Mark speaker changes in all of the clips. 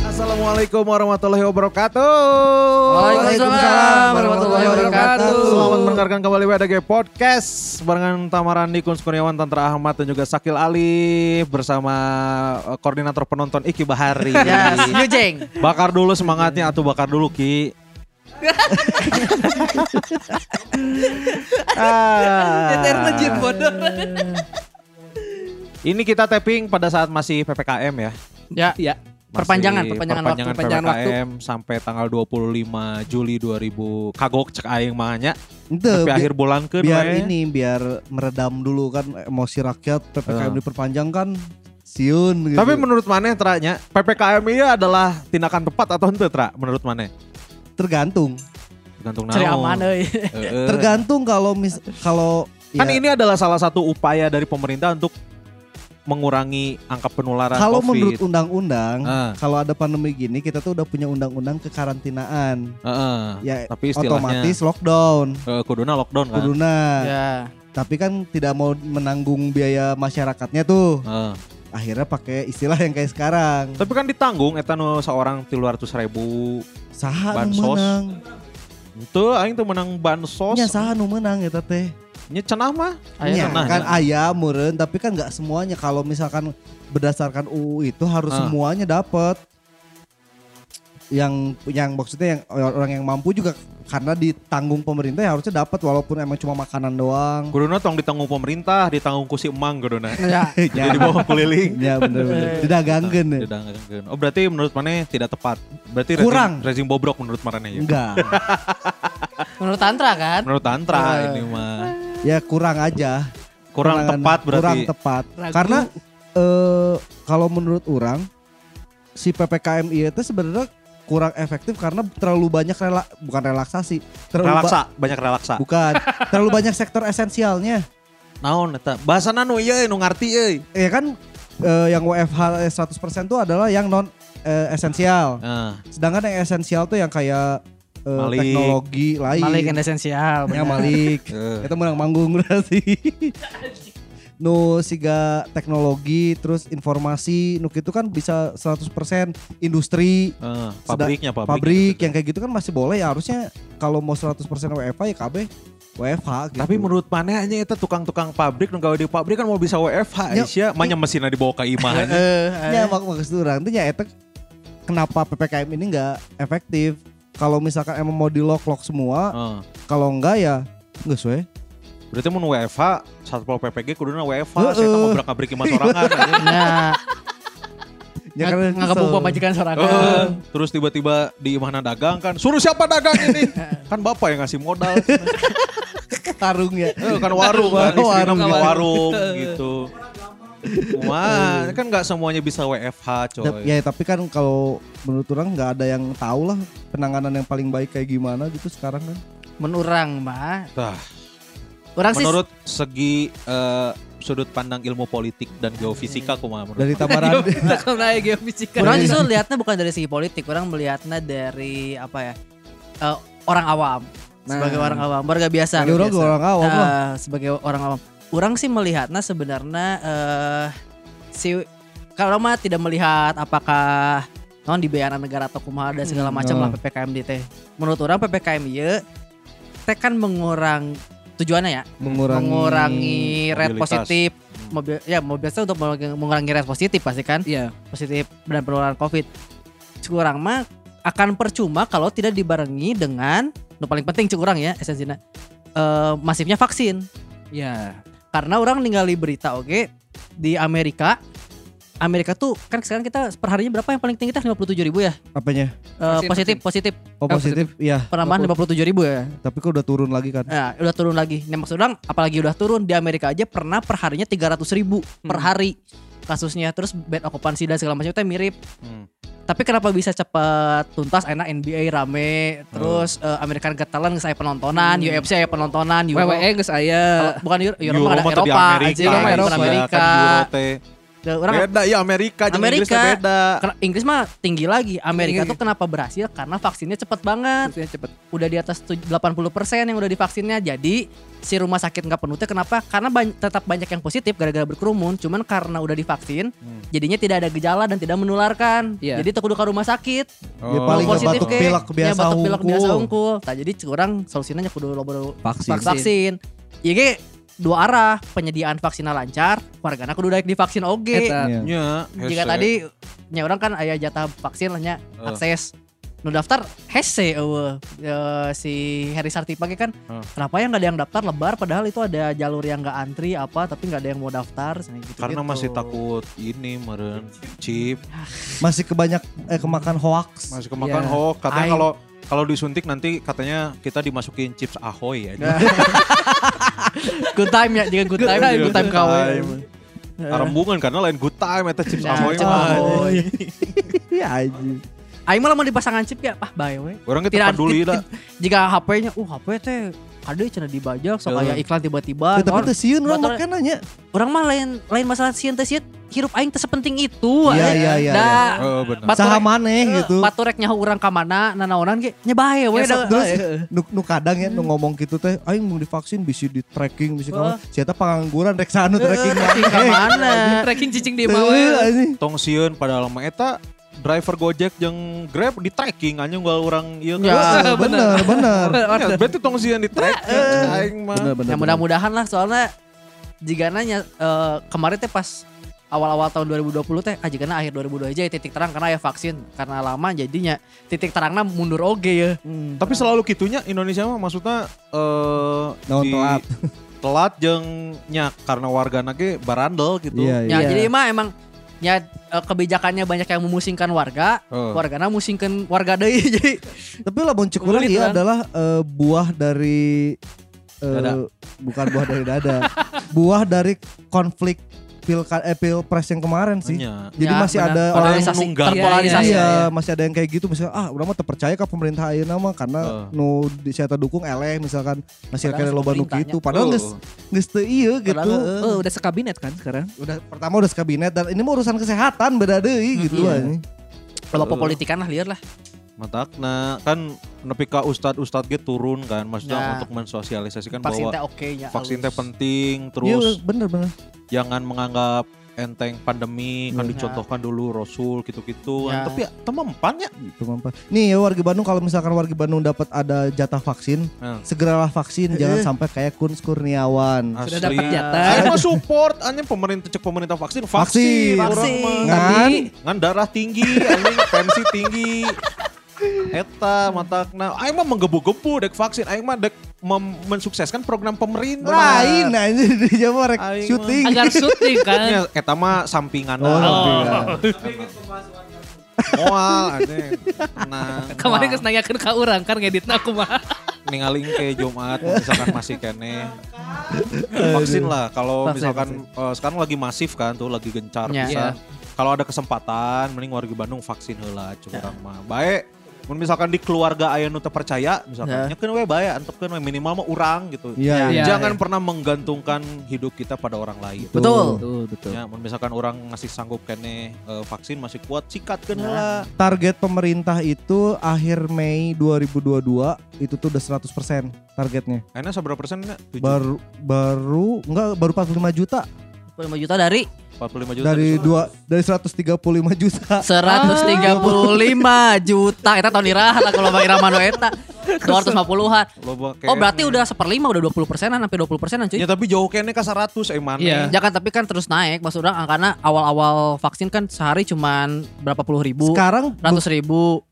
Speaker 1: Assalamualaikum warahmatullahi wabarakatuh.
Speaker 2: Waalaikumsalam warahmatullahi wabarakatuh.
Speaker 1: Selamat mendengarkan kembali WDG Podcast barengan Tamarandi Kun Kurniawan Tantra Ahmad dan juga Sakil Ali bersama eh, koordinator penonton Iki Bahari.
Speaker 2: Yes, New Jeng.
Speaker 1: Bakar dulu semangatnya atau bakar dulu Ki. Ah.
Speaker 3: Nyetir terjun bodoh.
Speaker 1: Ini kita tapping pada saat masih PPKM ya.
Speaker 2: Ya,
Speaker 3: Ya.
Speaker 1: Masih
Speaker 2: Perpanjangan, perpanjangan waktu, perpanjangan waktu.
Speaker 1: PPKM sampai tanggal 25 Juli 2000 kagok cek aing mahnya
Speaker 4: Ente,
Speaker 1: tapi
Speaker 4: bi-
Speaker 1: akhir bulan ya. ke
Speaker 4: biar ini biar meredam dulu kan emosi rakyat PPKM
Speaker 1: Eh.
Speaker 4: diperpanjang kan siun gitu.
Speaker 1: tapi menurut maneh Tra nya PPKM ini adalah tindakan tepat atau henteu Tra menurut maneh
Speaker 4: tergantung.
Speaker 1: tergantung
Speaker 2: Cari
Speaker 1: naon.
Speaker 2: aman euy. Ya.
Speaker 1: Heeh.
Speaker 4: Tergantung kalau mis kalau
Speaker 1: Eh. kan
Speaker 4: ya,
Speaker 1: ini adalah salah satu upaya dari pemerintah untuk mengurangi angka penularan
Speaker 4: kalau
Speaker 1: COVID.
Speaker 4: menurut undang-undang
Speaker 1: Eh.
Speaker 4: kalau ada pandemi gini kita tuh udah punya undang-undang kekarantinaan.
Speaker 1: Heeh.
Speaker 4: Ya
Speaker 1: tapi istilahnya
Speaker 4: otomatis lockdown.
Speaker 1: eh, kuduna lockdown kan.
Speaker 4: Kuduna.
Speaker 2: Ya.
Speaker 4: Tapi kan tidak mau menanggung biaya masyarakatnya tuh.
Speaker 1: Heeh.
Speaker 4: Akhirnya pakai istilah yang kayak sekarang.
Speaker 1: Tapi kan ditanggung eta nu seorang 300 ribu
Speaker 4: Saha nu
Speaker 1: Bansos.
Speaker 4: menang?
Speaker 1: Itu aing tuh menang bansos.
Speaker 4: Nya saha nu menang eta teh?
Speaker 1: Nya cenah mah.
Speaker 2: Ayo
Speaker 4: Iya,
Speaker 1: tenang,
Speaker 4: kan
Speaker 1: tenang.
Speaker 4: ayam meureun tapi kan nggak semuanya kalau misalkan berdasarkan UU itu harus
Speaker 1: Ah.
Speaker 4: semuanya dapat. Yang yang maksudnya yang orang yang mampu juga karena ditanggung pemerintah ya harusnya dapat walaupun emang cuma makanan doang.
Speaker 1: Kuduna tong ditanggung pemerintah, ditanggung ku si emang kuduna.
Speaker 2: Ya.
Speaker 1: Jadi bawa keliling.
Speaker 4: ya bener bener. Didagangkeun. ya.
Speaker 1: Tidak nggak- Oh berarti menurut mana tidak tepat. Berarti rezim-
Speaker 4: Kurang.
Speaker 1: rezim bobrok menurut mana ya?
Speaker 4: Enggak.
Speaker 2: Menurut Tantra kan?
Speaker 1: Menurut Tantra
Speaker 2: Eh.
Speaker 1: ini mah
Speaker 4: Ya kurang aja.
Speaker 1: kurang
Speaker 4: Kurangan-
Speaker 1: tepat berarti.
Speaker 4: Kurang tepat.
Speaker 2: Ragu.
Speaker 4: Karena eh, kalau menurut orang si PPKM itu E sebenarnya kurang efektif karena terlalu banyak rela bukan relaksasi, terlalu ba-
Speaker 1: relaksa, banyak relaksa.
Speaker 4: Bukan, terlalu banyak sektor esensialnya.
Speaker 1: Naon eta? Bahasana nu ieu nu ngarti euy.
Speaker 4: Ya kan eh, yang WFH 100% itu adalah yang non eh, esensial.
Speaker 1: Nah,
Speaker 4: Sedangkan yang esensial tuh yang kayak eh,
Speaker 1: Malik.
Speaker 4: teknologi lain.
Speaker 2: Malik yang esensial.
Speaker 4: Ya,
Speaker 2: benar.
Speaker 4: Malik.
Speaker 1: eh.
Speaker 4: Kita menang manggung berarti. nu siga teknologi terus informasi nu itu kan bisa 100% industri
Speaker 1: Eh,
Speaker 4: Seda-
Speaker 1: pabriknya pabrik.
Speaker 4: pabrik yang kayak gitu kan masih boleh ya harusnya kalau mau 100% WFH ya KB WFH gitu.
Speaker 1: Tapi menurut mana nya eta tukang-tukang pabrik nu gawe di pabrik kan mau bisa WFH
Speaker 4: Ya.
Speaker 1: Aisyah, manya mesinna dibawa ka imah
Speaker 2: Eh,
Speaker 1: nya.
Speaker 2: eh, eh.
Speaker 4: Ya mak maksud orang tuh ya eta kenapa PPKM ini nggak efektif? Kalau misalkan emang mau di lock lock semua,
Speaker 1: Eh.
Speaker 4: kalau enggak ya enggak sesuai.
Speaker 1: Berarti mun WFH Satpol PPG kuduna WFH,
Speaker 4: Heeh.
Speaker 1: saya mah ngobrak-abrik imah sorangan. anjing.
Speaker 2: Nah,
Speaker 4: Ya karena
Speaker 2: nggak nggak
Speaker 4: kesel.
Speaker 2: kebuka majikan
Speaker 1: Heeh.
Speaker 2: sorangan.
Speaker 1: terus tiba-tiba di imahna dagang kan, suruh siapa dagang ini? kan bapak yang ngasih modal.
Speaker 4: tarung ya.
Speaker 1: Eh, kan warung kan,
Speaker 4: Warung,
Speaker 1: warung,
Speaker 4: warung.
Speaker 1: warung gitu. Wah, kan nggak semuanya bisa WFH
Speaker 4: Tap-
Speaker 1: coy.
Speaker 4: Ya tapi kan kalau menurut orang nggak ada yang tahu lah penanganan yang paling baik kayak gimana gitu sekarang kan.
Speaker 2: Menurut orang mah,
Speaker 1: Tah,
Speaker 2: orang sih
Speaker 1: menurut segi eh, sudut pandang ilmu politik dan geofisika kumaha menurut
Speaker 4: Dari tabaran
Speaker 3: Takut naik geofisika.
Speaker 2: orang justru lihatnya bukan dari segi politik, orang melihatnya dari apa ya? eh, orang awam. Sebagai orang awam, warga biasa.
Speaker 4: Ya, orang juga orang awam lah.
Speaker 2: Eh, sebagai orang awam. Orang sih melihatnya sebenarnya eh si kalau mah tidak melihat apakah non dibayar negara atau kumaha dan segala macam
Speaker 4: Hmm.
Speaker 2: lah PPKM di teh. Menurut orang PPKM ieu teh kan mengurang tujuannya ya
Speaker 4: mengurangi,
Speaker 2: mengurangi rate
Speaker 1: mobilitas.
Speaker 2: positif mobil ya mobilitasnya untuk mengurangi- mengurangi rate positif pasti kan
Speaker 3: Iya.
Speaker 2: positif dan penularan covid kurang mah akan percuma kalau tidak dibarengi dengan no paling penting kurang ya esensinya eh, masifnya vaksin
Speaker 3: Iya.
Speaker 2: karena orang ningali berita oke di Amerika Amerika tuh kan sekarang kita perharinya berapa yang paling tinggi teh 57 ribu ya
Speaker 4: apanya?
Speaker 2: Eh,
Speaker 3: Vaksin,
Speaker 2: positif positif
Speaker 4: Oh positif, ya.
Speaker 2: penambahan 57 ribu ya
Speaker 4: Tapi kok udah turun lagi kan?
Speaker 2: Nah, udah turun lagi. Nah, maksud orang apalagi udah turun di Amerika aja pernah perharinya 300 ribu per
Speaker 3: Hmm.
Speaker 2: hari kasusnya. Terus bed okupansi dan segala macam itu mirip.
Speaker 1: Hmm.
Speaker 2: Tapi kenapa bisa cepat tuntas enak NBA rame. Terus eh, American Got Talent geus aya penontonan,
Speaker 3: Hmm.
Speaker 2: UFC aya penontonan, Euro.
Speaker 3: WWE geus aya.
Speaker 2: Kalau- bukan Euro, Euro,
Speaker 1: Euro
Speaker 2: mah ada
Speaker 1: mah teu di
Speaker 2: Iya, Eropa,
Speaker 1: Amerika,
Speaker 2: anjing,
Speaker 1: Eropa,
Speaker 2: Amerika.
Speaker 1: kan Euro teh.
Speaker 2: Nah, orang
Speaker 1: Beda ya Amerika, jeung
Speaker 2: Amerika.
Speaker 1: Inggrisnya beda.
Speaker 2: Ken- Eh, Inggris mah tinggi lagi. Amerika
Speaker 3: Tinggi.
Speaker 2: tuh kenapa berhasil? Karena vaksinnya cepet banget.
Speaker 3: Maksudnya cepet.
Speaker 2: Udah di atas tuj- 80% yang udah divaksinnya. Jadi si rumah sakit nggak penuhnya kenapa? Karena bany- tetap banyak yang positif gara-gara berkerumun. Cuman karena udah divaksin, jadinya tidak ada gejala dan tidak menularkan.
Speaker 3: Iya.
Speaker 2: Jadi terkudu ke rumah sakit.
Speaker 4: Ya, paling
Speaker 1: Oh.
Speaker 2: Mau
Speaker 4: ngebatuk
Speaker 2: ke-
Speaker 4: pilek biasa
Speaker 2: ya, batuk pilek
Speaker 4: hungkul.
Speaker 2: biasa hungkul. Tah, jadi kurang solusinya nya kudu loba
Speaker 4: Vaksin.
Speaker 2: vaksin. vaksin. Iya ge, dua arah penyediaan vaksinnya lancar, wargana kudu daek divaksin oge.
Speaker 3: Eta.
Speaker 4: Iya.
Speaker 1: Nya,
Speaker 2: Jika
Speaker 1: hese.
Speaker 2: tadi nya orang kan aya jatah vaksin lah nya
Speaker 1: Eh.
Speaker 2: akses. Nu daftar hese eueuh. Eh, si Heri Sartipa ge kan
Speaker 1: Eh.
Speaker 2: kenapa ya nggak ada yang daftar lebar padahal itu ada jalur yang nggak antri apa tapi nggak ada yang mau daftar gitu
Speaker 1: karena masih takut ini meren chip,
Speaker 4: Masih kebanyak eh kemakan hoax.
Speaker 1: masih kemakan
Speaker 3: Iya.
Speaker 1: hoax. Katanya
Speaker 2: Aing.
Speaker 1: kalau kalau disuntik nanti katanya kita dimasukin chips ahoy ya.
Speaker 2: good time ya jika good time
Speaker 1: Iya,
Speaker 2: good time kawe
Speaker 3: ya.
Speaker 1: Rembungan karena lain good time eta chips
Speaker 2: Nah,
Speaker 1: ahoy.
Speaker 2: Chips
Speaker 1: mah.
Speaker 2: Ahoy.
Speaker 4: Iya anjing.
Speaker 2: Aing malah mau dipasangan chip ya, pah bae we.
Speaker 1: Orang kita
Speaker 2: Tidak
Speaker 1: peduli dah.
Speaker 2: Jika HP-nya, uh HP teh ada cenah dibajak sok
Speaker 1: Heeh.
Speaker 2: aya iklan
Speaker 1: Iya,
Speaker 2: tiba-tiba.
Speaker 4: Ya, tapi
Speaker 2: Nor-
Speaker 4: itu siun orang
Speaker 2: Motor-
Speaker 4: makanya nanya.
Speaker 2: Orang mah lain lain masalah sieun teh sieun hirup aing teh sepenting itu.
Speaker 4: Iya,
Speaker 2: anjing.
Speaker 4: iya, iya,
Speaker 2: Da,
Speaker 1: Heeh, Eh, benar.
Speaker 2: Pat-
Speaker 4: Saha maneh gitu.
Speaker 2: Paturek nyaho Eh, urang ka mana, nanaonan ge nya bae we.
Speaker 4: Ngesek
Speaker 2: da-
Speaker 4: terus nu, nu kadang ya nu ngomong gitu teh aing mau divaksin bisa di tracking bisa
Speaker 2: Heeh.
Speaker 4: kamu siapa pengangguran rek sanu tracking
Speaker 2: Tracking ka mana? Ya,
Speaker 3: Tracking cicing ya. di bawah.
Speaker 4: Eh, Teu,
Speaker 1: Iya,
Speaker 4: anjing.
Speaker 1: Tong sieun padahal mah eta driver Gojek jeung Grab di tracking anjing gua orang ieu kan.
Speaker 2: Ya.
Speaker 3: Ah,
Speaker 4: Bener, bener bener
Speaker 1: Ya, berarti tong sieun di tracking aing mah.
Speaker 4: bener bener
Speaker 2: Ya mudah-mudahan lah soalnya jika nanya eh, kemarin teh pas awal-awal tahun 2020 teh ah jika akhir 2020 aja titik terang karena ya vaksin karena lama jadinya titik terangnya mundur oge ya.
Speaker 4: Hmm.
Speaker 1: Tapi selalu gitunya Indonesia mah maksudnya eh
Speaker 4: Naon
Speaker 1: di-
Speaker 4: telat.
Speaker 1: telat jeung nya karena warga nage barandel gitu.
Speaker 4: Iya, iya.
Speaker 2: Ya, jadi mah emang ya eh, kebijakannya banyak yang memusingkan warga,
Speaker 1: Heeh.
Speaker 4: Oh.
Speaker 2: wargana musingkan warga deui jadi
Speaker 4: Tapi lamun cek urang
Speaker 2: Kulit,
Speaker 4: ieu
Speaker 2: kan?
Speaker 4: adalah eh, buah dari eh,
Speaker 1: Dada.
Speaker 4: bukan buah dari dada. buah dari konflik pilkada eh pilpres yang kemarin sih.
Speaker 1: Nya.
Speaker 4: Jadi
Speaker 2: Ya,
Speaker 4: masih
Speaker 2: benar.
Speaker 4: ada orang
Speaker 1: Polarisasi. nunggal.
Speaker 4: Iya,
Speaker 2: terpolarisasi.
Speaker 4: iya, masih ada yang kayak gitu misalnya ah urang mah terpercaya ke pemerintah ayeuna mah karena
Speaker 1: Heeh.
Speaker 4: nu di saya dukung eleh misalkan masih
Speaker 2: Padahal
Speaker 4: kayak loba nu
Speaker 2: pemerintahnya.
Speaker 4: kitu padahal geus geus teu ieu
Speaker 3: Padahal,
Speaker 4: gitu.
Speaker 3: eh, udah sekabinet kan sekarang.
Speaker 4: Udah pertama udah sekabinet dan ini mah urusan kesehatan beda deui gitu
Speaker 3: Iya.
Speaker 4: anjing.
Speaker 2: Kalau politikan lah liar lah.
Speaker 1: Matakna kan nepi ka ustad-ustad ge turun kan maksudnya
Speaker 2: Nah.
Speaker 1: untuk mensosialisasikan
Speaker 2: Vaksin
Speaker 1: Kan bahwa
Speaker 2: teh oke nya.
Speaker 1: vaksin teh
Speaker 2: halus.
Speaker 1: penting
Speaker 4: Iya
Speaker 1: terus
Speaker 4: bener bener.
Speaker 1: jangan menganggap enteng pandemi kan
Speaker 2: Iya.
Speaker 1: dicontohkan dulu Rasul gitu-gitu
Speaker 2: Iya.
Speaker 1: tapi ya temempannya
Speaker 4: Gitu mampa. Nih ya warga Bandung kalau misalkan warga Bandung dapat ada jatah vaksin,
Speaker 1: Hmm.
Speaker 4: segeralah vaksin jangan sampai kayak Kun Kurniawan.
Speaker 1: asli
Speaker 3: Sudah dapat jatah.
Speaker 1: Ayo mah support anjing pemerintah cek pemerintah vaksin vaksin
Speaker 4: Vaksin.
Speaker 1: orang mah.
Speaker 2: Vaksin.
Speaker 4: Ngan.
Speaker 1: ngan Kan darah tinggi anjing tensi tinggi eta matakna aing mah menggebu-gebu dek vaksin aing mah dek mem- mensukseskan program pemerintah
Speaker 4: Lain anjir di Jawa
Speaker 1: Aing
Speaker 4: rek
Speaker 1: mah.
Speaker 4: syuting.
Speaker 3: Agar syuting kan.
Speaker 1: Ya, eta mah sampingan
Speaker 4: Oh, sampingan.
Speaker 1: Moal anjing. Nah,
Speaker 3: Kemarin geus nanyakeun ka urang kan ngeditna aku mah.
Speaker 1: ninggalin ke Jumat misalkan masih kene. Vaksin lah kalau
Speaker 2: Vaksin,
Speaker 1: misalkan eh, sekarang lagi masif kan tuh lagi gencar
Speaker 2: Ya.
Speaker 1: pisan. Kalau ada kesempatan mending warga Bandung vaksin heula cuma mah. Baik Mun misalkan di keluarga aya nu teu percaya misalkan
Speaker 2: Ya.
Speaker 1: nyekeun we bae antepkeun we minimal mah urang gitu.
Speaker 4: Iya.
Speaker 3: Iya.
Speaker 1: Jangan pernah menggantungkan hidup kita pada orang lain.
Speaker 2: Betul.
Speaker 3: Betul, betul.
Speaker 1: Ya, mun misalkan orang ngasih sanggup kene eh, vaksin masih kuat sikatkeun heula.
Speaker 2: Nah.
Speaker 4: Target pemerintah itu akhir Mei 2022 itu tuh udah 100% targetnya.
Speaker 1: Enak seberapa persen? Nya? Tujuh,
Speaker 4: Baru baru enggak baru 45 juta
Speaker 2: 45 juta dari
Speaker 1: 45 juta gitu.
Speaker 4: dari
Speaker 1: disuruh.
Speaker 4: dua dari 135 juta.
Speaker 2: 135 juta kita tahun iraha lah kalau bang Irama nu eta 250-an
Speaker 1: Loba
Speaker 2: oh berarti
Speaker 1: kene.
Speaker 2: udah seperlima udah 20 persenan sampai 20 persenan cuy
Speaker 4: Iya,
Speaker 1: Ya tapi jauh kene ke 100 eh mana.
Speaker 3: Iya.
Speaker 2: Jangan tapi kan terus naik Mas Udang karena awal-awal vaksin kan sehari cuman berapa puluh ribu
Speaker 4: Sekarang be-
Speaker 2: ratus ribu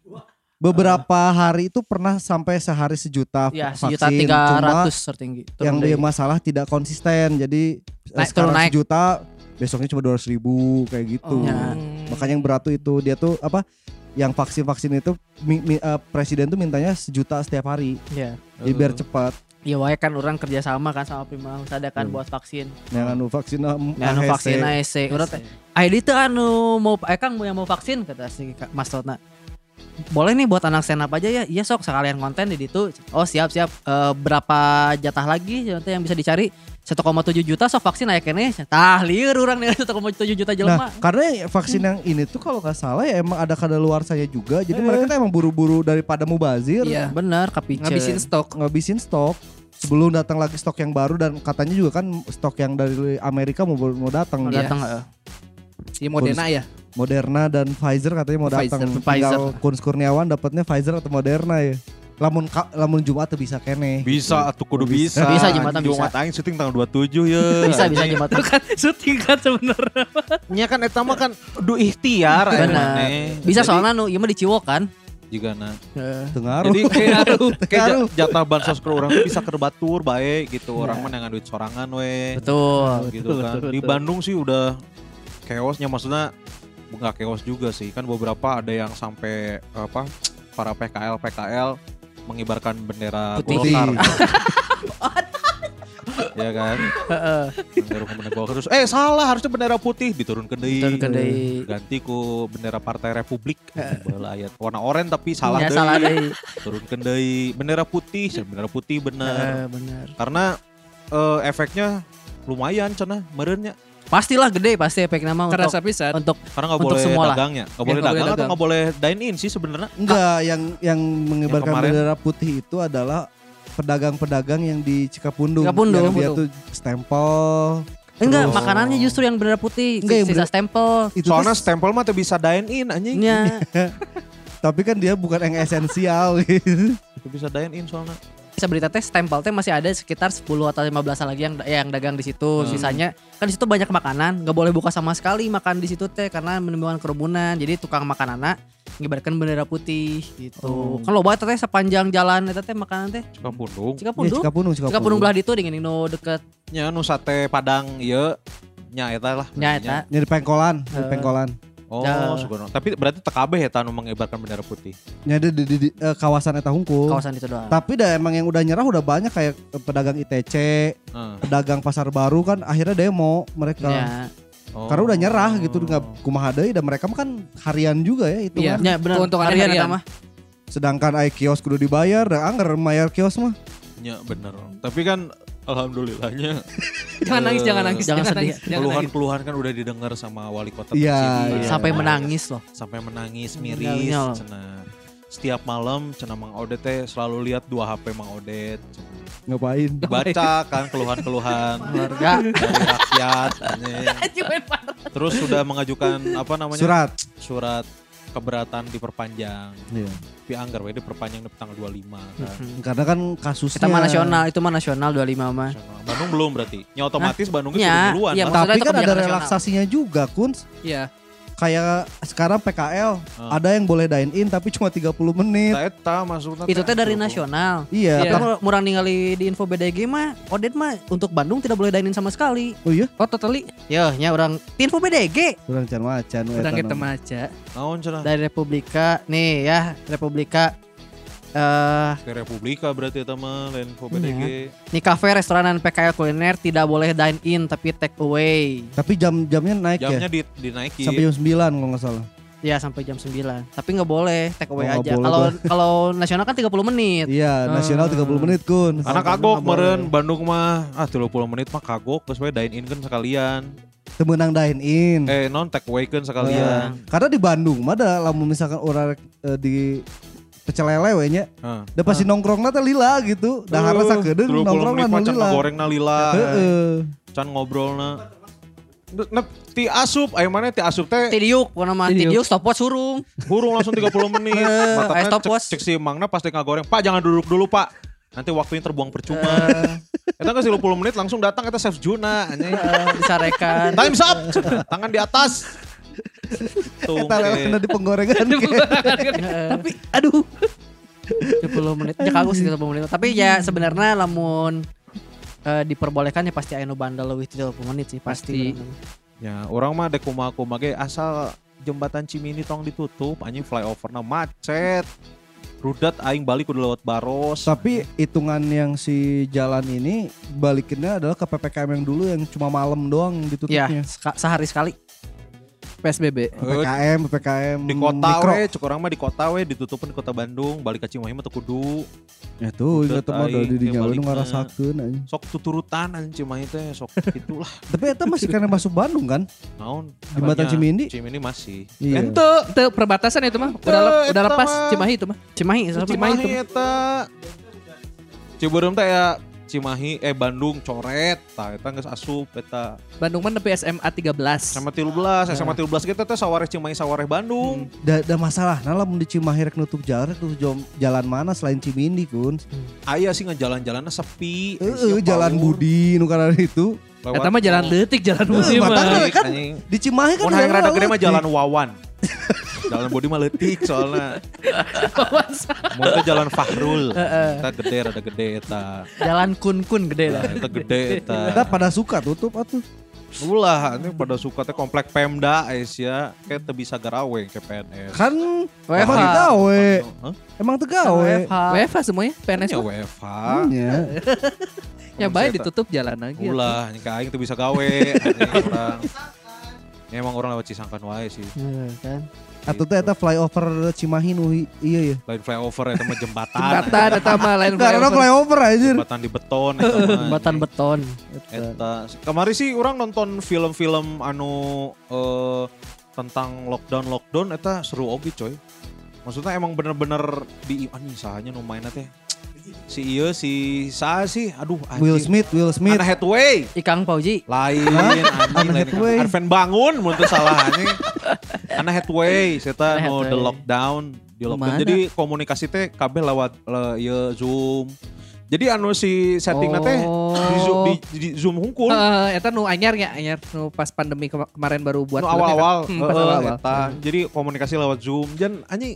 Speaker 4: beberapa hari itu pernah sampai sehari sejuta
Speaker 2: ya
Speaker 4: vaksin.
Speaker 2: sejuta tiga
Speaker 4: Cuma
Speaker 2: ratus tertinggi Turun
Speaker 4: yang dia
Speaker 2: deui.
Speaker 4: masalah tidak konsisten jadi eh,
Speaker 2: Naik,
Speaker 4: sekarang
Speaker 2: turun, naik.
Speaker 4: sejuta besoknya cuma 200 ribu kayak gitu
Speaker 2: Oh. Ya.
Speaker 4: makanya yang berat tuh itu dia tuh apa yang vaksin vaksin itu mi- mi- eh, presiden tuh mintanya sejuta setiap hari
Speaker 2: ya
Speaker 4: jadi biar cepat
Speaker 2: Iya wae kan orang kerjasama kan sama Prima Husada kan
Speaker 4: Hmm.
Speaker 2: buat vaksin
Speaker 4: jangan nu vaksin ah, m-
Speaker 2: Nah,
Speaker 4: AHC.
Speaker 2: anu vaksin ASC. Urang teh, "Ah, ieu teh anu mau eh Kang mau yang mau vaksin," kata si Ka- Mas Tona. boleh nih buat anak stand up aja ya iya sok sekalian konten di situ oh siap siap Eh, berapa jatah lagi nanti yang bisa dicari 1,7 juta sok vaksin naik ini tah liur orang nih 1,7 juta jelema
Speaker 4: Nah, karena yang
Speaker 2: Hmm.
Speaker 4: vaksin yang ini tuh kalau nggak salah ya emang ada kada luar saya juga.
Speaker 2: Eh.
Speaker 4: Jadi mereka tuh emang buru-buru daripada mubazir
Speaker 3: Iya.
Speaker 2: bener kepicu
Speaker 3: Ngabisin stok.
Speaker 4: ngabisin stok sebelum datang lagi stok yang baru dan katanya juga kan stok yang dari Amerika mau mau datang
Speaker 2: Mau
Speaker 4: Iya.
Speaker 2: eh. datang heeh.
Speaker 3: Si Modena ya.
Speaker 4: Moderna dan Pfizer katanya mau
Speaker 3: Pfizer,
Speaker 4: datang.
Speaker 2: Pfizer.
Speaker 4: Tinggal Kunz Kurniawan dapatnya Pfizer atau Moderna ya. Lamun ka- lamun Jumat tuh bisa kene.
Speaker 1: Bisa atuh kudu bisa.
Speaker 2: Bisa, jembatan bisa.
Speaker 1: Jumat aing syuting tanggal 27 ya.
Speaker 2: bisa bisa jembatan
Speaker 3: Itu kan syuting kan sebenarnya.
Speaker 1: Nya kan eta mah kan du ikhtiar
Speaker 2: Benar. bisa soalnya nu ieu mah diciwok kan
Speaker 1: juga nah.
Speaker 3: Eh.
Speaker 4: Tengaruh.
Speaker 1: Jadi kayak kayak
Speaker 4: Ngaruh.
Speaker 1: ja- jatah bansos ke orang tuh bisa kerbatur baik gitu. Orang mah dengan duit sorangan we.
Speaker 2: betul
Speaker 1: gitu kan.
Speaker 3: betul,
Speaker 1: Di
Speaker 3: betul.
Speaker 1: Bandung sih udah chaosnya maksudnya nggak chaos juga sih. Kan beberapa ada yang sampai apa para PKL PKL mengibarkan bendera
Speaker 2: Putih.
Speaker 1: Golkar. ya kan. Bendera bendera Golkar terus eh salah harusnya bendera putih diturunkan deui.
Speaker 2: Diturunkan deui.
Speaker 1: Ganti ku bendera Partai Republik. Beulah aya warna oranye tapi salah
Speaker 2: ya
Speaker 1: deui.
Speaker 2: salah deh
Speaker 1: Turunkan deui bendera putih, cenah bendera putih bener.
Speaker 2: bener
Speaker 1: Karena eh, efeknya lumayan cenah meureunnya.
Speaker 2: pastilah gede pasti efek nama
Speaker 3: Kerasa
Speaker 2: untuk
Speaker 3: pisan.
Speaker 2: untuk
Speaker 1: Karena nggak
Speaker 2: Untuk
Speaker 1: boleh
Speaker 2: semua lah. Iya,
Speaker 1: dagangnya, nggak
Speaker 3: Ya,
Speaker 1: boleh
Speaker 3: nggak boleh
Speaker 1: dagang atau
Speaker 3: dagang.
Speaker 1: nggak boleh dine in sih sebenarnya.
Speaker 4: Enggak, yang yang mengibarkan
Speaker 1: kemarin.
Speaker 4: bendera putih itu adalah pedagang-pedagang yang di Cikapundung.
Speaker 2: Cikapundung.
Speaker 4: Yang dia tuh stempel.
Speaker 2: enggak
Speaker 4: Terus-
Speaker 2: makanannya justru yang bendera putih
Speaker 4: Enggak, yang
Speaker 2: sisa
Speaker 4: bendera-
Speaker 2: stempel Iya.
Speaker 4: Itu
Speaker 1: Soalnya
Speaker 4: tuh-
Speaker 1: stempel mah tuh bisa dine in anjing.
Speaker 2: nya
Speaker 4: tapi kan dia bukan yang esensial gitu.
Speaker 1: Tuh bisa dine in soalnya.
Speaker 2: berita teh stempel teh masih ada sekitar 10 atau 15 lagi yang eh, yang dagang di
Speaker 4: Hmm.
Speaker 2: situ. Sisanya kan di situ banyak makanan, nggak boleh buka sama sekali makan di situ teh karena menimbulkan kerumunan. Jadi tukang makanan ngibarkan bendera putih
Speaker 4: Oh.
Speaker 2: gitu. Kalau bawa teh sepanjang jalan eta teh makanan teh
Speaker 1: Suka pundung.
Speaker 4: Ya,
Speaker 2: Cikapundung.
Speaker 4: Cikapundung,
Speaker 2: Cikapundung
Speaker 4: Cikapundung.
Speaker 2: belah di tuh dingin nu deket
Speaker 1: Nya nu sate padang iya. Nya eta lah.
Speaker 2: nya eta.
Speaker 4: Nyari pengkolan, nyari
Speaker 2: Eh.
Speaker 4: pengkolan.
Speaker 1: Oh,
Speaker 2: Ya.
Speaker 1: suka. Tapi berarti TKB eta nu mengibarkan bendera putih.
Speaker 4: Nyari di, di- di- eh, kawasan Eta Hungkul.
Speaker 2: Kawasan itu doang.
Speaker 4: Tapi dah emang yang udah nyerah udah banyak kayak eh, pedagang ITC,
Speaker 1: Heeh.
Speaker 4: pedagang pasar baru kan akhirnya demo mereka.
Speaker 2: Ya,
Speaker 1: Oh.
Speaker 4: Karena udah nyerah gitu nggak kumaha deui dan mereka mah kan harian juga ya itu
Speaker 3: Iya.
Speaker 4: kan.
Speaker 2: ya benar.
Speaker 3: Keuntungannya
Speaker 2: harian
Speaker 3: harian.
Speaker 2: eta mah.
Speaker 4: Sedangkan ai kios kudu dibayar, da anger bayar kios mah.
Speaker 1: Nya bener. Tapi kan alhamdulillahnya
Speaker 3: Jangan nangis, jangan nangis,
Speaker 2: Jangan sedih.
Speaker 3: nangis, jangan nangis.
Speaker 1: keluhan-keluhan kan udah didengar sama wali kota
Speaker 4: Iya,
Speaker 1: tercinta.
Speaker 4: iya.
Speaker 2: Sampai menangis loh.
Speaker 1: sampai menangis miris
Speaker 2: Hmm, Nyal-nyal.
Speaker 1: cenah. Setiap malam cenah Mang Odet teh selalu lihat dua HP Mang Odet. cenah.
Speaker 4: Ngapain?
Speaker 1: baca kan keluhan-keluhan
Speaker 2: Oh, iya. Keluarga.
Speaker 4: Iya.
Speaker 1: dari rakyat anjing.
Speaker 3: Cuman parah.
Speaker 1: terus sudah mengajukan apa namanya
Speaker 4: Surat.
Speaker 1: surat keberatan diperpanjang
Speaker 4: Iya.
Speaker 1: tapi anggar we diperpanjang di tanggal 25 kan
Speaker 2: Hmm.
Speaker 4: Karena kan kasusnya
Speaker 2: Kita mah nasional, itu mah nasional 25 mah.
Speaker 1: Bandung belum berarti ya otomatis Bandung
Speaker 2: Nya,
Speaker 1: itu duluan
Speaker 2: iya,
Speaker 1: kan.
Speaker 2: Maksudnya
Speaker 4: Tapi kan ada
Speaker 2: itu kebijakan nasional.
Speaker 4: relaksasinya juga, Kun.
Speaker 3: Iya.
Speaker 4: Kayak sekarang PKL
Speaker 1: Hmm.
Speaker 4: ada yang boleh dine in tapi cuma 30 menit.
Speaker 1: Eta- eta maksudnya
Speaker 2: Itu teh dari
Speaker 1: atuh.
Speaker 2: nasional.
Speaker 4: Iya,
Speaker 3: Iya.
Speaker 4: tapi-
Speaker 2: Tapi murang ningali di info BDG mah Odet mah untuk Bandung tidak boleh dine-in sama sekali.
Speaker 4: Oh iya,
Speaker 2: Oh totally. Yo, nya orang di info BDG
Speaker 4: kurang can macan we
Speaker 3: Kurang
Speaker 4: eta
Speaker 3: gitu, kita
Speaker 4: nama.
Speaker 3: mah aja.
Speaker 1: naon cenah
Speaker 2: dari Republika nih ya Republika eh
Speaker 1: ke Republika berarti eta mah lain info BDG
Speaker 2: nih kafe restoran dan PKL kuliner tidak boleh dine in tapi take away
Speaker 4: Tapi jam-jamnya naik ya.
Speaker 1: jamnya di, dinaikin
Speaker 4: Sampai jam 9 kalau nggak salah.
Speaker 2: ya sampai jam 9 tapi nggak boleh take
Speaker 4: Oh,
Speaker 2: away
Speaker 4: nggak
Speaker 2: aja
Speaker 4: boleh,
Speaker 2: kalau kalau nasional kan 30 menit
Speaker 4: Iya, nasional 30 menit, Kun.
Speaker 1: Anak
Speaker 2: Sampai
Speaker 1: kagok
Speaker 2: nggak
Speaker 1: meren Bandung mah ah 30 menit mah kagok terus we dine in kan sekalian
Speaker 4: Temenang dine in.
Speaker 1: eh
Speaker 4: Iya.
Speaker 1: non take away kan sekalian
Speaker 4: Karena di Bandung mah ada lamun misalkan orang eh, di pecel lele we nya,
Speaker 1: Heeh.
Speaker 4: da pasti nongkrongna teh lila gitu. Da harna sakedeung nongkrongna nu
Speaker 1: macan
Speaker 4: lila.
Speaker 1: goreng nalila
Speaker 4: Heeh.
Speaker 1: can ngobrol na Nep, ti asup, ayo mana ti asup
Speaker 4: Iya.
Speaker 1: teh
Speaker 2: Tidiuk, pokoknya mah tidiuk
Speaker 3: Tidiuk.
Speaker 2: stopwatch surung.
Speaker 1: burung langsung 30 menit. Matanya
Speaker 2: ayo stop,
Speaker 1: cek,
Speaker 2: Bos.
Speaker 1: cek si Mangna pasti ngagoreng. Pak jangan duduk dulu pak. Nanti waktunya terbuang percuma. Eta kan 30 menit langsung datang kita Chef Juna. anjing.
Speaker 2: Eh,
Speaker 4: Iya.
Speaker 2: disarekan.
Speaker 1: Time up. Tangan di atas. eh. Tuh.
Speaker 4: Eta lele kena di
Speaker 3: Kan
Speaker 4: penggorengan. ke.
Speaker 2: tapi aduh 30 menit ya kagum sih 30 menit tapi
Speaker 3: Hmm.
Speaker 2: ya sebenarnya lamun eh, diperbolehkan ya pasti Aino Bandel lebih 30 menit sih pasti,
Speaker 1: Ya, orang mah dek kumaha-kumaha ge asal jembatan Cimini tong ditutup anjing flyover na macet. Rudat aing balik udah lewat Baros.
Speaker 4: Tapi hitungan yang si jalan ini balikinnya adalah ke PPKM yang dulu yang cuma malam doang
Speaker 3: Iya.
Speaker 2: ya
Speaker 4: ditutupnya.
Speaker 2: seka- sehari sekali
Speaker 3: PSBB.
Speaker 4: PKM, PKM
Speaker 1: di kota
Speaker 4: kan mikro.
Speaker 1: we, cukup orang mah di kota we ditutupin kota Bandung, balik ke Cimahi mah teu kudu.
Speaker 4: Ya tuh,
Speaker 1: Udah
Speaker 4: ingat mah
Speaker 1: tai,
Speaker 4: udah di
Speaker 1: kayak
Speaker 4: Jawa
Speaker 1: balik,
Speaker 4: ngarasakeun anjing.
Speaker 1: Sok tuturutan anjing Cimahi teh sok itulah
Speaker 4: Tapi eta masih karena masuk Bandung kan?
Speaker 1: naon.
Speaker 4: Jembatan
Speaker 1: Apanya?
Speaker 4: Cimindi?
Speaker 1: Cimindi masih. Eh,
Speaker 4: Iya.
Speaker 3: Itu itu perbatasan itu mah. Udah le-
Speaker 1: Itu
Speaker 3: udah lepas
Speaker 1: mah.
Speaker 3: Cimahi itu mah.
Speaker 2: Cimahi,
Speaker 3: Cimahi.
Speaker 2: Cimahi.
Speaker 1: Cimahi eta Ciberem teh ya Cimahi eh Bandung coret tah eta geus asup eta
Speaker 3: Bandung mah nepi SMA 13.
Speaker 1: sama 13 sama 13 kita teh sawareh Cimahi sawareh Bandung
Speaker 4: Da, da masalah, nah lamun di Cimahi rek nutup jalan, rek nutup jom- jalan mana selain Cimindi kun?
Speaker 1: aya sih ngejalan-jalanna sepi Siap
Speaker 4: Heeh, jalan
Speaker 1: palur,
Speaker 4: Budi nu karena itu.
Speaker 1: lewat
Speaker 3: Eta mah jalan
Speaker 1: tol.
Speaker 3: leutik, jalan
Speaker 4: Eh,
Speaker 3: musim.
Speaker 4: mata
Speaker 3: mah.
Speaker 4: kan
Speaker 1: Anjing.
Speaker 4: di Cimahi kan
Speaker 1: Mun hayang
Speaker 4: jalan
Speaker 1: rada gede mah
Speaker 4: leutik.
Speaker 1: jalan Wawan. jalan Budi mah leutik soalna. Mun teh jalan Fahrul. Eta gede rada gede eta.
Speaker 2: Jalan kun kun gede
Speaker 1: Nah,
Speaker 2: lah.
Speaker 1: Eta gede eta.
Speaker 4: Kita pada suka tutup atuh.
Speaker 1: Ulah ini pada suka teh komplek Pemda Asia kayak teu bisa garawe ke PNS.
Speaker 4: Kan emang
Speaker 3: WFH.
Speaker 4: gawe,
Speaker 1: Hah?
Speaker 4: emang teu gawe.
Speaker 3: WFH semuanya PNS
Speaker 1: Ya
Speaker 3: mah.
Speaker 1: WFH.
Speaker 4: Iya.
Speaker 3: Ya baik
Speaker 1: Eta.
Speaker 3: ditutup jalan lagi.
Speaker 4: gitu.
Speaker 1: Ulah anjing ka aing teu bisa gawe. Anjing orang. Ya, emang orang lewat Cisangkan wae sih.
Speaker 2: Iya, kan.
Speaker 4: Atau teh eta flyover Cimahi nu hi- iya ya.
Speaker 1: Lain flyover eta mah jembatan.
Speaker 3: Jembatan eta mah lain
Speaker 4: Karena
Speaker 3: flyover.
Speaker 4: flyover anjir.
Speaker 1: Jembatan di beton eta mah.
Speaker 2: Jembatan beton.
Speaker 1: Eta kemarin sih orang nonton film-film anu eh, tentang lockdown lockdown eta seru oge coy. Maksudnya emang bener-bener di anjing sahanya nu mainna teh. Si iya si sa sih aduh anjing.
Speaker 4: Will Smith, Will Smith.
Speaker 1: Anna Hathaway.
Speaker 2: Ikang Pauji.
Speaker 1: Lain anjing
Speaker 4: Anna
Speaker 1: lain.
Speaker 4: Hathaway.
Speaker 1: Arven bangun mun teu salah anjing. Anna Hathaway eta
Speaker 2: Anna
Speaker 1: nu
Speaker 2: Hathaway.
Speaker 1: the lockdown di lockdown.
Speaker 3: Mana?
Speaker 1: Jadi komunikasi teh kabeh lewat le, ieu Zoom. Jadi anu si settingna teh di Zoom di,
Speaker 3: Oh.
Speaker 1: di Zoom hungkul.
Speaker 3: Heeh, eta nu anyar ya, anyar nu pas pandemi kema- kemarin baru buat
Speaker 1: Nu
Speaker 3: filmnya kan.
Speaker 1: awal-awal
Speaker 3: Hmm,
Speaker 1: eh,
Speaker 3: pas awal-awal.
Speaker 1: eta. jadi komunikasi lewat zoom dan anjing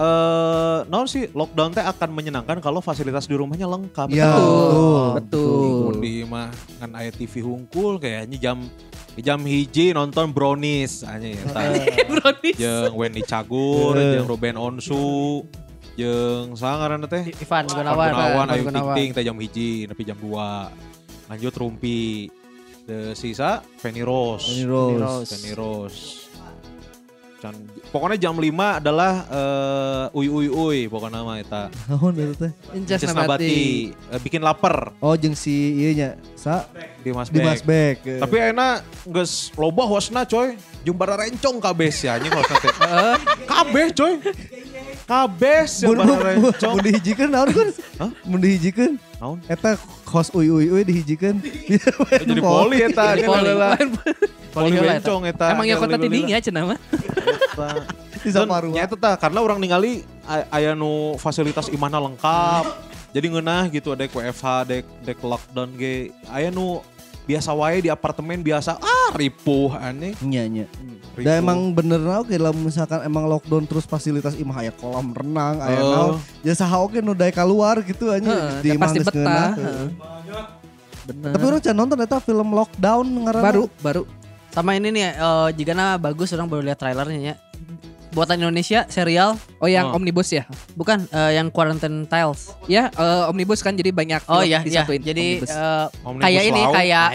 Speaker 1: eh naon sih lockdown teh akan menyenangkan kalau fasilitas di rumahnya lengkap
Speaker 4: Ya,
Speaker 3: Iya. Betul,
Speaker 4: betul.
Speaker 3: betul.
Speaker 1: di Oh, mah kan aya TV hungkul kayaknya jam jam hiji nonton brownies anjing eta
Speaker 3: Brownies.
Speaker 1: jeung Wendy Cagur
Speaker 4: Eh.
Speaker 1: jeung Ruben Onsu jeung sangaran teh
Speaker 2: Ivan Gunawan.
Speaker 1: Gunawan
Speaker 2: Ivan
Speaker 1: Ayu Ting Ting teh jam hiji tapi jam 2 lanjut Rumpi The sisa Feni Rose
Speaker 4: Ini Rose.
Speaker 2: Rose.
Speaker 1: Feni Rose. Can- pokoknya jam 5 adalah eh, uy uy uy pokoknya nama eta.
Speaker 4: Naon eta teh?
Speaker 3: Inces
Speaker 1: Inces
Speaker 3: Nabati.
Speaker 1: Nabati. Eh, bikin lapar
Speaker 4: Oh jeung si ieu nya, sa
Speaker 1: di Mas
Speaker 4: di
Speaker 1: Bek.
Speaker 4: Masbek.
Speaker 1: Tapi enak geus loba hostna coy. Jumbar rencong kabeh sih anjing hostna teh. Kabeh coy. Kabeh
Speaker 4: mun
Speaker 1: jumbar rencong.
Speaker 4: mun dihijikeun naon kun?
Speaker 1: Hah?
Speaker 4: Mun dihijikeun
Speaker 1: Naon?
Speaker 4: kan? eta host uy uy uy dihijikeun.
Speaker 1: Jadi poli eta. anjing,
Speaker 2: Jadi Iya, poli.
Speaker 1: Iya, lelah.
Speaker 2: Poli
Speaker 1: Poli
Speaker 2: heula eta.
Speaker 1: rencong eta. Iya,
Speaker 3: Emang ya kota
Speaker 1: Lelah-lelah.
Speaker 3: tiding ya cenah mah.
Speaker 1: Eta.
Speaker 4: di Saparua.
Speaker 1: Ya itu tah karena orang ningali ay- aya nu fasilitas imana lengkap. Jadi ngeunah gitu ada WFH, dek dek lockdown ge. Aya nu biasa wae di apartemen biasa ah ripuh aneh.
Speaker 4: Nya nya.
Speaker 1: Ripuh.
Speaker 4: Da emang bener na oke lah misalkan emang lockdown terus fasilitas imah aya kolam renang, aya
Speaker 1: Oh.
Speaker 4: naon. Ya saha oke nu dae keluar gitu anjing.
Speaker 3: Heeh,
Speaker 4: Di
Speaker 3: dan
Speaker 4: imah
Speaker 3: pasti
Speaker 4: geus
Speaker 3: betah.
Speaker 4: ngeunah.
Speaker 3: heeh. Bener.
Speaker 4: Tapi orang can nonton eta film lockdown ngaranna.
Speaker 3: baru baru
Speaker 2: Sama ini nih, eh, jika na bagus orang baru lihat trailernya ya. Buatan Indonesia, serial,
Speaker 3: Oh yang
Speaker 1: Oh.
Speaker 3: omnibus ya?
Speaker 2: bukan eh, yang Quarantine Tiles.
Speaker 3: Ya eh, omnibus kan jadi banyak
Speaker 2: Oh
Speaker 3: film
Speaker 2: iya, iya.
Speaker 3: disatuin,
Speaker 2: Jadi
Speaker 3: Omnibus.
Speaker 2: eh,
Speaker 1: Omnibus
Speaker 2: kayak ini,
Speaker 1: Law.
Speaker 2: kayak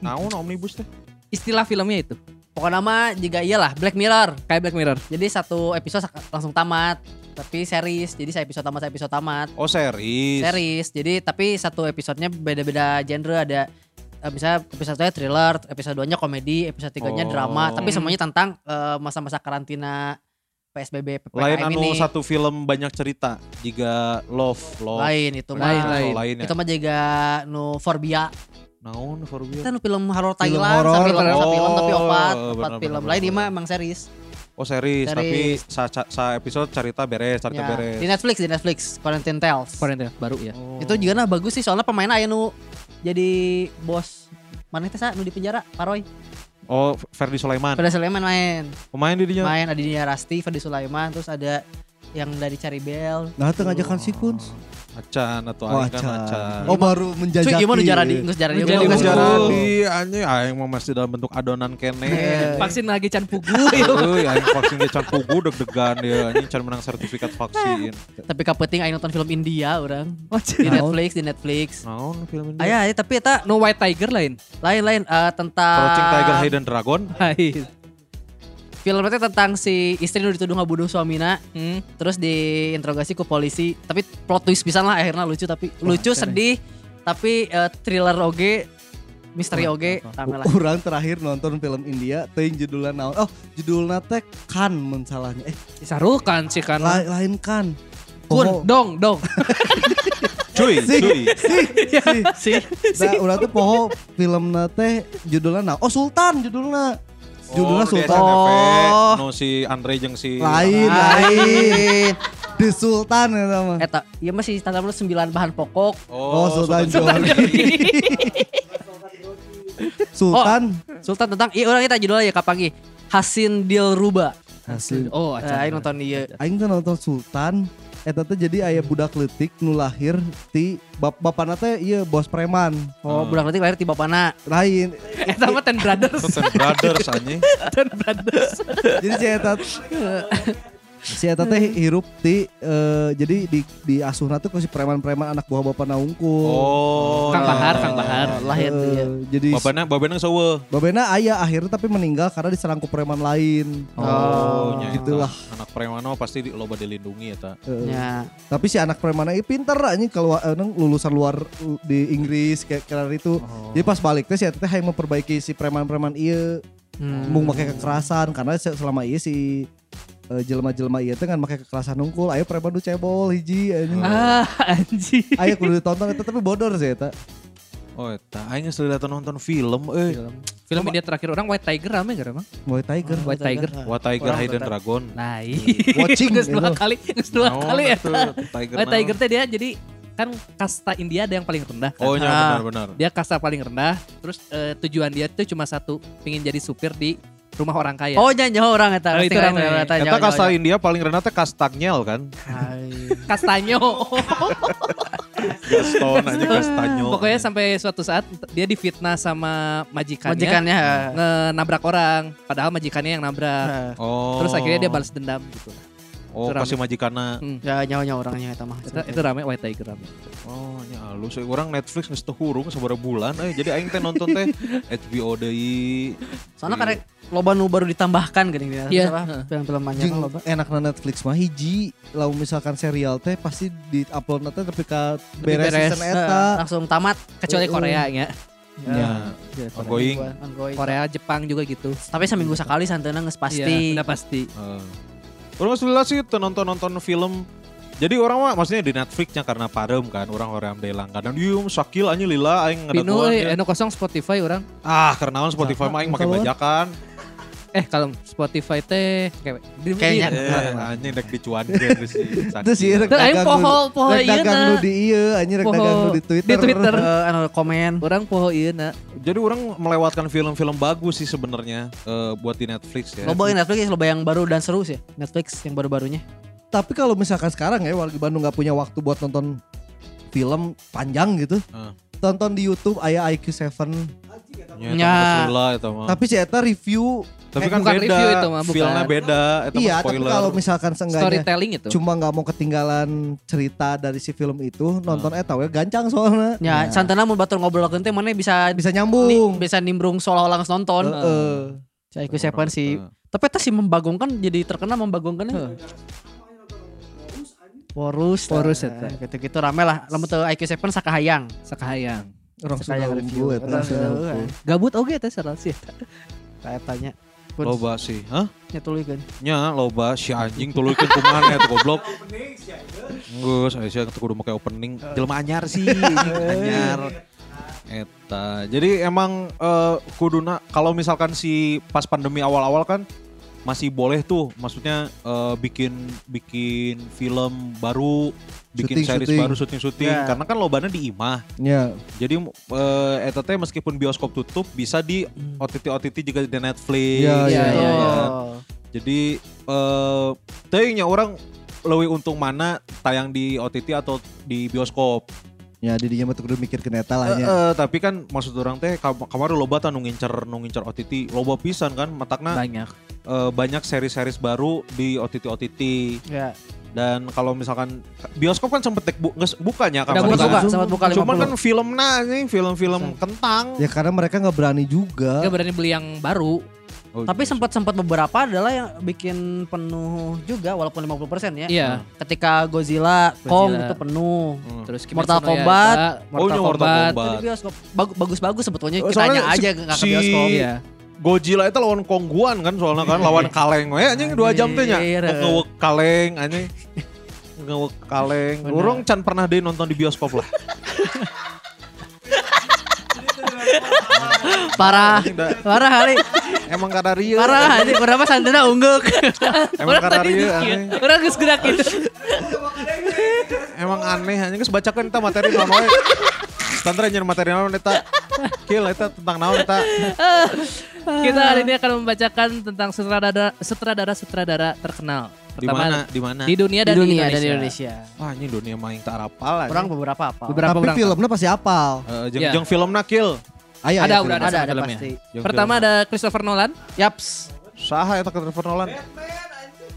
Speaker 1: naon omnibus teh.
Speaker 3: istilah filmnya itu
Speaker 2: pokoknya mah juga iyalah Black Mirror.
Speaker 3: kayak Black Mirror.
Speaker 2: Jadi satu episode sak- langsung tamat, tapi series. Jadi saya episode tamat, saya episode tamat.
Speaker 1: Oh series.
Speaker 2: Series. Jadi tapi satu episodenya beda-beda genre ada eh, misalnya episode satunya thriller, episode 2-nya komedi, episode 3-nya
Speaker 1: Oh.
Speaker 2: drama, tapi semuanya tentang eh, masa-masa karantina PSBB PPKM
Speaker 1: Lain anu
Speaker 2: ini.
Speaker 1: satu film banyak cerita jika love love.
Speaker 2: lain itu mah.
Speaker 1: Lain, lain. ya.
Speaker 2: Itu mah juga nu Forbia.
Speaker 1: Naon for real?
Speaker 2: Itu nu film horor
Speaker 4: Film
Speaker 2: Thailand,
Speaker 4: horor,
Speaker 2: film, film,
Speaker 1: oh,
Speaker 2: film tapi opat,
Speaker 1: benar,
Speaker 2: opat
Speaker 1: benar,
Speaker 2: film.
Speaker 1: benar,
Speaker 2: Lain ini
Speaker 1: benar.
Speaker 2: mah emang series.
Speaker 1: Oh series, tapi
Speaker 2: Series.
Speaker 1: sa, sa- sa episode cerita beres, cerita
Speaker 2: Ya,
Speaker 1: beres.
Speaker 2: Di Netflix, di Netflix, Quarantine Tales.
Speaker 3: Quarantine baru ya.
Speaker 1: Oh.
Speaker 2: Itu juga nah bagus sih soalnya pemainnya aya nu jadi bos. Mana teh sa nu di penjara? Paroy.
Speaker 1: Oh Ferdi Sulaiman.
Speaker 2: Pada Sulaiman main.
Speaker 1: Pemain di dinya.
Speaker 2: Main Adinia Rasti, Fadi Sulaiman, terus ada yang dari Cari Bell.
Speaker 4: Nah, teu ngajakan si Kuns.
Speaker 1: Acan atau
Speaker 4: Oh,
Speaker 1: Aing kan
Speaker 4: acan.
Speaker 1: Acan.
Speaker 4: Oh, baru menjajaki.
Speaker 2: Cuy gimana Jaradi? Nggak Jaradi.
Speaker 3: Nggak
Speaker 1: Jadi
Speaker 3: Jadi
Speaker 1: ngejaran
Speaker 3: unggul.
Speaker 1: di anjing aing mah masih dalam bentuk adonan kene.
Speaker 2: Iya.
Speaker 3: Vaksin lagi can pugu.
Speaker 1: Euy, aing vaksin ge can pugu deg-degan ya anjing can menang sertifikat vaksin.
Speaker 2: Tapi kapeting aing nonton film India orang.
Speaker 3: oh,
Speaker 2: Di
Speaker 3: cina.
Speaker 4: Naon?
Speaker 2: Netflix, di Netflix.
Speaker 1: Naon film ini?
Speaker 3: Iya,
Speaker 2: Aya, aya, tapi eta
Speaker 3: No White Tiger lain.
Speaker 2: lain-lain eh, tentang
Speaker 1: Crouching Tiger Hidden Dragon.
Speaker 3: Lain.
Speaker 2: Filmnya teh tentang si istri nu dituduh ngabunuh suamina,
Speaker 3: Hmm.
Speaker 2: terus diinterogasi ke polisi. Tapi plot twist pisan lah akhirnya lucu tapi lucu
Speaker 3: keren.
Speaker 2: sedih, tapi eh, thriller oge, misteri
Speaker 1: Wah,
Speaker 2: oge,
Speaker 1: apa?
Speaker 2: rame lah.
Speaker 4: Eh, Orang terakhir nonton film India, teuing judulnya naon? Oh, judulnya teh kan mensalahnya. Eh,
Speaker 3: Sarukan sih kan.
Speaker 4: la- lain kan.
Speaker 3: Kun, dong, dong.
Speaker 1: Cuy, cuy.
Speaker 2: sih.
Speaker 4: Nah, orang tuh poho filmna teh judulnya naon? Oh, Sultan judulnya. Judulnya
Speaker 1: Oh, di
Speaker 4: Sultan.
Speaker 1: SNFP,
Speaker 2: Oh.
Speaker 1: Nu si Andre jeung si
Speaker 4: Lain, lain. The Sultan ya sama.
Speaker 2: Eta, iya masih standar lu 9 bahan pokok.
Speaker 4: Oh, Sultan
Speaker 1: iya.
Speaker 4: Johor. Sultan.
Speaker 2: Sultan tentang iya orang kita judulnya ya kapangi. Hasin Dilruba.
Speaker 4: Hasil.
Speaker 3: Oh,
Speaker 2: Eh, aing nonton ieu.
Speaker 4: Aing tuh nonton Sultan. Eta teh jadi ayah budak letik nu lahir ti bap bapana teh iya bos preman.
Speaker 2: Oh, budak letik lahir tiba pana.
Speaker 4: Lain.
Speaker 3: Eta mah Ten Brothers.
Speaker 1: Sultan Brothers anjing.
Speaker 3: Ten Brothers.
Speaker 4: jadi si Eta si Eta teh hirup ti eh, jadi di di asuhna tuh ke si preman-preman anak buah bapak naungkul.
Speaker 1: Oh.
Speaker 3: Kang
Speaker 1: ya.
Speaker 3: Bahar, Kang Bahar.
Speaker 4: iya,
Speaker 2: Lahir tuh ya.
Speaker 4: eh, jadi
Speaker 1: Babana, babana sewe.
Speaker 4: Babena ayah iya, akhirnya tapi meninggal karena diserang ku preman lain. Nah, gitu
Speaker 2: Oh,
Speaker 1: nya eta.
Speaker 4: Ah, gitulah.
Speaker 1: Anak preman mah pasti di loba dilindungi eta.
Speaker 4: Eh,
Speaker 2: Ya.
Speaker 4: Tapi si anak preman ini pinter anjing keluar eh, neng lulusan luar eh, di Inggris kayak kira itu. Jadi pas balik teh si Eta teh hayang memperbaiki si preman-preman ieu
Speaker 2: Hmm.
Speaker 4: mung make kekerasan karena se- selama ieu si eh, jelema-jelema ieu teh kan make kekerasan nungkul ayo preman nu cebol hiji anjing.
Speaker 3: Ah, anjing.
Speaker 4: Ayo kudu ditonton itu tapi bodor sih eta.
Speaker 1: Oh, eta aing geus teu datang nonton film eh. euy.
Speaker 3: Film India terakhir orang White Tiger rame gak mah?
Speaker 4: Muay Tiger.
Speaker 3: White Tiger.
Speaker 1: What Tiger
Speaker 2: Orang
Speaker 1: Hidden
Speaker 2: tetap-
Speaker 1: Dragon.
Speaker 3: Nah, iya.
Speaker 4: Watching
Speaker 3: Geus dua
Speaker 4: gitu.
Speaker 3: kali, geus dua
Speaker 1: Naon
Speaker 3: kali ya.
Speaker 1: atuh, Tiger.
Speaker 3: White Tiger
Speaker 1: naon?
Speaker 3: teh dia jadi kan kasta India ada yang paling rendah kan.
Speaker 4: Nah.
Speaker 1: Oh, nya
Speaker 2: Ah.
Speaker 1: benar benar.
Speaker 3: Dia kasta paling rendah, terus eh, tujuan dia tuh cuma satu, pingin jadi supir di rumah orang kaya.
Speaker 2: Oh, nyanyi nyaho orang eta.
Speaker 3: Oh,
Speaker 2: Pasti
Speaker 3: itu
Speaker 2: kan,
Speaker 3: rame.
Speaker 2: eta nyaho,
Speaker 1: Eta
Speaker 2: nyaho,
Speaker 1: kasta
Speaker 2: nyaho.
Speaker 1: India paling rendah teh Kastagnel kan.
Speaker 2: Hai.
Speaker 3: Kastanyo.
Speaker 1: Gaston aja Kastanyo.
Speaker 3: Pokoknya sampai suatu saat dia difitnah sama majikannya,
Speaker 2: Majikannya.
Speaker 3: nabrak orang, padahal majikannya yang nabrak.
Speaker 2: eh,
Speaker 1: Oh.
Speaker 3: Terus akhirnya dia balas dendam gitu.
Speaker 1: Oh,
Speaker 3: Terang.
Speaker 1: kasih majikana.
Speaker 3: Hmm.
Speaker 2: Ya nyaho nyaho orangnya eta mah.
Speaker 3: Itu, itu rame White Tiger rame.
Speaker 1: Oh, nya alus. Eh, Orang Netflix geus teu hurung sabaraha bulan euy. Jadi aing teh nonton teh HBO deui.
Speaker 2: Soalnya karena loba nu baru ditambahkan gini gini.
Speaker 3: Iya.
Speaker 2: Apa, Film-film banyak
Speaker 4: Jeung
Speaker 2: loba.
Speaker 4: enakna Netflix mah hiji lalu misalkan serial teh pasti di upload teh tapi ka beres,
Speaker 3: beres,
Speaker 4: season
Speaker 2: Eh,
Speaker 4: eta
Speaker 2: langsung tamat. Uh,
Speaker 3: Kecuali
Speaker 2: eh,
Speaker 3: Korea ya.
Speaker 1: Ya,
Speaker 4: gitu.
Speaker 1: ongoing.
Speaker 2: Ongoing.
Speaker 3: Korea, Jepang juga gitu.
Speaker 2: Tapi seminggu sekali santeuna geus pasti.
Speaker 3: Iya, udah pasti.
Speaker 1: Heeh. eh. Orang sebelah sih nonton nonton film. Jadi orang mah maksudnya di Netflixnya karena parem kan orang orang dari langganan. Yum sakil anjing lila aing
Speaker 3: Pinu,
Speaker 1: ngadaguan ya.
Speaker 3: eh, anu kosong Spotify orang.
Speaker 1: Ah karena Spotify mah aing kan. make
Speaker 4: Keluar.
Speaker 1: bajakan.
Speaker 3: Eh kalau Spotify teh kayak iya. di-
Speaker 2: Kayaknya.
Speaker 3: di-
Speaker 1: Eh anjing dek dicuan geus sih.
Speaker 4: itu sih rek
Speaker 3: Tuh, aing
Speaker 4: dagang nu-
Speaker 3: poho poho
Speaker 4: rek
Speaker 3: ieu nah.
Speaker 4: dagang nu di ieu anjir rek
Speaker 3: Poho.
Speaker 4: dagang nu di Twitter
Speaker 3: Di Twitter.
Speaker 2: Eh, anu komen.
Speaker 3: Orang poho ieu na.
Speaker 1: Jadi orang melewatkan film-film bagus sih sebenarnya eh, buat di Netflix ya.
Speaker 2: Loba yang Netflix ya, loba yang baru dan seru sih. Netflix yang baru-barunya.
Speaker 4: tapi kalau misalkan sekarang ya warga Bandung nggak punya waktu buat nonton film panjang gitu
Speaker 1: Heeh.
Speaker 4: tonton di YouTube aya IQ7
Speaker 1: Nya.
Speaker 2: Nya.
Speaker 4: Ya.
Speaker 1: Lila itu mah.
Speaker 4: tapi si eta review
Speaker 1: Tapi kan
Speaker 3: bukan
Speaker 1: beda.
Speaker 3: review itu mah, bukan.
Speaker 1: Filmnya beda. Itu
Speaker 4: iya
Speaker 1: mah
Speaker 4: tapi
Speaker 1: spoiler.
Speaker 4: kalau misalkan seenggaknya
Speaker 3: Storytelling itu.
Speaker 4: cuma nggak mau ketinggalan cerita dari si film itu nonton eta we gancang soalnya
Speaker 2: Ya, santeuna mun batur ngobrol teh mana bisa
Speaker 4: bisa
Speaker 2: ni-
Speaker 4: nyambung
Speaker 2: bisa nimbrung seolah-olah geus nonton.
Speaker 4: Heeh.
Speaker 2: Si Aiku Seven sih.
Speaker 1: Eh,
Speaker 2: Tapi tas si membagongkan jadi terkenal membagongkan ya. Porus,
Speaker 3: Porus
Speaker 2: lah.
Speaker 3: eta.
Speaker 2: Nah, Gitu-gitu rame lah. Lamun teu IQ Seven sakahayang.
Speaker 3: Sakahayang.
Speaker 4: orang
Speaker 2: Saya
Speaker 4: sudah
Speaker 2: review.
Speaker 4: review
Speaker 2: Orang
Speaker 4: eta
Speaker 2: sudah
Speaker 4: sudah
Speaker 2: unggul.
Speaker 3: Gabut oge teh salah sih.
Speaker 2: Saya tanya. Pun
Speaker 1: Loba sih. Hah?
Speaker 2: nyetulikeun.
Speaker 1: Nya loba si anjing tuluykeun kumaha eta goblok. Geus aya sia teu kudu make opening. Jelema anyar sih, anyar. Eta. Jadi emang eh, kuduna kalau misalkan si pas pandemi awal-awal kan masih boleh tuh maksudnya eh, bikin bikin film baru, bikin
Speaker 4: Syuting,
Speaker 1: series
Speaker 4: syuting.
Speaker 1: baru syuting-syuting
Speaker 2: Ya.
Speaker 1: karena kan lobana di imah.
Speaker 4: ya
Speaker 1: Jadi eh, eta teh meskipun bioskop tutup bisa di OTT OTT juga di Netflix.
Speaker 4: Iya, iya,
Speaker 1: gitu
Speaker 4: iya,
Speaker 1: kan.
Speaker 4: iya.
Speaker 2: Oh.
Speaker 1: Jadi eh teuing nya orang lebih untung mana tayang di OTT atau di bioskop.
Speaker 4: ya di dinya mah tuh kudu mikir ke neta lah ya.
Speaker 1: Eh,
Speaker 4: nya
Speaker 1: eh, tapi kan maksud orang teh kam- kamari loba tah nu ngincer nu ngincer OTT, loba pisan kan matakna
Speaker 3: Banyak.
Speaker 1: eh, banyak seri-series baru di OTT OTT.
Speaker 2: Ya.
Speaker 1: Dan kalau misalkan bioskop kan sempet dek bu, nges- bukanya
Speaker 3: Udah
Speaker 1: kamari
Speaker 2: Sempat
Speaker 3: buka,
Speaker 2: buka,
Speaker 1: kan.
Speaker 2: sempat buka 50.
Speaker 1: Cuman kan filmna nih, film-film kentang.
Speaker 4: ya karena mereka nggak berani juga
Speaker 3: Gak berani beli yang baru.
Speaker 1: Oh,
Speaker 2: Tapi
Speaker 1: iya,
Speaker 2: sempat-sempat beberapa adalah yang bikin penuh juga walaupun 50% ya.
Speaker 3: Iya.
Speaker 2: Ketika Godzilla, Kong
Speaker 3: Godzilla.
Speaker 2: itu penuh.
Speaker 1: Hmm.
Speaker 3: Terus Kimetsu
Speaker 2: Mortal
Speaker 3: no Yaiba,
Speaker 2: Kombat.
Speaker 1: Oh,
Speaker 3: Mortal
Speaker 1: iya, Mortal
Speaker 3: Kombat.
Speaker 1: Kombat.
Speaker 2: Itu di bioskop. Bagu- Bagus-bagus sebetulnya
Speaker 1: Oh,
Speaker 2: kitanya
Speaker 1: soalnya
Speaker 2: aja
Speaker 1: si-
Speaker 2: nggak ke
Speaker 1: si-
Speaker 2: bioskop.
Speaker 3: Iya.
Speaker 1: Godzilla itu lawan kongguan kan soalnya kan lawan kaleng we anjing 2 jam teh nya.
Speaker 2: Iya. Anjir.
Speaker 1: Ngewek kaleng anjing. Ngewek kaleng.
Speaker 2: Bener.
Speaker 1: Urang can pernah deh nonton di bioskop lah.
Speaker 2: Parah.
Speaker 1: Anjing da-
Speaker 2: Parah kali.
Speaker 1: Emang kada rieu.
Speaker 2: Parah anjing kurang mah sandana ungguk.
Speaker 1: Emang ya, kada rieu
Speaker 3: Iya.
Speaker 1: anjing.
Speaker 3: Orang geus gerak gitu.
Speaker 1: Emang aneh anjing geus bacakeun eta materi naon we. Tantra nyer materi naon eta. Kill eta tentang naon eta.
Speaker 3: Kita hari ini akan membacakan tentang sutradara sutradara sutradara terkenal.
Speaker 1: Di mana? Di mana?
Speaker 3: Di dunia
Speaker 2: Di
Speaker 3: dan di
Speaker 2: dunia
Speaker 3: Indonesia.
Speaker 2: dan di Indonesia.
Speaker 1: Wah anjing dunia mah yang tak rapal
Speaker 2: Kurang
Speaker 1: anjing.
Speaker 2: beberapa apa?
Speaker 3: Beberapa
Speaker 4: Tapi
Speaker 3: berangkat.
Speaker 4: filmnya pasti apal.
Speaker 1: Eh, jeung
Speaker 3: Iya.
Speaker 1: jeung filmna kill.
Speaker 4: Ayo,
Speaker 3: Ada,
Speaker 4: ayo,
Speaker 3: udah
Speaker 4: film.
Speaker 2: ada ada
Speaker 3: filmnya.
Speaker 2: pasti.
Speaker 1: Jeung
Speaker 3: Pertama
Speaker 1: filmna.
Speaker 3: ada Christopher Nolan.
Speaker 2: Yaps.
Speaker 1: saha eta Christopher Nolan?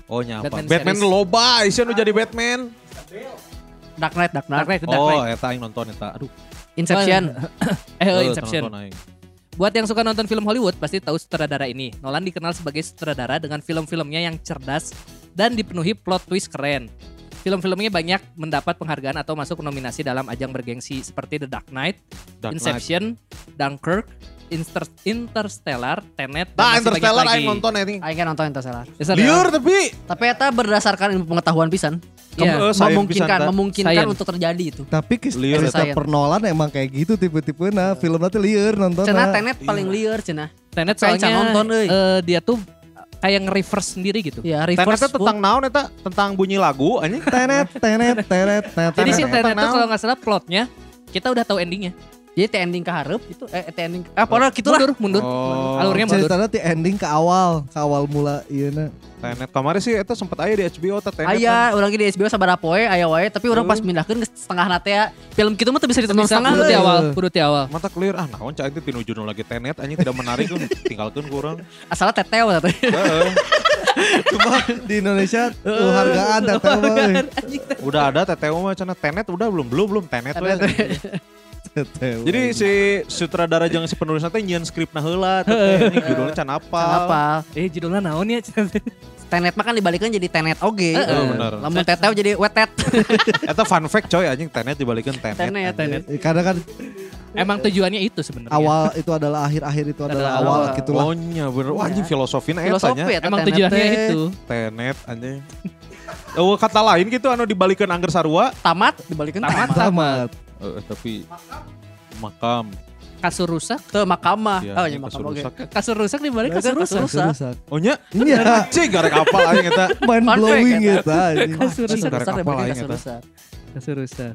Speaker 1: Oh nyapa.
Speaker 3: Batman
Speaker 1: Batman,
Speaker 3: series.
Speaker 1: loba, Aisyah nu jadi Batman.
Speaker 2: Dark Knight, Dark
Speaker 3: Dark
Speaker 2: Knight.
Speaker 3: Knight, Dark
Speaker 1: Oh,
Speaker 3: Knight.
Speaker 1: eta aing nonton eta. Aduh.
Speaker 2: Inception.
Speaker 3: Eh,
Speaker 1: eh,
Speaker 3: Inception.
Speaker 1: tonton aing.
Speaker 3: Buat yang suka nonton film Hollywood pasti tahu sutradara ini. Nolan dikenal sebagai sutradara dengan film-filmnya yang cerdas dan dipenuhi plot twist keren. Film-filmnya banyak mendapat penghargaan atau masuk nominasi dalam ajang bergengsi seperti The Dark Knight,
Speaker 1: Dark Knight.
Speaker 3: Inception, Dunkirk, Inter- Interstellar, Tenet,
Speaker 1: Nah,
Speaker 3: masih banyak
Speaker 1: Interstellar
Speaker 3: lagi.
Speaker 1: aing nonton anjing.
Speaker 3: iya.
Speaker 2: Aing kan nonton Interstellar.
Speaker 3: Interstellar.
Speaker 1: Liur tapi
Speaker 2: Tapi eta berdasarkan ilmu pengetahuan pisan.
Speaker 3: Iya.
Speaker 1: Eh, sains
Speaker 2: memungkinkan
Speaker 1: pisan, ta.
Speaker 2: memungkinkan
Speaker 3: Sains.
Speaker 2: untuk terjadi itu.
Speaker 4: Tapi
Speaker 1: Liar,
Speaker 4: Christopher Nolan emang kayak gitu tipe-tipe nah filmnya tuh liar nonton. Nah,
Speaker 2: Cenah tenet paling liar cenah.
Speaker 3: Tenet
Speaker 2: Pengen
Speaker 3: soalnya
Speaker 2: nonton, euy.
Speaker 3: eh, dia tuh kayak nge-reverse sendiri gitu.
Speaker 2: Ya
Speaker 1: Tenet
Speaker 2: reverse
Speaker 1: teh tentang naon eta? Tentang bunyi lagu anjing.
Speaker 4: tenet tenet tenet tenet.
Speaker 3: Jadi si
Speaker 1: Tenet
Speaker 3: Tenet tuh
Speaker 1: tentang-
Speaker 3: kalau nggak salah plotnya kita udah tahu endingnya.
Speaker 2: Jadi teh ending ke hareup itu eh teh ending ah pokoknya gitulah.
Speaker 3: Mundur, mundur.
Speaker 1: Oh.
Speaker 3: Alurnya mundur.
Speaker 4: ceritanya di ending ke awal, ke awal mula iya na.
Speaker 1: Tenet kemarin sih eta sempat aya di HBO teh Tenet.
Speaker 2: Aya urang ge di SBO sabaraha poe aya wae tapi urang pas
Speaker 1: Heuh.
Speaker 2: mindahkeun ke setengah na teh ya. film kitu mah teu bisa ya. ditonton
Speaker 3: Bisa
Speaker 2: setengah
Speaker 3: kudu
Speaker 2: euy.
Speaker 3: di
Speaker 4: eh.
Speaker 3: awal, kudu di awal.
Speaker 1: kan. Mata clear ah naon cai teh tinuju nu lagi Tenet anjing tidak menarik kan tinggalkeun kurang.
Speaker 2: Asalna teteo satu.
Speaker 1: Heeh.
Speaker 4: Cuma di Indonesia penghargaan teteh boy.
Speaker 1: Udah ada TTO mah cenah Tenet udah belum belum belum Tenet. we.
Speaker 2: Tenet,
Speaker 4: Teteh, boy.
Speaker 1: Jadi si sutradara jeung si penulis teh nyieun skripna heula teteh anjing judulnya can apa.
Speaker 2: Apa?
Speaker 3: Eh judulnya naon ya?
Speaker 2: Tenet mah kan dibalikkan jadi tenet oge.
Speaker 1: Heeh, bener.
Speaker 2: Lamun teteo jadi wetet.
Speaker 1: Eta fun fact coy anjing Tenet dibalikeun Tenet.
Speaker 2: Tenet.
Speaker 3: Tenet.
Speaker 4: Karena kan
Speaker 3: Emang tujuannya itu sebenarnya.
Speaker 4: awal itu adalah akhir, akhir itu adalah
Speaker 3: Adalah
Speaker 4: awal
Speaker 2: awal.
Speaker 4: gitu lah.
Speaker 1: Oh nya bener. Wah anjing filosofina eta
Speaker 2: Filosofi
Speaker 1: nya.
Speaker 2: eta
Speaker 3: Emang
Speaker 2: tenet
Speaker 3: tujuannya
Speaker 2: teh.
Speaker 3: itu.
Speaker 1: Tenet anjing. Oh, kata lain gitu anu dibalikeun angger sarua.
Speaker 2: Tamat dibalikkan tamat.
Speaker 4: Tamat.
Speaker 1: Eh, tapi makam.
Speaker 3: Kasur rusak,
Speaker 2: Ke mahkamah.
Speaker 1: Ya,
Speaker 2: Oh
Speaker 1: ini
Speaker 2: ya
Speaker 1: kasur
Speaker 2: makam oge.
Speaker 1: rusak.
Speaker 3: kasur rusak dibalik kasur rusak.
Speaker 2: Rusak.
Speaker 4: Rusak.
Speaker 1: Oh nya?
Speaker 4: Iya.
Speaker 1: Cik garek apa aing eta?
Speaker 4: Mind
Speaker 2: Fun fact,
Speaker 4: blowing
Speaker 2: eta.
Speaker 4: gitu. anjing.
Speaker 3: Kasur
Speaker 1: Cing,
Speaker 3: rusak,
Speaker 1: garek
Speaker 2: Rusak
Speaker 1: apa
Speaker 2: dibalikin
Speaker 1: laing
Speaker 2: kasur
Speaker 1: eta?
Speaker 2: rusak.
Speaker 3: kasur rusak.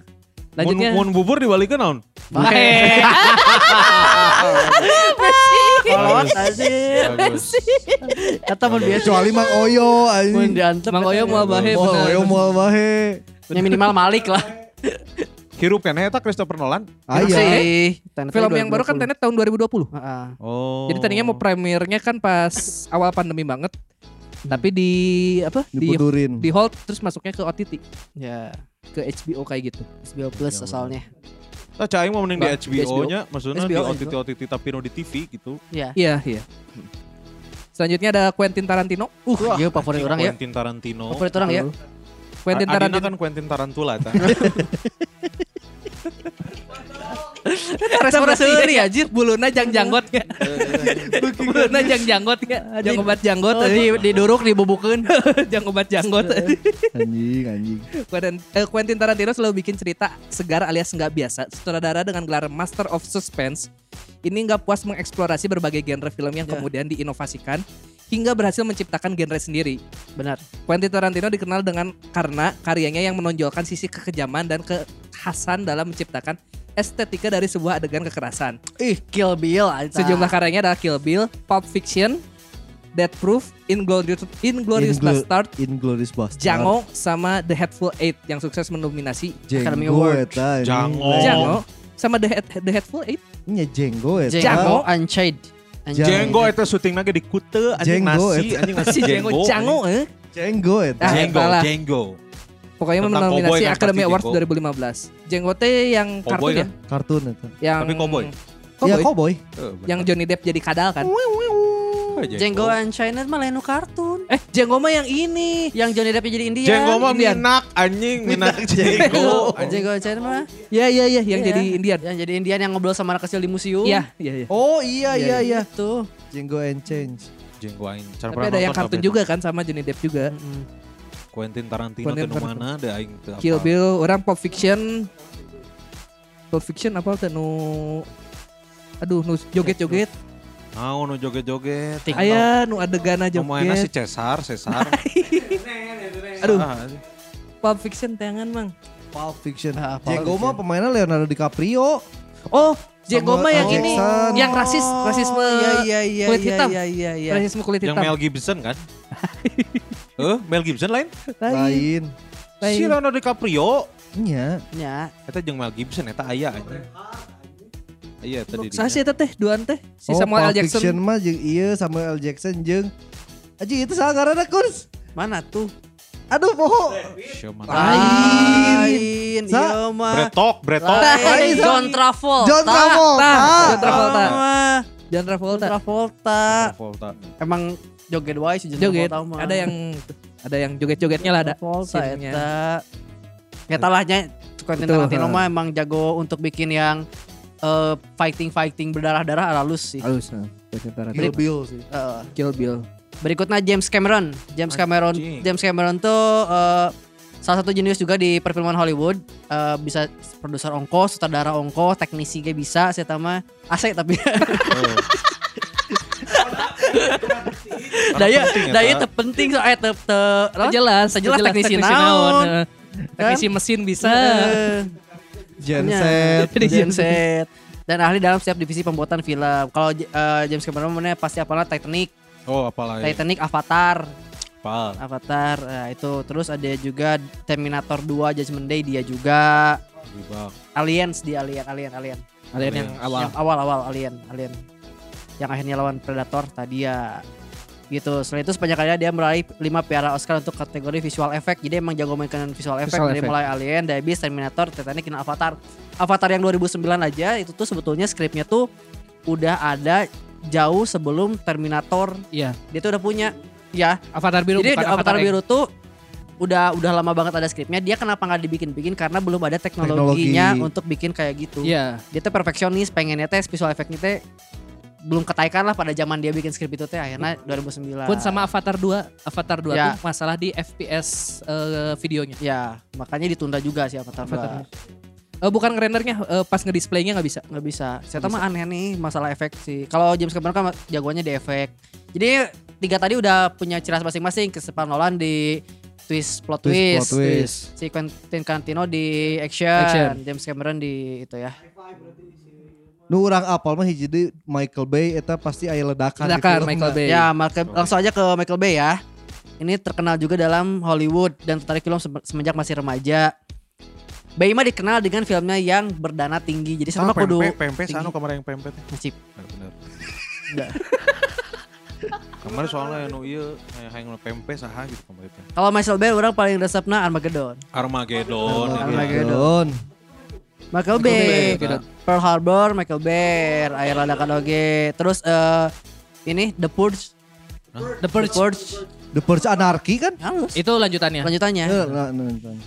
Speaker 1: Mun,
Speaker 3: Lanjutnya.
Speaker 1: mun bubur dibalikeun naon?
Speaker 2: Baik. Lawas anjing.
Speaker 1: Bagus.
Speaker 2: Kata mun biasa
Speaker 4: Kecuali Mang Oyo
Speaker 2: mun
Speaker 4: anjing.
Speaker 2: diantep.
Speaker 3: Mang Oyo mau abahe
Speaker 4: Mang
Speaker 3: bener.
Speaker 4: Oyo mual bahe.
Speaker 2: Ya minimal Malik lah.
Speaker 1: Hirup kan eta Christopher Nolan.
Speaker 2: Ah, iya.
Speaker 4: Aya.
Speaker 3: Film yang baru kan Tenet tahun 2020.
Speaker 2: Heeh.
Speaker 1: Oh.
Speaker 3: Jadi tadinya mau premiernya kan pas awal pandemi banget. Tapi di apa? Di
Speaker 4: Diputurin.
Speaker 3: di hold terus masuknya ke OTT,
Speaker 2: Ya,
Speaker 3: ke HBO kayak gitu.
Speaker 2: HBO Plus asalnya.
Speaker 1: Tah cai mau mending di
Speaker 3: Ba- di HBO.
Speaker 1: HBO-nya, maksudnya di
Speaker 2: HBO.
Speaker 1: OTT OTT tapi no di TV gitu.
Speaker 2: Ya.
Speaker 3: Iya, iya. Selanjutnya ada Quentin Tarantino.
Speaker 2: Uh, iya favorit orang ya.
Speaker 1: Quentin Tarantino.
Speaker 2: Favorit orang ya.
Speaker 3: Quentin
Speaker 1: Adina
Speaker 3: Tarantino
Speaker 1: kan Quentin Tarantula eta.
Speaker 3: respon seuri anjir buluna jang janggot ge. buluna jang janggot ge. Jang obat janggot
Speaker 2: Oh,
Speaker 3: eh.
Speaker 2: di, diduruk dibubukeun.
Speaker 3: jang obat janggot. eh.
Speaker 4: Anjing anjing.
Speaker 3: Quentin, eh, Quentin Tarantino selalu bikin cerita segar alias nggak biasa. Sutradara dengan gelar Master of Suspense ini nggak puas mengeksplorasi berbagai genre film yang kemudian diinovasikan hingga berhasil menciptakan genre sendiri.
Speaker 2: Benar.
Speaker 3: Quentin Tarantino dikenal dengan karena karyanya yang menonjolkan sisi kekejaman dan kekhasan dalam menciptakan estetika dari sebuah adegan kekerasan.
Speaker 2: Ih, Kill Bill aja.
Speaker 3: Nah. Sejumlah karyanya adalah Kill Bill, Pulp Fiction, Death Proof, Inglorious, Inglorious
Speaker 4: Inglo-
Speaker 3: Bastard,
Speaker 4: Inglourious Bastard.
Speaker 3: Django, sama The Hateful Eight yang sukses mendominasi
Speaker 2: Academy
Speaker 4: Jenggo
Speaker 2: Award.
Speaker 4: eta. anjing.
Speaker 1: Django. Oh.
Speaker 3: Django sama The, Hat- The Hateful Eight.
Speaker 4: Nya Jenggo ya, eta.
Speaker 2: Django Unchained. Unchained.
Speaker 1: Jenggo eta syuting lagi di Kute anjing
Speaker 4: Jenggo
Speaker 1: nasi
Speaker 4: eta.
Speaker 1: anjing nasi
Speaker 3: Si Django, Django, eh.
Speaker 4: Jenggo eta.
Speaker 3: Ah,
Speaker 1: Jenggo,
Speaker 3: salah.
Speaker 1: Jenggo.
Speaker 3: Pokoknya
Speaker 1: Tentang
Speaker 3: mendominasi
Speaker 1: cowboy kan,
Speaker 3: Academy
Speaker 1: pasti
Speaker 3: Awards
Speaker 1: Django.
Speaker 3: 2015. Django teh yang
Speaker 1: Cowboy
Speaker 3: kartun ya,
Speaker 1: kan?
Speaker 4: Kartun eta.
Speaker 3: yang
Speaker 1: Tapi cowboy.
Speaker 4: Iya
Speaker 3: Cowboy.
Speaker 4: cowboy.
Speaker 1: Eh, bener.
Speaker 3: yang Johnny Depp jadi kadal kan.
Speaker 1: Oh, Jenggo.
Speaker 2: Jenggo Unchained mah lain nu kartun. Eh, Jenggo mah yang ini, yang Johnny Depp jadi Indian.
Speaker 1: Jenggo mah
Speaker 2: Indian.
Speaker 1: minak anjing, minak jenggo.
Speaker 2: Jenggo, Jenggo Unchained mah.
Speaker 3: Iya iya iya yang
Speaker 2: Iya.
Speaker 3: jadi Indian.
Speaker 2: Yang jadi Indian yang ngobrol sama anak kecil di museum.
Speaker 3: Iya Gitu. iya iya.
Speaker 4: Oh iya iya iya.
Speaker 2: Tuh.
Speaker 4: Jingo and Change.
Speaker 1: Jenggo aing. Cara
Speaker 3: Tapi ada yang kartun juga kan sama Johnny Depp juga.
Speaker 1: Quentin Tarantino teh
Speaker 3: Quentin
Speaker 1: nu
Speaker 3: Tarantino.
Speaker 1: mana ada aing teu
Speaker 3: Kill
Speaker 1: apal.
Speaker 3: Bill, orang Pulp Fiction. Pulp Fiction apa tuh nu Aduh, nu joget-joget.
Speaker 1: Naon nu joget-joget.
Speaker 2: Tik.
Speaker 3: Aya nu adegan aja
Speaker 1: Pemainnya si
Speaker 3: joget.
Speaker 1: Cesar, Cesar.
Speaker 3: Aduh,
Speaker 1: Ah,
Speaker 3: Pulp Fiction tangan, Mang.
Speaker 4: Pulp Fiction.
Speaker 2: Ah, Pulp
Speaker 4: Jenggo mah
Speaker 2: Fiction.
Speaker 4: pemainnya Leonardo DiCaprio.
Speaker 3: Oh, Diego
Speaker 4: Samuel
Speaker 3: mah yang
Speaker 4: L.
Speaker 3: ini,
Speaker 4: Jackson.
Speaker 3: yang rasis,
Speaker 2: Oh,
Speaker 3: rasisme
Speaker 4: Iya iya iya
Speaker 3: kulit
Speaker 4: iya
Speaker 3: hitam.
Speaker 4: iya iya iya.
Speaker 3: rasisme kulit
Speaker 1: Yang
Speaker 3: hitam.
Speaker 1: Mel Gibson kan? Eh, Mel Gibson lain?
Speaker 3: Lain.
Speaker 4: Lain.
Speaker 3: Lain.
Speaker 1: Si Leonardo DiCaprio.
Speaker 4: Iya.
Speaker 2: Ya,
Speaker 1: Eta jeung Mel Gibson eta aya anjing. Iya, tadi.
Speaker 3: Saha sih eta teh, duaan teh? Si Samuel L.
Speaker 4: Pulp
Speaker 3: Jackson.
Speaker 4: Oh, Fiction mah jeung ieu Samuel L. Jackson jeung Aji itu salah karena kurs.
Speaker 2: mana tuh?
Speaker 4: Aduh poho.
Speaker 3: Ah,
Speaker 2: Lain.
Speaker 4: Sa-
Speaker 2: Iya mah.
Speaker 1: Bretok, bretok.
Speaker 2: Lain.
Speaker 4: Lain.
Speaker 2: John Travolta.
Speaker 4: John Travolta.
Speaker 3: tah. John
Speaker 4: John Travolta.
Speaker 3: Travolta.
Speaker 2: Mah.
Speaker 3: John
Speaker 2: John
Speaker 3: Travolta.
Speaker 2: Travolta.
Speaker 1: Volta.
Speaker 2: Emang joget wae sih John
Speaker 3: Joget.
Speaker 2: Travolta mah.
Speaker 3: Ada yang ada yang joget-jogetnya lah ada.
Speaker 2: Travolta
Speaker 3: Sinnya.
Speaker 2: eta. Eta lah nya Quentin
Speaker 4: Betul,
Speaker 2: Tarantino
Speaker 4: ha.
Speaker 2: mah emang jago untuk bikin yang eh, fighting-fighting berdarah-darah halus sih.
Speaker 4: Halus nah. Kill Bill sih.
Speaker 2: Eh,
Speaker 3: Kill Bill.
Speaker 2: Berikutnya James Cameron. James Cameron
Speaker 1: Anjing.
Speaker 2: James Cameron tuh eh, salah satu jenius juga di perfilman Hollywood. Eh, bisa produser ongkos, sutradara ongkos, teknisi ge bisa, saya mah AC tapi
Speaker 1: Oh.
Speaker 2: daya
Speaker 1: ya,
Speaker 2: daya terpenting so eh te, te, naon?
Speaker 3: Jelas,
Speaker 2: Sejelas teknisi naon.
Speaker 3: Heeh. Teknisi mesin bisa.
Speaker 2: Eh,
Speaker 4: Genset.
Speaker 2: Jadi genset. Dan ahli dalam setiap divisi pembuatan film. Kalau eh, James Cameron mana pasti apalah Titanic,
Speaker 1: Oh, apalah ya.
Speaker 2: Titanic, Avatar,
Speaker 1: Apal.
Speaker 2: Avatar eh, itu. Terus ada juga Terminator 2 Judgment Day dia juga.
Speaker 1: Gibak.
Speaker 2: Aliens di Alien, Alien, Alien.
Speaker 1: Iya.
Speaker 3: Kalian yang awal.
Speaker 2: Yang awal-awal Alien, Alien. Yang akhirnya lawan Predator tadi ya. Gitu. Selain itu sepanjang karya dia meraih 5 piara Oscar untuk kategori visual effect. Jadi emang jago mainkan visual effect
Speaker 3: Visual
Speaker 2: dari
Speaker 3: effect.
Speaker 2: mulai Alien, The Abyss, Terminator, Titanic, dan Avatar. Avatar yang 2009 aja itu tuh sebetulnya skripnya tuh udah ada jauh sebelum Terminator.
Speaker 3: Iya.
Speaker 2: Dia tuh udah punya ya.
Speaker 3: Avatar ya? biru
Speaker 2: Jadi
Speaker 3: bukan
Speaker 2: Avatar,
Speaker 3: X.
Speaker 2: biru tuh udah udah lama banget ada skripnya. Dia kenapa nggak dibikin-bikin karena belum ada teknologinya
Speaker 4: Teknologi.
Speaker 2: untuk bikin kayak gitu
Speaker 3: Iya.
Speaker 2: dia tuh perfeksionis pengennya teh visual efeknya teh belum ketaikan lah pada zaman dia bikin skrip itu teh akhirnya 2009
Speaker 3: Pun sama Avatar 2. Avatar 2
Speaker 2: Ya.
Speaker 3: tuh masalah di FPS eh, videonya.
Speaker 2: ya makanya ditunda juga sih Avatar Avatar
Speaker 3: Avatar. Eh, bukan rendernya, eh, pas ngedisplaynya nggak bisa.
Speaker 2: nggak bisa saya mah aneh nih masalah efek sih kalau James Cameron kan jagoannya di efek jadi tiga tadi udah punya ciri khas masing-masing Christopher Nolan di twist plot
Speaker 4: Twist, plot
Speaker 2: twist,
Speaker 4: twist.
Speaker 2: si Quentin Tarantino di action,
Speaker 3: Action.
Speaker 2: James Cameron di itu ya
Speaker 4: Nu urang apal mah hiji deui Michael Bay eta pasti aya ledakan. di film.
Speaker 3: Silakan
Speaker 4: Iya,
Speaker 3: Michael Bay.
Speaker 2: Ya, Michael- langsung aja ke Michael Bay ya. Ini terkenal juga dalam Hollywood dan tertarik film se- semenjak masih remaja. Bay mah dikenal dengan filmnya yang berdana tinggi. Jadi sama kudu
Speaker 1: pempe, pempe
Speaker 2: tinggi.
Speaker 1: sana kamar yang pempe teh.
Speaker 2: Masih-
Speaker 1: Bener, Bener. Kamar soalnya anu ieu eh, hayang nu pempe saha gitu kamar teh.
Speaker 2: Kalau Michael Bay orang paling resepna Armageddon.
Speaker 1: Armageddon. iya.
Speaker 2: Armageddon.
Speaker 4: Armageddon.
Speaker 2: Michael
Speaker 3: Bay,
Speaker 2: Bay,
Speaker 3: Armageddon.
Speaker 2: Pearl Harbor, Michael Bay, Air Ladakan Oge. Terus eh, ini The Purge.
Speaker 3: The Purge. Iya.
Speaker 4: The Purge Anarki kan?
Speaker 2: Halus.
Speaker 3: Itu lanjutannya.
Speaker 4: Eh,
Speaker 2: Lanjutannya.
Speaker 4: nah, nah, nah.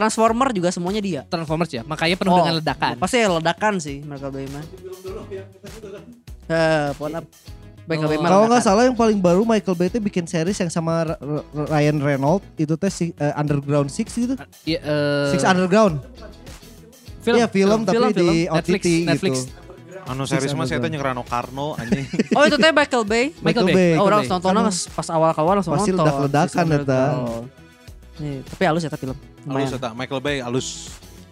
Speaker 2: Transformer juga semuanya dia.
Speaker 3: Transformers ya. Makanya penuh
Speaker 2: Oh,
Speaker 3: dengan ledakan.
Speaker 2: Pasti ledakan sih Michael Bay mah. Eh, pohon up. Michael Bay mah
Speaker 3: Oh.
Speaker 4: Kalau nggak
Speaker 2: ledakan.
Speaker 4: salah yang paling baru Michael Bay itu bikin series yang sama Ra- Ra- Ryan Reynolds itu teh si- eh, Underground Six gitu.
Speaker 3: Iya, eh,
Speaker 4: Six Underground.
Speaker 3: film,
Speaker 4: Iya, film, tapi di OTT
Speaker 3: Netflix,
Speaker 4: gitu.
Speaker 3: Netflix.
Speaker 1: Anu series mah saya teh nyeng Rano Karno anjing.
Speaker 2: Oh itu teh Michael Bay.
Speaker 4: Michael
Speaker 3: Michael Bay.
Speaker 4: Bay.
Speaker 2: Oh, orang
Speaker 3: Bay.
Speaker 2: nonton pas awal awal langsung
Speaker 4: Pasti
Speaker 2: nonton.
Speaker 4: ledak-ledakan
Speaker 2: Sistem
Speaker 4: eta.
Speaker 2: ledakan. Oh. Nih, tapi halus ya film.
Speaker 1: Alus
Speaker 2: Lumayan.
Speaker 1: eta Michael Bay alus.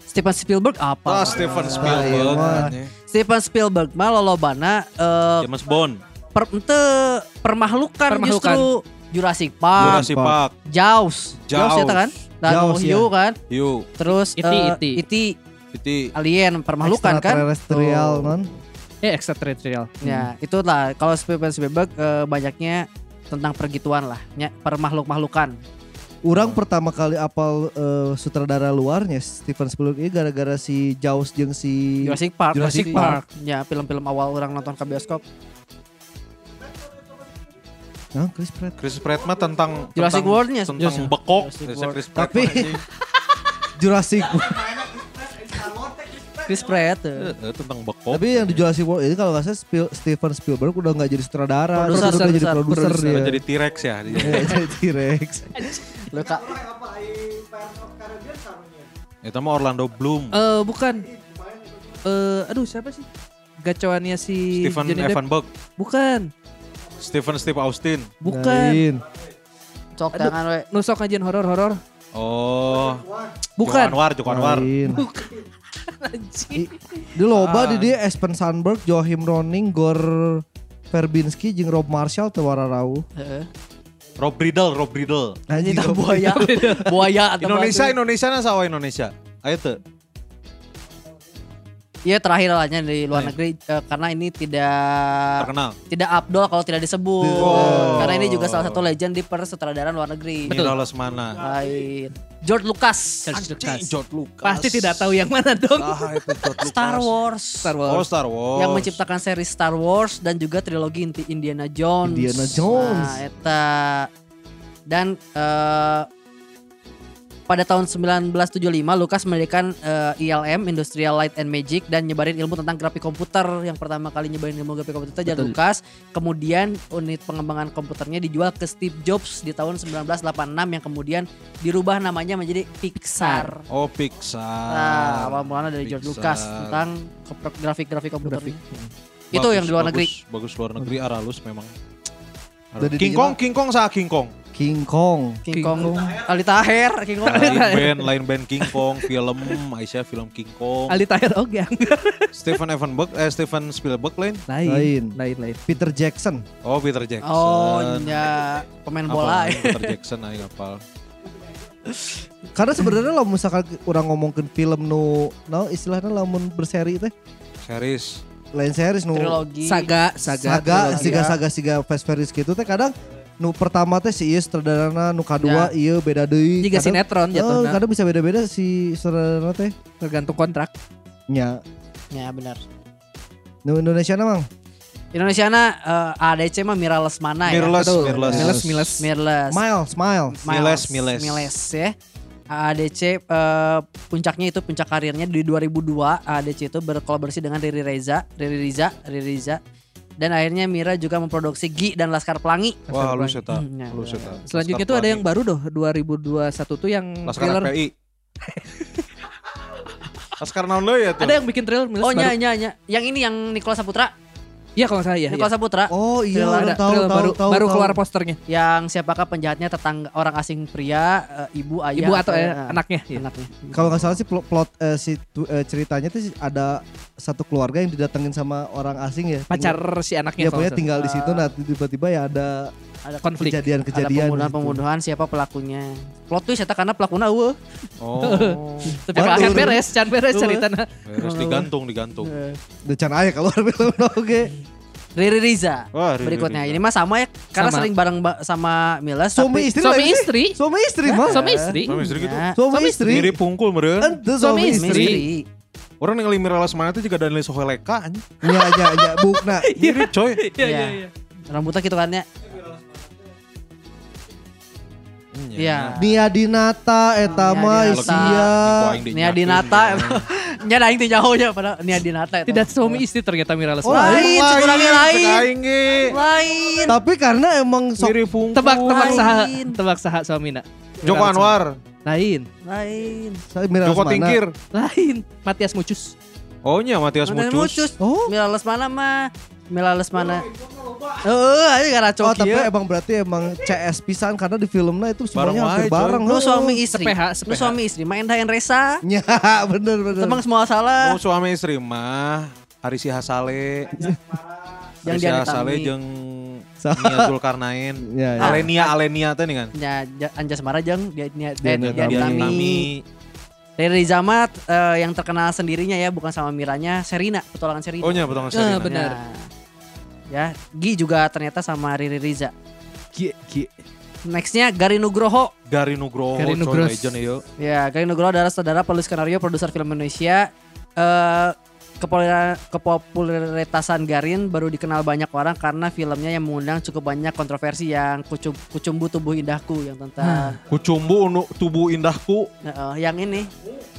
Speaker 2: Steven Spielberg
Speaker 1: Tah
Speaker 2: apa?
Speaker 1: Steven
Speaker 4: iya
Speaker 1: Spielberg.
Speaker 4: mah.
Speaker 1: anjing.
Speaker 2: Steven Spielberg mah lolobana eh
Speaker 1: James Bond,
Speaker 2: per, ente permahlukan,
Speaker 3: Permahlukan.
Speaker 2: justru Jurassic Park,
Speaker 1: Jurassic Park,
Speaker 2: Jaws, Jaws
Speaker 1: Jaws.
Speaker 2: eta kan? Dan
Speaker 4: Jaws,
Speaker 2: Hiu
Speaker 3: ya.
Speaker 2: kan?
Speaker 1: Hiu,
Speaker 2: Terus
Speaker 3: E.T.,
Speaker 2: eh,
Speaker 3: E.T..
Speaker 2: E.T.
Speaker 1: Titi,
Speaker 2: alien permahlukan kan?
Speaker 4: Extraterrestrial
Speaker 2: Tuh.
Speaker 4: non.
Speaker 3: Eh, extraterrestrial.
Speaker 2: Ya,
Speaker 3: Hmm.
Speaker 2: itulah kalau Steven Spielberg eh, banyaknya tentang pergituan lah, ya, permahluk-mahlukan.
Speaker 4: Orang pertama kali apal eh, sutradara luarnya Steven Spielberg ini gara-gara si Jaws jeung si
Speaker 2: Jurassic Park.
Speaker 4: Jurassic
Speaker 2: pasti.
Speaker 4: Park.
Speaker 2: Ya, film-film awal orang nonton ke bioskop.
Speaker 4: Nah, Chris Pratt.
Speaker 1: Chris Pratt mah tentang
Speaker 2: Jurassic
Speaker 1: tentang-
Speaker 2: World-nya.
Speaker 1: tentang
Speaker 2: Jurassic-
Speaker 1: bekok
Speaker 2: Jurassic
Speaker 1: Jurassic
Speaker 2: World.
Speaker 1: Chris Pratt.
Speaker 4: Tapi Jurassic World.
Speaker 2: Chris Pratt.
Speaker 1: Eh,
Speaker 2: tuh.
Speaker 1: eh, tentang
Speaker 2: Oh.
Speaker 1: bekok.
Speaker 4: Tapi yang di Jurassic World ini kalau nggak salah Spiel- Steven Spielberg udah nggak jadi sutradara, terus
Speaker 2: Produser,
Speaker 4: udah jadi
Speaker 2: produser,
Speaker 4: produser
Speaker 1: Terus
Speaker 4: dia.
Speaker 1: jadi T-Rex ya. dia.
Speaker 4: Iya, jadi T-Rex.
Speaker 2: Lu Kak,
Speaker 1: Itu mah Ya, Orlando Bloom,
Speaker 2: Oh,
Speaker 3: Eh bukan. Eh aduh siapa sih? Gacoannya si
Speaker 1: Stephen
Speaker 3: Johnny Depp.
Speaker 1: Evanberg,
Speaker 3: Bukan.
Speaker 1: Stephen Steve Austin.
Speaker 2: kan.
Speaker 3: Bukan.
Speaker 4: Lain.
Speaker 2: cok
Speaker 3: Aduh.
Speaker 2: tangan we.
Speaker 3: Nusok ngajian horor-horor.
Speaker 1: Oh, Joko
Speaker 3: Bukan.
Speaker 1: Anwar, Joko Anwar.
Speaker 4: Lain.
Speaker 3: Anjing.
Speaker 4: Di loba
Speaker 2: Ah.
Speaker 4: di dia Espen Sandberg, Joachim Roning, Gor Verbinski, jeung Rob Marshall teu wararau.
Speaker 2: Heeh.
Speaker 1: Rob Riddle, Rob Riddle.
Speaker 4: Anjing
Speaker 2: Ini
Speaker 4: Rob-
Speaker 2: buaya. buaya atau
Speaker 1: Indonesia,
Speaker 2: batu.
Speaker 1: Indonesia nah sawa Indonesia. Ayo tuh.
Speaker 2: Iya terakhir lahnya di luar
Speaker 3: Iya.
Speaker 2: negeri eh, karena ini tidak
Speaker 1: Terkenal.
Speaker 2: tidak abdol kalau tidak disebut.
Speaker 1: Oh.
Speaker 2: Karena ini juga salah satu legend di persutradaraan luar negeri.
Speaker 1: Ini lolos mana?
Speaker 2: Lain. George Lucas.
Speaker 3: George Lucas.
Speaker 1: George Lucas.
Speaker 3: Pasti tidak tahu yang mana dong.
Speaker 1: Ah, itu George Lucas.
Speaker 2: Star Wars.
Speaker 3: Star
Speaker 1: Oh,
Speaker 3: Wars.
Speaker 1: Star Wars.
Speaker 2: Yang menciptakan seri Star Wars dan juga trilogi inti Indiana Jones.
Speaker 4: Indiana Jones.
Speaker 2: Nah, eta dan eh, pada tahun 1975 Lucas mendirikan eh, ILM Industrial Light and Magic dan nyebarin ilmu tentang grafik komputer. Yang pertama kali nyebarin ilmu grafik komputer itu adalah
Speaker 4: Betul.
Speaker 2: Lucas. Kemudian unit pengembangan komputernya dijual ke Steve Jobs di tahun 1986 yang kemudian dirubah namanya menjadi Pixar.
Speaker 1: Oh, Pixar.
Speaker 2: Nah, awal mulanya dari George
Speaker 1: Pixar.
Speaker 2: Lucas tentang ke- grafik-grafik komputernya.
Speaker 4: Grafik.
Speaker 2: Itu
Speaker 1: Bagus,
Speaker 2: yang di luar
Speaker 1: bagus,
Speaker 2: negeri.
Speaker 1: Bagus luar negeri, aralus memang.
Speaker 4: Dari
Speaker 1: King Kong,
Speaker 4: digital.
Speaker 1: King Kong sah King Kong.
Speaker 4: King Kong.
Speaker 2: King Kong, Ali Taher, King Kong.
Speaker 1: Lain band, lain band King Kong, film Aisyah film King Kong.
Speaker 3: Ali Tahir
Speaker 2: oh,
Speaker 3: oke.
Speaker 1: Stephen Evanberg, eh Stephen Spielberg lain.
Speaker 4: Lain.
Speaker 3: Lain lain.
Speaker 4: Peter Jackson.
Speaker 1: Oh, Peter Jackson.
Speaker 2: Oh, ya pemain bola. ya.
Speaker 1: Apal, Peter Jackson aing apal.
Speaker 4: Karena sebenarnya lah misalkan orang ngomongin film nu no, istilahnya lamun berseri teh
Speaker 1: Series.
Speaker 4: lain series nu
Speaker 2: Trilogi.
Speaker 3: Saga,
Speaker 4: saga
Speaker 3: saga.
Speaker 2: trilogi.
Speaker 4: siga saga siga fast series gitu teh kadang nu pertama teh si ieu sutradarana nu kadua ieu beda deui. Kadang-
Speaker 3: Jika Ya. sinetron
Speaker 4: Eh,
Speaker 2: Oh,
Speaker 3: jatuhnya
Speaker 4: kadang bisa beda-beda si sutradarana teh.
Speaker 3: tergantung kontrak.
Speaker 4: Nya
Speaker 2: Ya benar.
Speaker 4: nu Indonesia mang.
Speaker 2: Indonesiana eh, ADC mah Mira Lesmana ya.
Speaker 1: Mirles,
Speaker 3: Betul.
Speaker 1: Mirles.
Speaker 3: Miles, Miles.
Speaker 2: Mirles.
Speaker 4: Smile, smile.
Speaker 1: Miles, Miles.
Speaker 2: Miles. Miles ya. ADC eh, puncaknya itu puncak karirnya di 2002 ADC itu berkolaborasi dengan Riri Reza, Riri Riza, Riri Riza dan akhirnya Mira juga memproduksi Gi dan Laskar Pelangi.
Speaker 1: Wah, lu seta.
Speaker 2: Hmm, ya,
Speaker 1: Lu
Speaker 2: ya,
Speaker 1: seta.
Speaker 3: Selanjutnya tuh ada yang baru doh 2021 tuh yang
Speaker 1: Laskar
Speaker 3: thriller.
Speaker 1: FPI. Laskar naon deui ya tuh.
Speaker 3: Ada yang bikin trailer Miles
Speaker 2: Oh, nya,
Speaker 3: baru.
Speaker 2: nya, nya. Yang ini yang Nikola Saputra.
Speaker 3: Iya kalau nggak salah ya.
Speaker 2: Nikola Saputra.
Speaker 4: Oh iya,
Speaker 2: Trailer
Speaker 4: orang
Speaker 3: Ada
Speaker 4: tahu,
Speaker 3: trailer
Speaker 4: tahu,
Speaker 3: baru
Speaker 4: tahu,
Speaker 3: baru
Speaker 4: tahu.
Speaker 3: keluar posternya.
Speaker 2: yang siapakah penjahatnya tetangga orang asing pria eh, ibu ayah
Speaker 3: Ibu atau eh,
Speaker 2: eh,
Speaker 3: anaknya. Iya.
Speaker 2: anaknya
Speaker 4: Kalau nggak salah sih plo- plot, eh, si tu- eh, ceritanya tuh ada satu keluarga yang didatengin sama orang asing ya.
Speaker 3: Pacar
Speaker 4: Tinggal-
Speaker 3: si anaknya.
Speaker 4: Ya pokoknya
Speaker 3: kalau nggak salah.
Speaker 4: tinggal di situ nanti tiba-tiba ya ada
Speaker 3: ada konflik.
Speaker 2: ada
Speaker 4: kejadian-kejadian.
Speaker 2: pembunuhan
Speaker 4: gitu.
Speaker 2: pembunuhan siapa pelakunya plot twist eta karena pelakunya uh. eueuh
Speaker 1: Oh.
Speaker 3: Tapi kalau
Speaker 4: Baru.
Speaker 3: can beres, can beres ceritanya.
Speaker 1: Terus digantung, digantung.
Speaker 2: Eh,
Speaker 4: Decan aja kalau orang bilang "Nah, oke.
Speaker 2: Riri Riza
Speaker 1: Wah, Riri
Speaker 2: berikutnya
Speaker 1: Riza.
Speaker 2: ini mah sama ya karena
Speaker 3: Sama.
Speaker 2: sering bareng ba- sama Miles
Speaker 4: Suami istri
Speaker 3: Suami
Speaker 4: lah ini.
Speaker 3: istri.
Speaker 4: Suami istri mah.
Speaker 3: Suami istri.
Speaker 1: Suami istri gitu.
Speaker 2: Ya,
Speaker 4: Suami
Speaker 3: Suami
Speaker 4: istri.
Speaker 1: Mirip pungkul meureun.
Speaker 4: Ente
Speaker 3: Suami
Speaker 4: suami
Speaker 2: suami
Speaker 4: istri.
Speaker 2: istri.
Speaker 1: Orang ningali Mira Lesmana tuh juga Daniel Soheleka anjing.
Speaker 4: Ya ya ya bukna.
Speaker 1: Mirip coy.
Speaker 2: Iya.
Speaker 3: Iya iya iya.
Speaker 2: rambutnya gitu kan ya iya
Speaker 4: Nia Dinata eta iya.
Speaker 2: Nia
Speaker 4: mah
Speaker 2: Dinata.
Speaker 4: sia.
Speaker 2: Nia Dinata nya da aing teh jauh nya pada Nia Dinata eta.
Speaker 3: Tidak suami istri ternyata
Speaker 4: Oh,
Speaker 3: Mira Lesmana.
Speaker 2: lain sekurangnya lain
Speaker 1: Aing ge.
Speaker 2: lain
Speaker 4: Tapi karena emang sok
Speaker 1: Mirip pungkul.
Speaker 3: Tebak tebak
Speaker 2: Lain.
Speaker 3: saha, tebak saha suamina. Mira
Speaker 1: Joko
Speaker 3: Lesmana.
Speaker 1: Anwar,
Speaker 3: Lain.
Speaker 2: lain
Speaker 4: Mira Oh,
Speaker 1: Joko
Speaker 4: Lesmana.
Speaker 1: Tingkir.
Speaker 3: Lain. Matias Mucus.
Speaker 1: Oh nya Matias
Speaker 2: Mantan
Speaker 1: Mucus.
Speaker 2: Mucus.
Speaker 4: Oh.
Speaker 2: Mila Lesmana mah Mila
Speaker 3: Oh,
Speaker 2: Lesmana. Eh, Heeh, aja gara
Speaker 4: Oh, tapi
Speaker 2: coki.
Speaker 4: emang berarti emang CS pisan karena di filmnya itu semuanya
Speaker 1: Bareng
Speaker 4: hampir
Speaker 1: wae, coy.
Speaker 4: bareng.
Speaker 2: Lu
Speaker 4: heuh.
Speaker 2: suami istri.
Speaker 3: Sepeha,
Speaker 2: Lu
Speaker 3: sepeha.
Speaker 2: suami istri main Dayan Resa.
Speaker 4: Ya, bener bener.
Speaker 2: Tebang semua
Speaker 1: Mau
Speaker 2: salah.
Speaker 1: Oh, suami istri mah Arisi Hasale.
Speaker 2: Yang
Speaker 1: Arisi
Speaker 2: dia
Speaker 1: Hasale
Speaker 2: ditami.
Speaker 1: jeung
Speaker 4: Sa-
Speaker 1: Nia Zulkarnain.
Speaker 4: Ya, ya.
Speaker 1: Alenia Alenia teh nih kan.
Speaker 2: Ya, Ja- Anjas Mara jeung dia dia
Speaker 4: Dia
Speaker 2: dia
Speaker 1: Dian
Speaker 4: Dian Iya, Nami.
Speaker 2: Tami. Riri Zamat eh, yang terkenal sendirinya ya, bukan sama Miranya, Serina, petualangan Serina.
Speaker 1: Oh nya potong
Speaker 3: Eh,
Speaker 1: Serena.
Speaker 3: bener.
Speaker 2: Nah. Ya, Gi juga ternyata sama Riri Riza.
Speaker 3: Gie, gie.
Speaker 2: Nextnya Gari Nugroho.
Speaker 1: Gari Nugroho,
Speaker 3: Gari
Speaker 1: coy,
Speaker 3: Nugros.
Speaker 1: legend iya. ieu.
Speaker 2: Ya, Gari Nugroho adalah saudara penulis skenario, produser film Indonesia. Eh Kepopulera- kepopuleritasan Garin baru dikenal banyak orang karena filmnya yang mengundang cukup banyak kontroversi yang kucum, kucumbu tubuh indahku yang tentang
Speaker 1: Kucumbu unu- tubuh indahku,
Speaker 2: Heeh, yang ini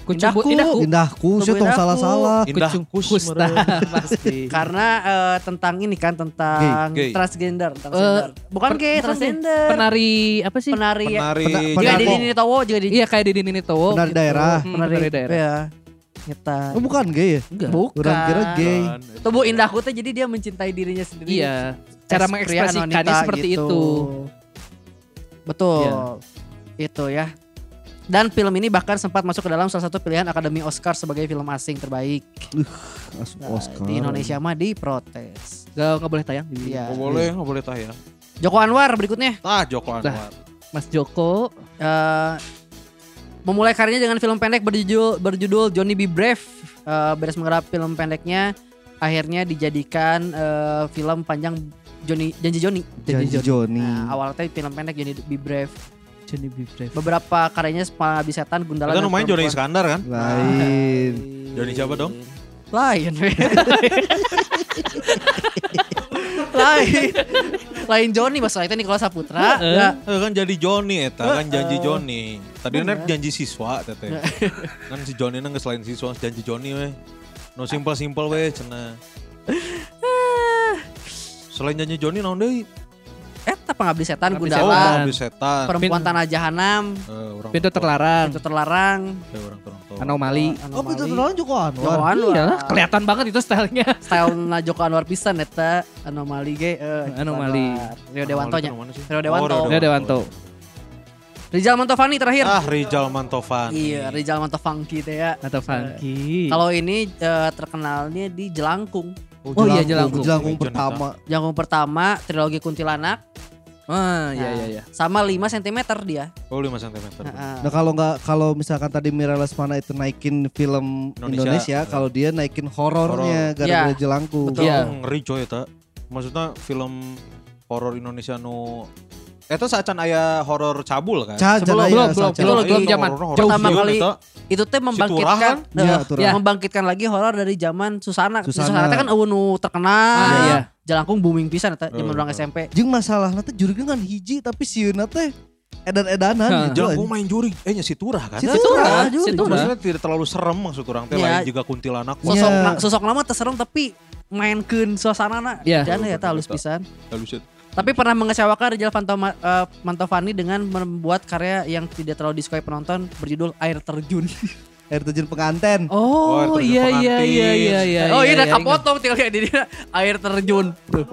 Speaker 3: Kucumbu
Speaker 2: Indahku.
Speaker 3: indahku.
Speaker 4: Indahku, sih
Speaker 2: Tungguin
Speaker 4: tong
Speaker 2: aku.
Speaker 4: salah-salah.
Speaker 1: indah
Speaker 3: Kucung-
Speaker 1: kus,
Speaker 3: kusta,
Speaker 1: meren.
Speaker 3: pasti.
Speaker 2: karena eh, tentang ini kan tentang
Speaker 1: Gay, gay.
Speaker 2: transgender, transgender. bukan
Speaker 3: Eh, per-
Speaker 2: gay
Speaker 3: bukan gay.
Speaker 2: transgender,
Speaker 3: penari apa sih?
Speaker 2: penari, ya.
Speaker 1: Penari
Speaker 4: Pena-
Speaker 1: jago.
Speaker 2: juga di
Speaker 4: Penari-
Speaker 2: Dini Towo juga di
Speaker 3: Iya kayak di Dini Towo.
Speaker 4: Penari daerah.
Speaker 3: Hmm,
Speaker 2: penari,
Speaker 3: penari daerah.
Speaker 2: ya, nyetar.
Speaker 4: Oh, bukan gay ya?
Speaker 2: Bukan.
Speaker 4: Orang kira gay.
Speaker 1: Dan-
Speaker 2: Tubuh indahku tuh jadi dia mencintai dirinya sendiri.
Speaker 3: Iya. Cara
Speaker 2: Tes pria
Speaker 3: mengekspresikannya
Speaker 2: wanita
Speaker 3: seperti
Speaker 2: gitu.
Speaker 3: itu. Iya.
Speaker 2: Betul. Itu ya. Dan film ini bahkan sempat masuk ke dalam salah satu pilihan Akademi Oscar sebagai film asing terbaik.
Speaker 4: Masuk
Speaker 2: Nah,
Speaker 4: Oscar.
Speaker 2: Di Indonesia mah diprotes.
Speaker 3: Gak, gak boleh tayang.
Speaker 2: Iya.
Speaker 1: Nggak boleh, nggak boleh tayang.
Speaker 2: Joko Anwar berikutnya
Speaker 1: Ah, Joko Anwar.
Speaker 3: Mas Joko.
Speaker 2: eh, memulai karirnya dengan film pendek berjudul berjudul Johnny Be Brave. Eh, beres menggarap film pendeknya akhirnya dijadikan eh, film panjang Johnny Janji Johnny.
Speaker 4: Janji Joni.
Speaker 2: Nah, awalnya film pendek Johnny Be Brave.
Speaker 3: Johnny B. Brave.
Speaker 2: Beberapa karyanya Kepala Abis Setan, Gundala.
Speaker 1: Itu
Speaker 2: dan
Speaker 1: namanya Joni
Speaker 2: Perempuan. Iya,
Speaker 1: Iskandar kan?
Speaker 4: Lain.
Speaker 1: Johnny siapa dong?
Speaker 2: Lain. Lain. Lain Johnny bahasa itu Nikola Saputra. Ya.
Speaker 1: Eh, kan jadi Joni eta, kan janji Joni. Tadi
Speaker 2: Eh, Bener. Nah.
Speaker 1: net janji siswa teteh. kan si Joni nang geus lain siswa janji Joni weh. No simple simple weh cenah. Selain janji Joni naon deui?
Speaker 2: Eta Eh, pengabdi setan
Speaker 3: Pengabdi
Speaker 1: Oh,
Speaker 2: Gundala.
Speaker 1: Abdi setan.
Speaker 2: Perempuan
Speaker 3: Pin-
Speaker 2: Tanah Jahanam.
Speaker 1: Eh, orang
Speaker 3: Pintu terlarang.
Speaker 2: Itu terlarang.
Speaker 1: Eh, orang Toronto.
Speaker 2: Anu,
Speaker 3: Anomali.
Speaker 4: Oh, pintu
Speaker 2: Anomali.
Speaker 4: terlarang Joko
Speaker 2: Joko
Speaker 4: Anwar.
Speaker 2: Anwar.
Speaker 3: Iyalah, kelihatan banget itu stylenya.
Speaker 2: Style na Joko Anwar pisan eta anomali ge. eh, Joko
Speaker 3: Anomali.
Speaker 2: Anwar. Rio
Speaker 1: Anomali
Speaker 2: Dewanto nya.
Speaker 1: itu mana sih?
Speaker 2: Rio Dewanto.
Speaker 1: Oh,
Speaker 3: Rio Dewanto.
Speaker 2: Rizal Mantovani terakhir.
Speaker 1: Ah, Rizal Mantovani.
Speaker 2: Iya, Rizal Mantovani teh ya.
Speaker 3: Atau funky.
Speaker 2: Kalau ini eh, terkenalnya di Jelangkung.
Speaker 3: Oh iya, Jelangkung.
Speaker 4: Jelangkung
Speaker 1: Johnny
Speaker 4: pertama.
Speaker 2: Jelangkung pertama, trilogi Kuntilanak,
Speaker 3: Ah,
Speaker 2: nah.
Speaker 3: iya iya iya.
Speaker 2: sama 5 cm dia.
Speaker 1: Oh, 5 cm.
Speaker 2: Heeh.
Speaker 4: Nah kalau nggak kalau misalkan tadi Mira Lesmana itu naikin film
Speaker 1: Indonesia.
Speaker 4: Indonesia, kalau dia naikin
Speaker 1: Horor.
Speaker 4: horornya gara-gara
Speaker 2: Iya.
Speaker 4: jelangku.
Speaker 2: Betul.
Speaker 3: Iya.
Speaker 1: Ngeri coy eta. Maksudnya film horor Indonesia nu Eta sacan aya horor cabul kan? iya,
Speaker 4: Ca- ya,
Speaker 3: Sebelum
Speaker 4: Janaya
Speaker 3: belum belum
Speaker 4: Saca.
Speaker 3: belum
Speaker 2: Lagi-
Speaker 3: belum zaman
Speaker 1: Horor-horor kan,
Speaker 2: jauh
Speaker 1: Pertama
Speaker 2: sebelum
Speaker 1: kali
Speaker 2: itu. Itu teh membangkitkan
Speaker 1: Turah
Speaker 4: Iya,
Speaker 2: eh,
Speaker 4: Turah.
Speaker 3: Iya.
Speaker 2: membangkitkan lagi horor dari zaman Susana. Susana,
Speaker 4: Susana.
Speaker 2: teh kan eunu terkenal.
Speaker 3: Ah, iya.
Speaker 2: Jelangkung booming pisan eta zaman
Speaker 1: Eh,
Speaker 2: orang
Speaker 1: eh.
Speaker 2: SMP.
Speaker 4: Jeung masalahnya tuh juri kan hiji tapi sieuna teh
Speaker 3: Hah.
Speaker 4: edan-edanan gitu.
Speaker 1: Jelangkung
Speaker 4: anjing.
Speaker 1: main juri, eh nya si Turah kan?
Speaker 4: Si
Speaker 1: Si
Speaker 4: Turah,
Speaker 3: Turah,
Speaker 4: juri.
Speaker 3: si Turah.
Speaker 1: Maksudnya tidak terlalu serem maksud orang teh
Speaker 2: Iya.
Speaker 1: lain juga kuntilanak.
Speaker 4: Iya.
Speaker 2: Sosok na, sosok nama terserem tapi mainkan suasana na.
Speaker 3: Iya.
Speaker 2: Dan eta halus pisan.
Speaker 1: Halusin.
Speaker 2: Tapi pernah mengecewakan Rizal Fantoma, eh, Mantovani dengan membuat karya yang tidak terlalu disukai penonton berjudul Air Terjun.
Speaker 4: Air terjun penganten.
Speaker 1: Oh, itu
Speaker 3: Oh,
Speaker 1: udah
Speaker 3: iya iya
Speaker 1: pengantin.
Speaker 3: iya iya iya.
Speaker 2: oh iya, udah
Speaker 3: ingat.
Speaker 2: kepotong tinggal kayak di dia air terjun. Duh.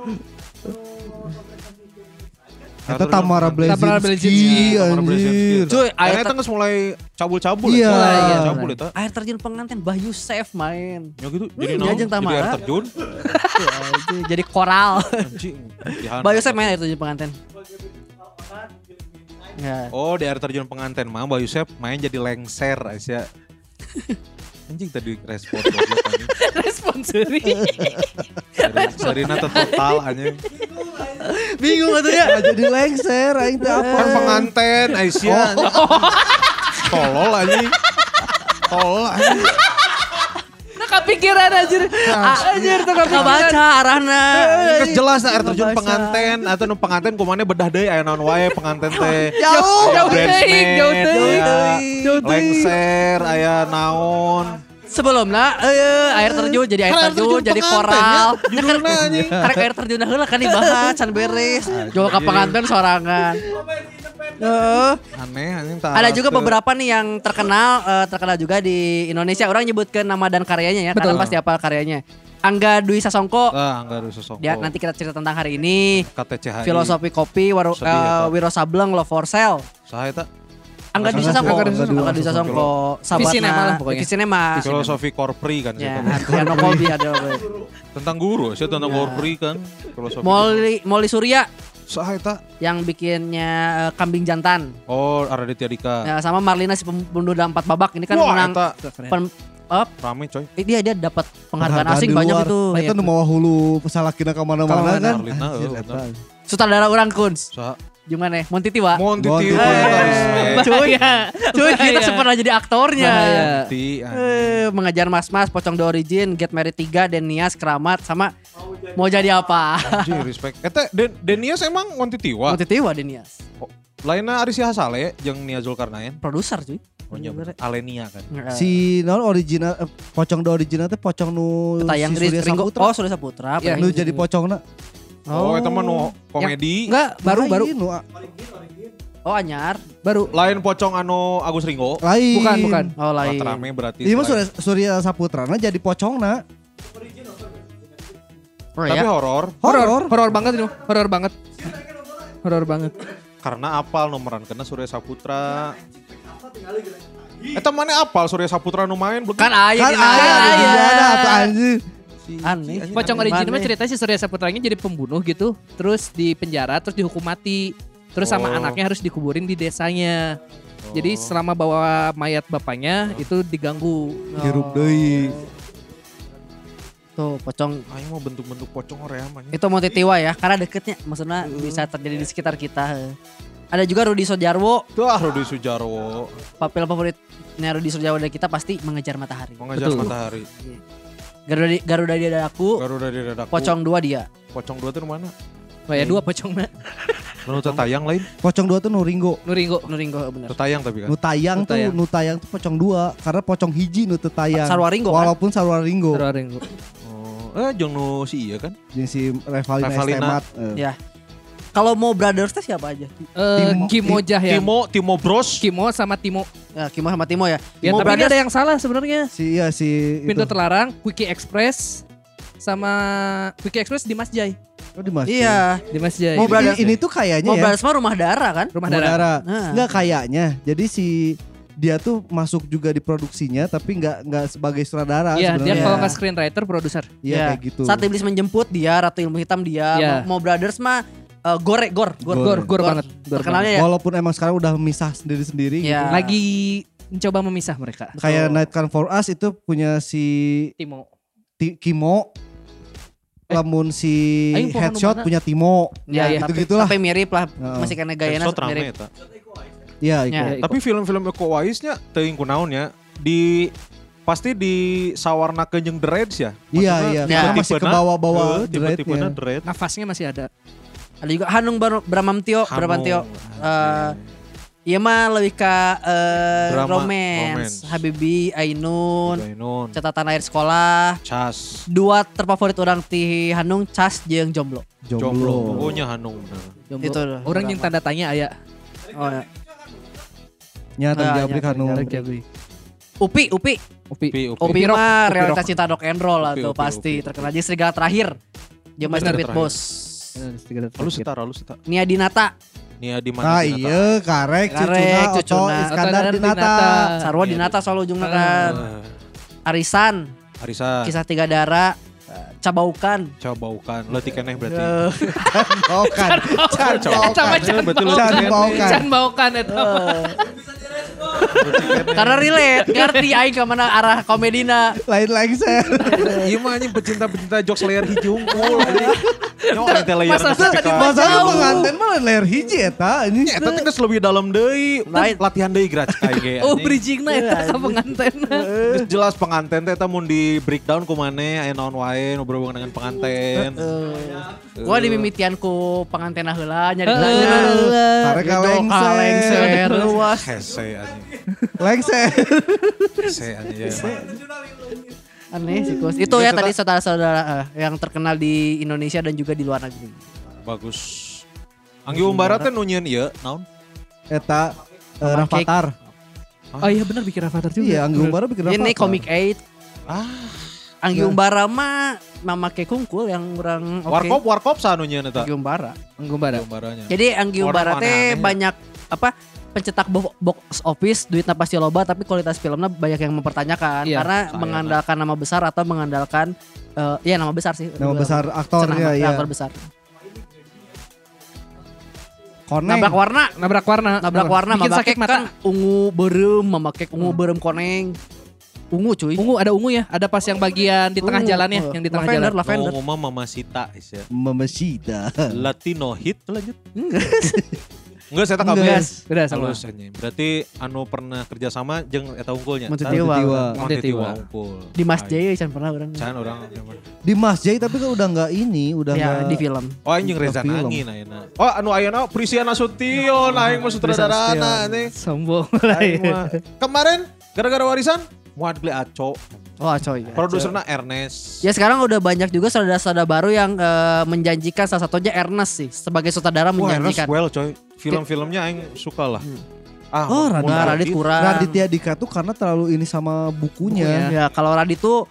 Speaker 4: Eta Tamara
Speaker 3: Tamara Blazinski.
Speaker 4: Blazinski
Speaker 1: gitu.
Speaker 4: anjir.
Speaker 2: Cuy, air
Speaker 1: Air tengah mulai cabul-cabul.
Speaker 4: Iya.
Speaker 1: ya. Mulai
Speaker 4: Iya.
Speaker 1: cabul eta.
Speaker 2: Air terjun pengantin Bayu Safe main.
Speaker 1: Ya gitu, jadi
Speaker 2: Hmm,
Speaker 1: naon?
Speaker 2: jajang
Speaker 1: Jadi air
Speaker 2: Tamara.
Speaker 1: terjun.
Speaker 2: Tuh, anjing, Jadi koral.
Speaker 1: Anjing. Jahan.
Speaker 2: Bayu Safe main air terjun pengantin. Ya.
Speaker 1: Oh, di air terjun penganten mah Bayu Sep main jadi lengser Asia. Anjing tadi respon goblok anjing.
Speaker 3: Respon seri.
Speaker 1: Sari- Sarina teh total anjing.
Speaker 2: Bingung atau ya?
Speaker 4: Nggak jadi lengser aing teh apa?
Speaker 3: Eh.
Speaker 1: Kan penganten Aisyah.
Speaker 3: Oh.
Speaker 1: Tolol anjing. Tolol anjing.
Speaker 3: Nah, kepikiran anjir.
Speaker 2: Nah,
Speaker 3: Ah, Anjir tuh
Speaker 2: Gak
Speaker 3: kepikiran.
Speaker 2: baca arahna.
Speaker 1: Kan jelas nah, air terjun
Speaker 2: Bahasa.
Speaker 1: penganten atau nu penganten kumane bedah deui aya naon wae penganten teh.
Speaker 2: Jauh.
Speaker 1: Aya
Speaker 3: jauh
Speaker 1: bridesmaid,
Speaker 3: teuing, jauh
Speaker 1: aya
Speaker 3: teuing, jauh teuing.
Speaker 1: Lengser aya naon.
Speaker 2: Sebelumnya eh, air terjun jadi air
Speaker 1: Kan air
Speaker 2: terjun
Speaker 1: terjun
Speaker 2: jadi
Speaker 1: pengantin,
Speaker 2: koral.
Speaker 1: ya. Judulna, anjing.
Speaker 2: Karek air terjun heula kan dibahas can beres. Jual ke pengantin sorangan. Heeh.
Speaker 1: Aneh anjing tak
Speaker 2: Ada juga
Speaker 1: teu-
Speaker 2: beberapa nih yang terkenal eh, terkenal juga di Indonesia. Orang nyebutkan nama dan karyanya ya, karena
Speaker 3: Betul.
Speaker 2: pasti hafal karyanya. Angga Dwi Sasongko,
Speaker 1: Ah, enggak harus sosok.
Speaker 2: dia nanti kita cerita tentang oh. hari ini.
Speaker 1: KTCHI.
Speaker 2: Filosofi kopi, waru,
Speaker 1: Sedih ya,
Speaker 2: eh,
Speaker 1: Pak.
Speaker 2: Wiro Sableng, Love for Sale.
Speaker 1: Saha ya, eta?
Speaker 2: Angga Dwi Sasongko,
Speaker 4: Angga Dwi Sasongko.
Speaker 2: Angga Dwi Sasongko, sahabatnya.
Speaker 3: Visinema lah pokoknya.
Speaker 2: Visinema.
Speaker 1: Filosofi korpri kan saya
Speaker 2: Ah, Ya,
Speaker 1: tahu.
Speaker 2: Adriano Colby ada.
Speaker 1: Tentang guru, saya tentang
Speaker 2: Ya.
Speaker 1: korpri kan. Filosofi.
Speaker 2: Molly Molly Surya
Speaker 1: Saha ya, eta?
Speaker 2: yang bikinnya eh, Kambing Jantan.
Speaker 1: Oh, Raditya Dika.
Speaker 4: Ah.
Speaker 2: Ya, sama Marlina si pembunuh dalam empat babak ini kan
Speaker 1: Wah,
Speaker 2: menang
Speaker 1: eta
Speaker 2: pen- apa,
Speaker 1: rame coy.
Speaker 2: eh, dia dia dapat penghargaan asing banyak itu.
Speaker 4: Nah,
Speaker 2: Iya.
Speaker 4: Itu nu mawa hulu salakina ka mana-mana
Speaker 1: Kamana-mana.
Speaker 4: kan.
Speaker 1: Marlina,
Speaker 4: Anjir,
Speaker 1: oh,
Speaker 4: eta.
Speaker 2: Sutradara orang Kunz.
Speaker 1: Saha?
Speaker 2: Jangan eh, Montitiwa.
Speaker 1: Monti
Speaker 4: Monty
Speaker 1: Tiwa.
Speaker 4: Tiwa.
Speaker 1: Eh,
Speaker 2: Cuy, cuy
Speaker 4: Nah,
Speaker 3: Bahaya.
Speaker 4: iya.
Speaker 2: kita pernah jadi aktornya.
Speaker 1: Monty, anjing.
Speaker 2: Eh, mengajar mas-mas, pocong the origin, get married 3, dan Nias, keramat, sama mau jadi apa?
Speaker 1: Anjing, respect. Eta Den Denias emang Monti Tiwa.
Speaker 2: Montitiwa dan Nias.
Speaker 1: Oh, Lainnya Ari Sihasale jeung Nia Zulkarnaen.
Speaker 2: Produser cuy.
Speaker 1: Oh iya bener. Alenia kan.
Speaker 2: Ah.
Speaker 4: Si non original eh, pocong do original teh pocong nu
Speaker 2: tayang
Speaker 4: si Surya
Speaker 2: Ringo.
Speaker 4: Saputra.
Speaker 2: Oh, Surya Saputra. Ya,
Speaker 3: Iya.
Speaker 4: nu jadi pocongna.
Speaker 1: Oh, eta mah nu komedi.
Speaker 2: Enggak, baru
Speaker 4: Lain
Speaker 2: baru.
Speaker 4: nu ah, a-
Speaker 2: Oh, anyar.
Speaker 3: Baru.
Speaker 1: Lain pocong anu Agus Ringo.
Speaker 4: lain.
Speaker 3: Bukan, bukan.
Speaker 2: Oh, lain.
Speaker 1: Rame berarti.
Speaker 4: Iya mah Surya,
Speaker 1: selain-
Speaker 4: Surya Saputra nah jadi pocongna.
Speaker 2: Oh,
Speaker 1: Tapi
Speaker 2: ya.
Speaker 1: horor
Speaker 3: Horor, horor banget itu. Horor banget. Horor banget.
Speaker 1: karena apal nomoran kena Surya Saputra. Eta mana apal Surya Saputra nu main
Speaker 2: Kan ayah.
Speaker 4: Kan
Speaker 2: di mana?
Speaker 4: aya di
Speaker 2: Ayah.
Speaker 4: mana tuh anjir.
Speaker 2: iya. Aneh.
Speaker 3: Pocong original mah
Speaker 2: Aneh.
Speaker 3: ceritanya si Surya Saputranya jadi pembunuh gitu, terus di penjara, terus dihukum mati. Terus sama
Speaker 1: Oh.
Speaker 3: anaknya harus dikuburin di desanya. Jadi selama bawa mayat bapaknya itu diganggu.
Speaker 4: Oh. Hirup deui.
Speaker 2: Tuh, pocong
Speaker 1: Ayo mau bentuk-bentuk pocong Korea mah.
Speaker 2: Itu Montitiwa ya, karena deketnya. Maksudnya bisa terjadi di sekitar kita. eh. Ada juga Rudi Sojarwo,
Speaker 1: Tuh ah Rudi Sujarwo
Speaker 2: papel favoritnya Rudi Sojarwo dari kita pasti mengejar matahari.
Speaker 1: mengejar
Speaker 3: Betul.
Speaker 1: matahari.
Speaker 2: Garuda, di- Garuda di dadaku,
Speaker 1: Garuda di dadaku.
Speaker 2: pocong dua dia.
Speaker 1: Pocong dua tuh nu mana?
Speaker 3: Wah, ya dua pocong mah.
Speaker 1: Nu teu tayang lain.
Speaker 4: Pocong dua tuh nu Ringo.
Speaker 3: Nuringo.
Speaker 2: Nuringgo bener.
Speaker 1: Teu tayang tapi kan.
Speaker 4: Nu tayang
Speaker 3: Nu tayang.
Speaker 4: tuh nu tayang tuh pocong dua karena pocong hiji nu teu tayang.
Speaker 2: Sarwa Ringo kan?
Speaker 4: Walaupun Sarwa Ringo.
Speaker 3: Horor Ringo.
Speaker 1: Oh, eh jeung nu si iya kan.
Speaker 4: Jeung si Revalina,
Speaker 1: Revalina.
Speaker 4: Estemat. eh.
Speaker 2: Ya. Kalau mau brothers teh siapa aja?
Speaker 3: Eh,
Speaker 4: Timo.
Speaker 3: Kimo
Speaker 4: iya.
Speaker 3: Jahyan.
Speaker 1: Timo Timo Bros.
Speaker 3: Kimo sama Timo.
Speaker 2: Ya, Kimo sama Timo ya.
Speaker 3: Ya,
Speaker 2: Mau
Speaker 3: tapi ini
Speaker 2: brothers-
Speaker 3: ada yang salah sebenarnya.
Speaker 4: Si ya si itu.
Speaker 3: Pintu terlarang, Quickie Express sama Quickie Express di Mas Jai.
Speaker 4: Oh, di Mas.
Speaker 2: Iya.
Speaker 3: Di Mas Jai.
Speaker 4: Ini,
Speaker 2: Mau brothers-
Speaker 4: ini tuh kayaknya
Speaker 2: Mau
Speaker 4: ya.
Speaker 2: brothers mah rumah darah kan?
Speaker 3: Rumah
Speaker 4: Saudara.
Speaker 3: darah.
Speaker 2: Nah.
Speaker 4: Enggak kayaknya. Jadi si dia tuh masuk juga di produksinya tapi nggak nggak sebagai sutradara
Speaker 3: Iya, dia
Speaker 4: sebenarnya.
Speaker 3: kalau nggak screenwriter, produser.
Speaker 4: Iya,
Speaker 2: Ya.
Speaker 4: kayak gitu.
Speaker 2: Saat iblis menjemput dia, Ratu Ilmu Hitam dia.
Speaker 3: Ya.
Speaker 2: Mau mau brothers mah eh, gore, gore, gore,
Speaker 4: Gore.
Speaker 3: Gor, gor banget. Gor
Speaker 2: Terkenalnya ya.
Speaker 4: Walaupun emang sekarang udah misah sendiri-sendiri
Speaker 2: Ya.
Speaker 4: gitu.
Speaker 3: banget. Lagi mencoba memisah mereka.
Speaker 4: Kayak Night Can For Us itu punya si
Speaker 3: Timo.
Speaker 4: Ti- Kimo. Lamun si
Speaker 3: Ayo, pohon
Speaker 4: Headshot
Speaker 3: mana?
Speaker 4: punya Timo. Nah,
Speaker 3: Ya, ya.
Speaker 2: iya, tapi-
Speaker 4: gitu-gitulah.
Speaker 2: Tapi mirip lah,
Speaker 4: Heeh.
Speaker 2: masih karena gayanya
Speaker 1: Headshot
Speaker 2: mirip.
Speaker 1: rame eta.
Speaker 4: Iya, itu.
Speaker 2: Ya.
Speaker 1: Tapi film-film Eko Uwais nya teuing kunaon ya. Di pasti di sawarna jeung The Reds ya.
Speaker 4: Iya, iya.
Speaker 2: Ya.
Speaker 4: Karena masih ke
Speaker 1: Eh,
Speaker 4: bawah-bawah iya.
Speaker 1: tiba-tiba
Speaker 4: dreadnya.
Speaker 1: dread.
Speaker 3: nafasnya masih ada.
Speaker 2: Ada juga Hanung Bar Bramantio,
Speaker 1: Hanung.
Speaker 2: Bramantio. Eh, Iya mah lebih ke eh,
Speaker 1: Drama, romance.
Speaker 2: romance. Habibi, Ainun,
Speaker 1: Ainun,
Speaker 2: catatan air sekolah.
Speaker 1: Cas,
Speaker 2: Dua terfavorit orang ti Hanung, Cas jeung Jomblo.
Speaker 4: Ya
Speaker 1: Jomblo, oh nya Hanung bener.
Speaker 3: Jomblo.
Speaker 2: Itu
Speaker 3: Orang yang
Speaker 2: drama.
Speaker 3: tanda tanya ayah.
Speaker 2: Oh, ya.
Speaker 4: Nyata
Speaker 2: Ah,
Speaker 4: Jabrik
Speaker 2: nyata
Speaker 4: Hanum.
Speaker 3: Tarik Jabri.
Speaker 2: Upi, Upi.
Speaker 3: Upi.
Speaker 1: Upi, Upi.
Speaker 2: Upi,
Speaker 3: Upi Rock,
Speaker 2: mah
Speaker 3: Upi
Speaker 2: realitas
Speaker 3: Rock.
Speaker 2: cinta rock and roll lah
Speaker 1: Upi,
Speaker 2: tuh
Speaker 1: Upi,
Speaker 2: pasti.
Speaker 1: Upi.
Speaker 2: Terkenal aja Serigala Terakhir. Jaman
Speaker 1: Serigala
Speaker 2: Street
Speaker 1: Terakhir.
Speaker 2: Boss.
Speaker 3: Nah,
Speaker 1: Lu setara, lu setara.
Speaker 2: Nia Dinata,
Speaker 1: Nia di mana?
Speaker 4: Nah iya, karek,
Speaker 2: Karek,
Speaker 4: cucuna, Oto,
Speaker 2: Cucuna.
Speaker 4: Iskandar,
Speaker 3: Oto dan
Speaker 4: Dinata.
Speaker 3: Dinata. Ah,
Speaker 2: Sarwa
Speaker 1: Nia
Speaker 2: Dinata
Speaker 1: Dinata.
Speaker 2: soal ujungnya kan. Arisan,
Speaker 1: Arisa,
Speaker 2: Kisah Tiga Darah, Cabaukan.
Speaker 1: Cabaukan, leutik keneh berarti.
Speaker 2: Eh,
Speaker 4: Oh kan, Chan Baukan.
Speaker 3: Sama Chan
Speaker 1: Berarti lu
Speaker 4: Chan
Speaker 1: keren.
Speaker 4: Baukan.
Speaker 3: Can baukan itu.
Speaker 2: Eh. Karena relate, ngerti aing ke mana arah komedina.
Speaker 4: Lain lagi saya.
Speaker 1: Iya mah anjing pecinta-pecinta jokes layer hijau unggul. Yo ente layer
Speaker 3: Masa
Speaker 1: nepi ka-
Speaker 4: Masa lu
Speaker 2: jauh.
Speaker 4: pengantin malah layar hiji ya, eta
Speaker 2: Ya,
Speaker 4: anjing.
Speaker 1: Eta teh geus leuwih dalam deui.
Speaker 2: Lain.
Speaker 1: Teu Latihan deui gerak kayak ge.
Speaker 3: Oh,
Speaker 1: Iya, anjing.
Speaker 3: bridging
Speaker 2: nah ya,
Speaker 3: na itu pengantin.
Speaker 1: Geus jelas penganten teh eta mun di breakdown ku maneh aya naon wae nu berhubungan dengan penganten.
Speaker 2: Gua dimimitian ku pengantin heula nyari
Speaker 3: Eh,
Speaker 2: heula.
Speaker 4: Karek kalengser.
Speaker 2: Ya, Lengser luas.
Speaker 1: Hese anjing.
Speaker 4: Lengser.
Speaker 1: Hese anjing. ya, emang.
Speaker 2: Aneh sih Gus. Itu ya
Speaker 1: Terus
Speaker 2: tadi saudara-saudara eh, yang terkenal di Indonesia dan juga di luar negeri.
Speaker 1: Bagus. Anggi Umbara teh nu nyieun ieu naon?
Speaker 4: Eta eh,
Speaker 2: Sama
Speaker 4: Rafathar.
Speaker 3: Oh iya benar bikin avatar juga.
Speaker 4: Iya, Anggung Baru bikin Rafathar.
Speaker 2: Ini Comic 8
Speaker 1: Ah,
Speaker 2: Anggi
Speaker 4: Nah.
Speaker 2: Umbara mah Mama Kekungkul yang orang oke. Iya,
Speaker 1: warkop warkop sa nu nyieun eta.
Speaker 2: Anggi Umbara.
Speaker 3: Anggumbara.
Speaker 1: Anggi Umbaranya.
Speaker 2: Jadi Anggi
Speaker 1: Orang
Speaker 2: Umbara
Speaker 1: aneh-aneh
Speaker 2: teh
Speaker 1: ya.
Speaker 2: banyak apa pencetak bo- box office duitnya pasti loba tapi kualitas filmnya banyak yang mempertanyakan
Speaker 3: Iya,
Speaker 2: karena
Speaker 1: sayang.
Speaker 2: mengandalkan nama besar atau mengandalkan eh, ya nama besar sih
Speaker 4: Nama besar aktornya
Speaker 2: Nama
Speaker 4: ya.
Speaker 2: aktor besar
Speaker 4: Koneng.
Speaker 2: nabrak warna
Speaker 3: Nabrak warna.
Speaker 2: nabrak warna kan.
Speaker 3: Bikin
Speaker 2: memakai
Speaker 3: sakit mata.
Speaker 2: kan ungu berem memakai ungu berem koneng ungu cuy.
Speaker 3: Ungu ada ungu ya, ada pas yang bagian di tengah
Speaker 2: Ungu.
Speaker 3: jalannya, yang di tengah
Speaker 2: Lavender,
Speaker 3: jalan.
Speaker 2: lavender.
Speaker 1: Mau mama Mama Sita is ya.
Speaker 4: Memesida.
Speaker 1: Latino hit lanjut.
Speaker 2: Enggak.
Speaker 1: Enggak saya tak
Speaker 4: Enggak.
Speaker 1: habis.
Speaker 3: Beda sama.
Speaker 1: Halusannya. Berarti anu pernah kerja sama jeung eta unggulnya.
Speaker 2: Monte
Speaker 1: Tah,
Speaker 2: Tiwa.
Speaker 4: Tiwa.
Speaker 1: Monte Tiwa
Speaker 3: Monte
Speaker 1: unggul.
Speaker 2: Di Mas
Speaker 1: Ay,
Speaker 2: Jaya can pernah orang.
Speaker 1: Can orang.
Speaker 4: Di Mas Jai tapi kan udah nggak ini, udah
Speaker 2: Ya,
Speaker 4: nggak
Speaker 2: di film.
Speaker 1: Oh anjing Reza
Speaker 4: Film.
Speaker 1: Nangin ayeuna. Oh anu ayeuna Prisiana Sution aing mah sutradarana anjing.
Speaker 3: Sombong.
Speaker 1: Aing mah. nah, Kemarin gara-gara warisan muat geli aco.
Speaker 2: Oh coy. ya,
Speaker 1: Produserna Ernest.
Speaker 2: Ya sekarang udah banyak juga saudara-saudara baru yang eh, menjanjikan salah satunya Ernest sih sebagai
Speaker 1: Wah,
Speaker 2: sutradara
Speaker 1: Ernest
Speaker 2: menjanjikan.
Speaker 1: well coy. Film-filmnya aing suka lah. Ah,
Speaker 4: Oh,
Speaker 1: Mun- Mun
Speaker 4: Radit.
Speaker 2: Nah, Radit kurang.
Speaker 1: ya,
Speaker 4: Raditya Dika tuh karena terlalu ini sama bukunya.
Speaker 2: Ya kalau Radit tuh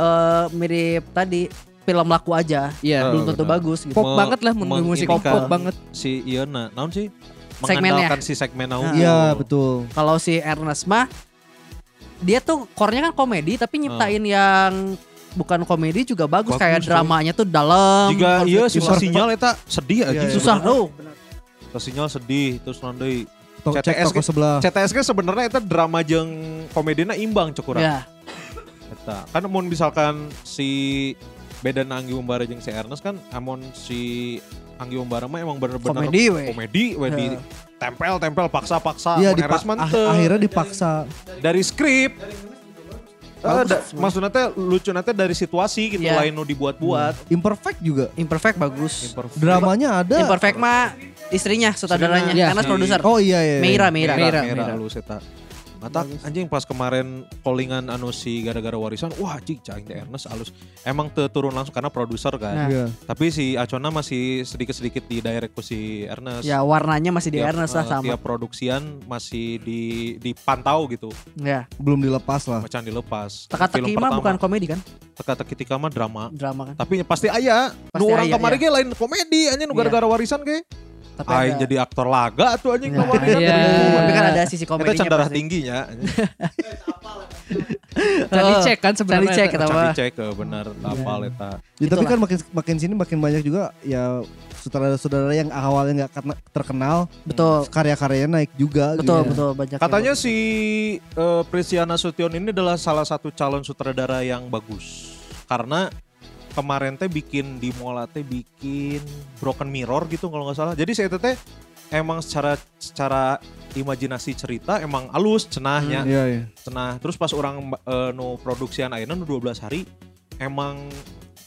Speaker 2: eh, mirip tadi film laku aja.
Speaker 1: Eh,
Speaker 3: Iya.
Speaker 2: belum tentu
Speaker 1: benar.
Speaker 2: bagus gitu.
Speaker 1: Me-
Speaker 3: Pop banget lah mun- musik pop,
Speaker 1: menginikan
Speaker 3: pop banget.
Speaker 1: Si Iona, naon sih?
Speaker 2: Segmennya.
Speaker 1: Mengandalkan si segmen naon.
Speaker 4: Iya, betul.
Speaker 2: Kalau si Ernest mah dia tuh core-nya kan komedi tapi nyiptain yang bukan komedi juga
Speaker 1: Oh. Bagus,
Speaker 2: bagus, kayak
Speaker 1: coy.
Speaker 2: dramanya tuh dalam.
Speaker 1: Jika iya susah
Speaker 4: Susah.
Speaker 1: sinyal eta sedih aja.
Speaker 4: Iya, iya.
Speaker 2: susah tuh.
Speaker 1: Susah sinyal sedih terus nanti
Speaker 4: Tok cek
Speaker 1: CTS
Speaker 4: toko
Speaker 1: kan?
Speaker 4: sebelah.
Speaker 1: CTS kan sebenarnya eta drama jeung komedina imbang cukuran.
Speaker 4: Iya.
Speaker 2: Ya,
Speaker 1: Eta. Kan mun misalkan si Beda Anggi Umbara jeung si Ernest kan amon si Anggi Umbara mah emang bener-bener
Speaker 2: komedi weh.
Speaker 1: komedi we
Speaker 2: Ya.
Speaker 1: di tempel tempel paksa paksa
Speaker 4: Iya,
Speaker 1: Mun Ernest
Speaker 4: dipa-
Speaker 1: mah
Speaker 4: ah-
Speaker 1: teu.
Speaker 4: akhirnya dipaksa.
Speaker 1: dari skrip
Speaker 2: gitu
Speaker 1: Eh, da- maksudnya teh lucu teh dari situasi gitu
Speaker 2: Iya.
Speaker 1: lain nu dibuat-buat
Speaker 4: Imperfect juga.
Speaker 2: Imperfect bagus.
Speaker 1: Imperfect.
Speaker 4: Dramanya ada.
Speaker 2: Imperfect mah istrinya sutradaranya
Speaker 3: Istrinya.
Speaker 2: Ernest
Speaker 1: Si-
Speaker 2: produser.
Speaker 4: Oh iya iya.
Speaker 2: Meira, Meira.
Speaker 1: Merah,
Speaker 3: Meira,
Speaker 1: merah,
Speaker 3: Meira.
Speaker 1: lu seta. Mata anjing pas kemarin callingan anu si gara-gara warisan, wah cik cahing teh Ernest alus. Emang teu turun langsung karena produser kan.
Speaker 2: Nah.
Speaker 4: Iya.
Speaker 1: Tapi si Acona masih sedikit-sedikit di direct ku si Ernest.
Speaker 2: Ya warnanya masih di
Speaker 1: Tiap,
Speaker 2: Ernest lah
Speaker 1: eh,
Speaker 2: sama.
Speaker 1: Tiap produksian masih di dipantau gitu,
Speaker 2: Ya.
Speaker 4: Belum dilepas lah.
Speaker 1: macam dilepas.
Speaker 2: Teka-teki mah bukan komedi kan?
Speaker 1: teka-teki tika mah drama.
Speaker 2: Drama kan.
Speaker 1: Tapi ya pasti aya,
Speaker 2: Pasti
Speaker 1: nu orang
Speaker 2: aya,
Speaker 1: kemarin ge lain komedi anjing nu
Speaker 2: Iya.
Speaker 1: gara-gara warisan ge.
Speaker 2: Tapi
Speaker 1: Aing
Speaker 2: ada-
Speaker 1: Ah, jadi aktor laga tuh anjing
Speaker 2: Ya.
Speaker 1: kemarin.
Speaker 3: Iya.
Speaker 2: Tapi kan ada sisi
Speaker 1: Kita
Speaker 2: komedinya.
Speaker 1: cendarah
Speaker 2: pasti.
Speaker 1: tingginya.
Speaker 3: Cari cek
Speaker 2: Eh,
Speaker 3: kan
Speaker 2: Cari
Speaker 3: sebenarnya.
Speaker 2: cek kita
Speaker 1: Cari
Speaker 2: mah.
Speaker 1: cek eh, bener
Speaker 2: Iya.
Speaker 1: apa leta.
Speaker 4: Ya, tapi
Speaker 2: Itulah.
Speaker 4: kan makin makin sini makin banyak juga ya sutradara-sutradara yang awalnya nggak karena- terkenal
Speaker 2: Betul.
Speaker 4: karya-karyanya naik juga.
Speaker 2: Oh. Betul,
Speaker 4: gitu.
Speaker 2: betul banyak. yang
Speaker 1: Katanya si eh, Prisiana Sution ini adalah salah satu calon sutradara yang bagus. Karena kemarin teh bikin di Mola teh bikin Broken Mirror gitu kalau nggak salah. Jadi saya teh emang secara secara imajinasi cerita emang alus cenahnya.
Speaker 4: Iya iya.
Speaker 1: Cenah. Nah, Terus pas orang eh, nu produksian ayeuna nu 12 hari emang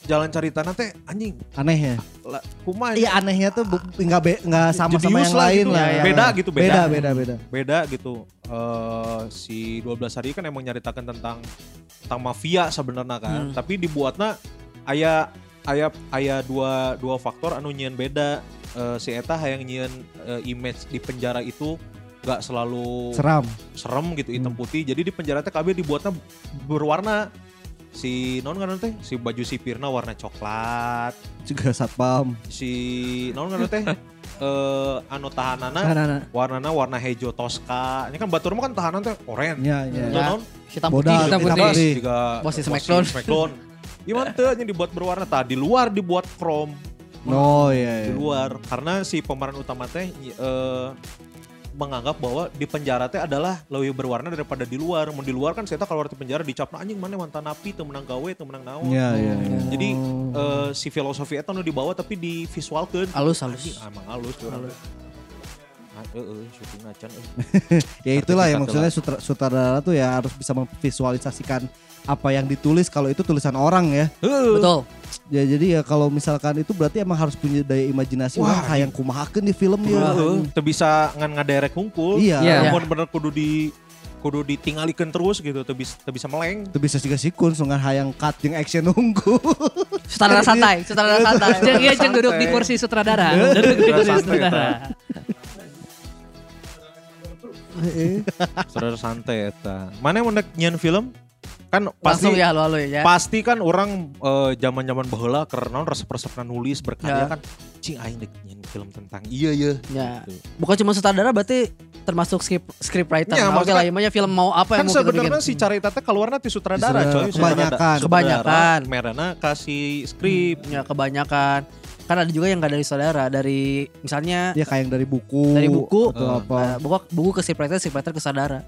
Speaker 1: jalan ceritanya teh anjing
Speaker 4: Aneh ya.
Speaker 1: la- kumaha ya?
Speaker 4: Iya anehnya tuh bu- nggak be- nggak sama sama
Speaker 1: Jenius
Speaker 4: yang
Speaker 1: lah
Speaker 4: lain
Speaker 1: gitu,
Speaker 4: lah.
Speaker 1: ya,
Speaker 4: ya.
Speaker 1: beda gitu, beda.
Speaker 4: Beda beda beda.
Speaker 1: beda gitu eh si 12 hari kan emang nyaritakan tentang tentang mafia sebenarnya kan
Speaker 2: Hmm.
Speaker 1: tapi dibuatnya ayah ayah ayah dua dua faktor anu nyian beda Eh, si eta hayang nyian eh, image di penjara itu gak selalu
Speaker 4: Seram.
Speaker 1: serem gitu hitam putih jadi di penjara teh KB dibuatnya berwarna si non kan teh si baju si Pirna warna coklat
Speaker 4: Juga satpam.
Speaker 1: si non kan teh eh anu tahanana
Speaker 3: Nah,
Speaker 1: warnanya warna hijau toska ini kan batur mah kan tahanan teh oren
Speaker 4: Iya iya.
Speaker 1: Itu naon?
Speaker 2: hitam
Speaker 4: Bodas.
Speaker 2: putih.
Speaker 3: Hitam
Speaker 1: Kita
Speaker 3: putih.
Speaker 1: bahas juga
Speaker 2: Posisi Smackdown.
Speaker 1: Smackdown gimana tuh yang dibuat berwarna tadi di luar dibuat krom
Speaker 4: No iya.
Speaker 1: di
Speaker 4: iya.
Speaker 1: luar karena si pemeran utama teh eh, menganggap bahwa di penjara teh adalah lebih berwarna daripada di luar. Mau di luar kan saya kalau di penjara dicapna anjing mana mantan napi, teu menang gawe, teu menang naon.
Speaker 4: Iya iya. iya.
Speaker 1: Jadi eh, si filosofi itu nu dibawa tapi divisualkeun.
Speaker 2: Alus, alus.
Speaker 1: Anjing, emang alus. Alus. Ah, eh, eh, syuting acan, eh.
Speaker 4: Ya itulah ya
Speaker 1: Artinya
Speaker 4: maksudnya sutra- sutradara tuh ya harus bisa memvisualisasikan apa yang ditulis kalau itu tulisan orang ya.
Speaker 2: Betul.
Speaker 4: Ya jadi ya kalau misalkan itu berarti emang harus punya daya imajinasi
Speaker 1: Wah,
Speaker 4: wah kayak kumahakeun di film ya.
Speaker 1: Heeh, teu bisa ngan ngaderek hungkul.
Speaker 4: Iya.
Speaker 3: Iya.
Speaker 1: Mun bener kudu di kudu ditingalikeun terus gitu, teu bisa teu bisa meleng.
Speaker 4: Itu bisa juga sikun sungan hayang cut yang action nunggu.
Speaker 2: Sutradara santai, sutradara santai.
Speaker 3: Jeng iya jeng duduk di
Speaker 1: Santai.
Speaker 3: kursi sutradara. Duduk di
Speaker 2: gitu,
Speaker 3: kursi
Speaker 1: Santai,
Speaker 3: sutradara.
Speaker 1: Saudara santai eta. Mana yang mendek nyian film? Kan pasti
Speaker 2: Langsung ya halo-halo ya.
Speaker 1: pasti kan orang eh, zaman-zaman baheula karena resep-resepna nulis berkarya
Speaker 2: Ya.
Speaker 1: kan cing aing dek nyian film tentang iya iya.
Speaker 2: Ya. Bukan cuma sutradara berarti termasuk script scriptwriter.
Speaker 1: Ya,
Speaker 2: Nah, Oke
Speaker 1: maksudnya-
Speaker 2: lah, imanya film mau apa
Speaker 1: Kan
Speaker 2: yang mau kita
Speaker 1: sebenarnya si
Speaker 2: bikin.
Speaker 1: carita teh keluarna ti sutradara
Speaker 4: Sutradara.
Speaker 1: coy. sutradara.
Speaker 4: Kebanyakan.
Speaker 1: Sutradara,
Speaker 2: Kebanyakan.
Speaker 1: Merana kasih skrip.
Speaker 2: Ya kebanyakan. Kan ada juga yang gak dari saudara, dari misalnya
Speaker 4: ya kayak yang dari buku.
Speaker 2: Dari buku.
Speaker 4: atau apa.
Speaker 2: eh, buku, buku ke scriptwriter, scriptwriter ke saudara.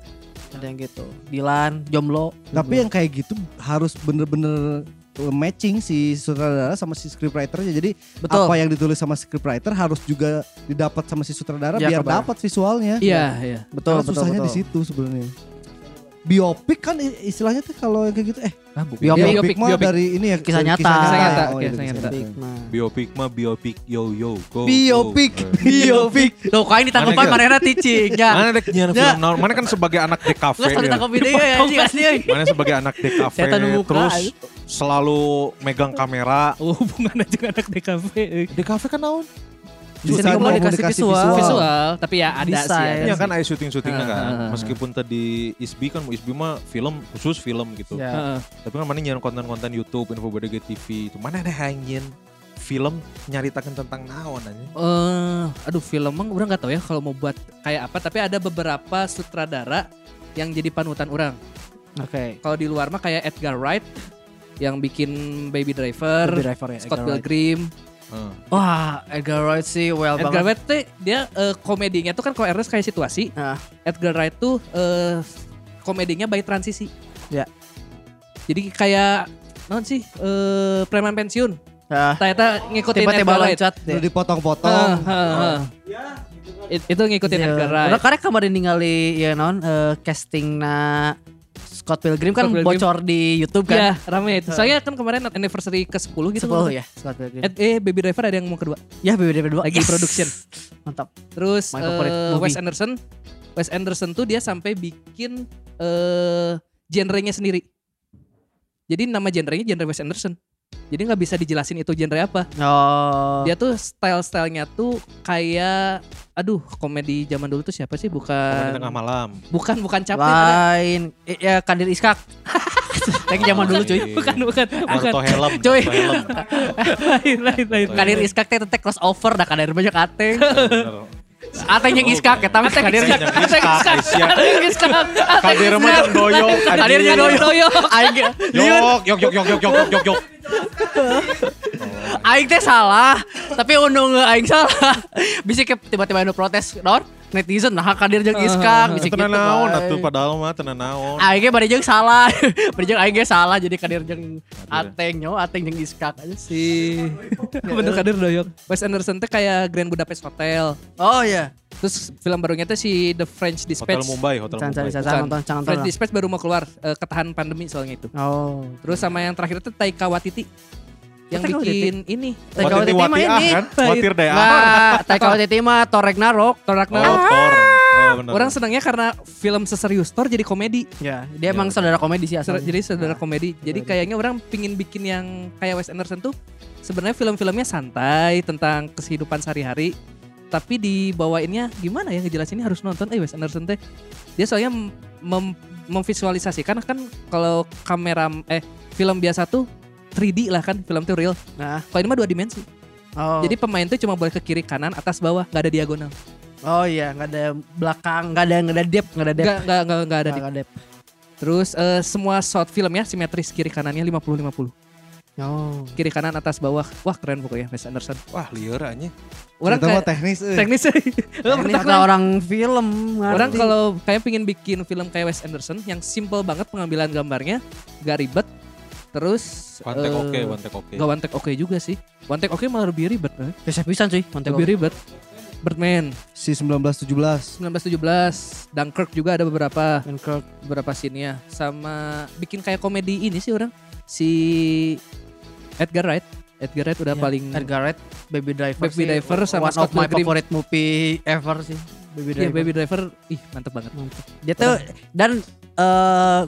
Speaker 2: ada yang gitu Dilan Hmm. Jomblo
Speaker 4: Tapi yang kayak gitu harus bener-bener uh, matching si sutradara sama si scriptwriternya. Jadi
Speaker 2: betul
Speaker 4: apa ya? yang ditulis sama scriptwriter harus juga didapat sama si sutradara biar
Speaker 2: Iya, kebayang.
Speaker 4: dapat visualnya.
Speaker 3: Iya, iya.
Speaker 2: betul
Speaker 4: Karena
Speaker 2: betul,
Speaker 4: susahnya
Speaker 2: betul.
Speaker 4: di situ sebenarnya. Biopik kan i- istilahnya tuh kalau yang kayak gitu eh
Speaker 2: Biopik.
Speaker 4: biopik,
Speaker 3: Biopik,
Speaker 4: mah
Speaker 3: biopik.
Speaker 4: dari ini ya
Speaker 2: Kisah
Speaker 4: dari
Speaker 2: nyata.
Speaker 3: Kisah nyata,
Speaker 4: Oh,
Speaker 3: kisah
Speaker 4: iya,
Speaker 3: nyata.
Speaker 4: nyata.
Speaker 2: Nah.
Speaker 1: Biopik mah biopik yo yo go.
Speaker 4: Biopik.
Speaker 1: go.
Speaker 2: Biopik. Tuh kain ditangkepan
Speaker 1: Mana
Speaker 2: manehna ticing. Ya.
Speaker 1: Mana dek nyian
Speaker 2: Ya.
Speaker 1: film naon? Mana kan sebagai anak di kafe.
Speaker 2: Geus
Speaker 1: dia.
Speaker 2: ditangkep deui ya anjing asli euy.
Speaker 1: Mana sebagai anak di kafe
Speaker 2: Setan buka.
Speaker 1: terus selalu megang kamera.
Speaker 3: Oh, hubungannya juga anak DKV. eh.
Speaker 1: Di kafe kan naon?
Speaker 4: Susah
Speaker 2: Jadi komunikasi
Speaker 4: komunikasi
Speaker 2: visual.
Speaker 4: visual.
Speaker 3: Visual, tapi ya ada sih.
Speaker 2: Desain.
Speaker 3: Ada
Speaker 1: Iya
Speaker 3: sih.
Speaker 1: kan ada syuting-syutingnya
Speaker 3: Ah,
Speaker 1: kan.
Speaker 3: ah, ah.
Speaker 1: Meskipun tadi ISBI kan ISBI mah film khusus film gitu.
Speaker 2: Ya.
Speaker 3: Heeh.
Speaker 1: Tapi kan mana nyiaran konten-konten YouTube, info BDG TV. Itu mana ada hangin film nyaritakan tentang naon aja.
Speaker 3: Eh, aduh film mah orang nggak tahu ya kalau mau buat kayak apa tapi ada beberapa sutradara yang jadi panutan orang
Speaker 2: Oke.
Speaker 3: kalau di luar mah kayak Edgar Wright yang bikin Baby
Speaker 2: Baby
Speaker 3: Driver
Speaker 2: driver ya.
Speaker 3: Scott
Speaker 2: Edgar Wright.
Speaker 3: Pilgrim
Speaker 1: Heeh.
Speaker 2: Wah, Edgar Wright sih well
Speaker 3: Edgar
Speaker 2: banget.
Speaker 3: Wright tuh dia eh, komedinya tuh kan kalau Ernest kayak situasi
Speaker 2: Ah.
Speaker 3: Edgar Wright tuh eh, komedinya by transisi
Speaker 2: Ya.
Speaker 3: jadi kayak non sih eh, preman pensiun
Speaker 2: Ah,
Speaker 3: ternyata ngikutin
Speaker 2: Tiba-tiba
Speaker 3: Edgar Wright
Speaker 2: loncat
Speaker 4: Terus
Speaker 2: deh.
Speaker 4: dipotong-potong.
Speaker 3: Heeh, heeh. It- itu ngikutin Edgar Wright
Speaker 2: Orang karek Iya. kemarin ningali ya non casting na Scott Pilgrim kan
Speaker 3: Scott Pilgrim.
Speaker 2: bocor di YouTube kan.
Speaker 3: Iya, rame itu. Soalnya kan kemarin anniversary ke-10 gitu.
Speaker 2: 10 ya Scott Pilgrim.
Speaker 3: Eh, eh, Baby Driver ada yang mau kedua.
Speaker 2: Ya BBD 2
Speaker 3: Lagi production.
Speaker 2: Mantap.
Speaker 3: Terus
Speaker 2: My favorite
Speaker 3: eh,
Speaker 2: movie.
Speaker 3: Wes Anderson. Wes Anderson tuh dia sampai bikin eh genrenya sendiri. Jadi nama genrenya genre Wes Anderson. Jadi nggak bisa dijelasin itu genre apa.
Speaker 2: Oh.
Speaker 3: Dia tuh style-stylenya tuh kayak aduh komedi zaman dulu tuh siapa sih?
Speaker 1: Komedi
Speaker 3: Bukan
Speaker 1: tengah malam.
Speaker 3: bukan bukan Chaplin. ada.
Speaker 2: lain eh, ya Kadir Iskak. Kayak zaman dulu cuy.
Speaker 3: Bukan bukan Eh, bukan.
Speaker 1: Warto helm.
Speaker 3: Coy.
Speaker 1: Warto helm.
Speaker 3: lain lain lain.
Speaker 2: Kadir Iskak teh teh crossover dah Kadir banyak ateng.
Speaker 1: Bener.
Speaker 2: Ateng yang Iskak eta mah Kadir.
Speaker 1: Yang iskak, isyak.
Speaker 3: Ateng Iskak.
Speaker 1: Kadir mah yang doyok. anjing.
Speaker 3: Kadir yang doyok. Iya.
Speaker 2: Aing ge-
Speaker 1: Yok, yok, yok, yok, yok, yok, yok, yok, yok.
Speaker 2: aing teh salah, tapi undung aing salah. Bisa ke tiba-tiba ada protes non netizen nah Kadir jeung Iskak bisa gitu.
Speaker 1: Tenan naon
Speaker 2: bae.
Speaker 1: atuh padahal mah tenan naon.
Speaker 3: Ah,
Speaker 2: Aing ge bari jeung salah. Bari jeung aing ge salah jadi Kadir jeung
Speaker 1: Iya.
Speaker 2: Ateng nyo, Ateng jeung Iskak aja sih. Ya,
Speaker 3: Bener Kadir doyok. Wes Anderson teh kayak Grand Budapest Hotel.
Speaker 2: Oh iya.
Speaker 3: Terus film barunya tuh si The French
Speaker 1: Hotel
Speaker 3: Dispatch.
Speaker 1: Mumbai, Hotel
Speaker 2: Jangan cari
Speaker 1: Mumbai.
Speaker 2: jangan nonton jangan
Speaker 3: French
Speaker 2: nonton.
Speaker 3: Dispatch baru mau keluar eh, ketahan pandemi soalnya itu.
Speaker 2: Oh.
Speaker 3: Terus sama yang terakhir itu Taika Waititi yang
Speaker 2: Taika
Speaker 3: bikin ini
Speaker 2: Taika
Speaker 1: Watir
Speaker 2: Waititi mah
Speaker 1: Watiah
Speaker 2: ini.
Speaker 1: kan? Watir deh.
Speaker 2: Nah, Taika Waititi mah Thor Ragnarok.
Speaker 3: Thor
Speaker 1: Oh,
Speaker 3: Ragnarok.
Speaker 1: Thor. Oh, bener.
Speaker 3: Ah. Orang senangnya karena film seserius Thor jadi komedi.
Speaker 2: Ya,
Speaker 1: Iya.
Speaker 2: dia emang saudara komedi sih
Speaker 3: Ser-
Speaker 2: asalnya.
Speaker 3: jadi saudara
Speaker 2: Nah,
Speaker 3: komedi. Jadi kayaknya orang pingin bikin yang kayak Wes Anderson tuh sebenarnya film-filmnya santai tentang kehidupan sehari-hari. Tapi dibawainnya gimana ya ngejelasinnya harus nonton eh Wes Anderson teh. Dia soalnya mem- mem- memvisualisasikan kan kalau kamera eh film biasa tuh 3D lah kan film tuh real.
Speaker 2: Nah,
Speaker 3: Kalau ini mah dua dimensi.
Speaker 2: oh.
Speaker 3: Jadi pemain tuh cuma boleh ke kiri kanan atas bawah nggak ada diagonal.
Speaker 2: oh iya, nggak ada belakang, nggak ada nggak ada depth, nggak ada depth.
Speaker 3: Nggak nggak nggak nggak ada.
Speaker 2: Nggak ada depth.
Speaker 3: Terus eh, semua shot filmnya simetris kiri kanannya 50 50.
Speaker 2: Oh.
Speaker 3: kiri kanan atas bawah wah keren pokoknya Wes Anderson
Speaker 1: Wah, liar aja.
Speaker 3: orang
Speaker 4: Terutama
Speaker 3: kayak
Speaker 4: teknis. eh.
Speaker 3: teknis
Speaker 2: Nah, ini kata
Speaker 3: orang,
Speaker 2: orang film ngerti.
Speaker 3: orang kalau kayak pingin bikin film kayak Wes Anderson yang simple banget pengambilan gambarnya gak ribet terus
Speaker 1: One take
Speaker 3: eh,
Speaker 1: oke, one take oke.
Speaker 3: gak one take oke juga sih one take oke malah lebih ribet eh.
Speaker 2: bisa pisan cuy, konten
Speaker 3: lebih ribet Birdman
Speaker 4: Si 1917.
Speaker 3: 1917 Dunkirk juga ada beberapa
Speaker 2: Dunkirk.
Speaker 3: beberapa scene-nya sama bikin kayak komedi ini sih orang si Edgar Wright Edgar Wright udah
Speaker 2: Iya,
Speaker 3: paling
Speaker 2: Edgar Wright, Baby Driver.
Speaker 3: Baby
Speaker 2: sih,
Speaker 3: Driver sama
Speaker 2: one of
Speaker 3: Scott
Speaker 2: my
Speaker 3: Pilgrim.
Speaker 2: favorite movie ever sih. Baby
Speaker 3: Iya,
Speaker 2: Driver.
Speaker 3: Baby Driver ih mantep banget
Speaker 2: Dia tuh dan eh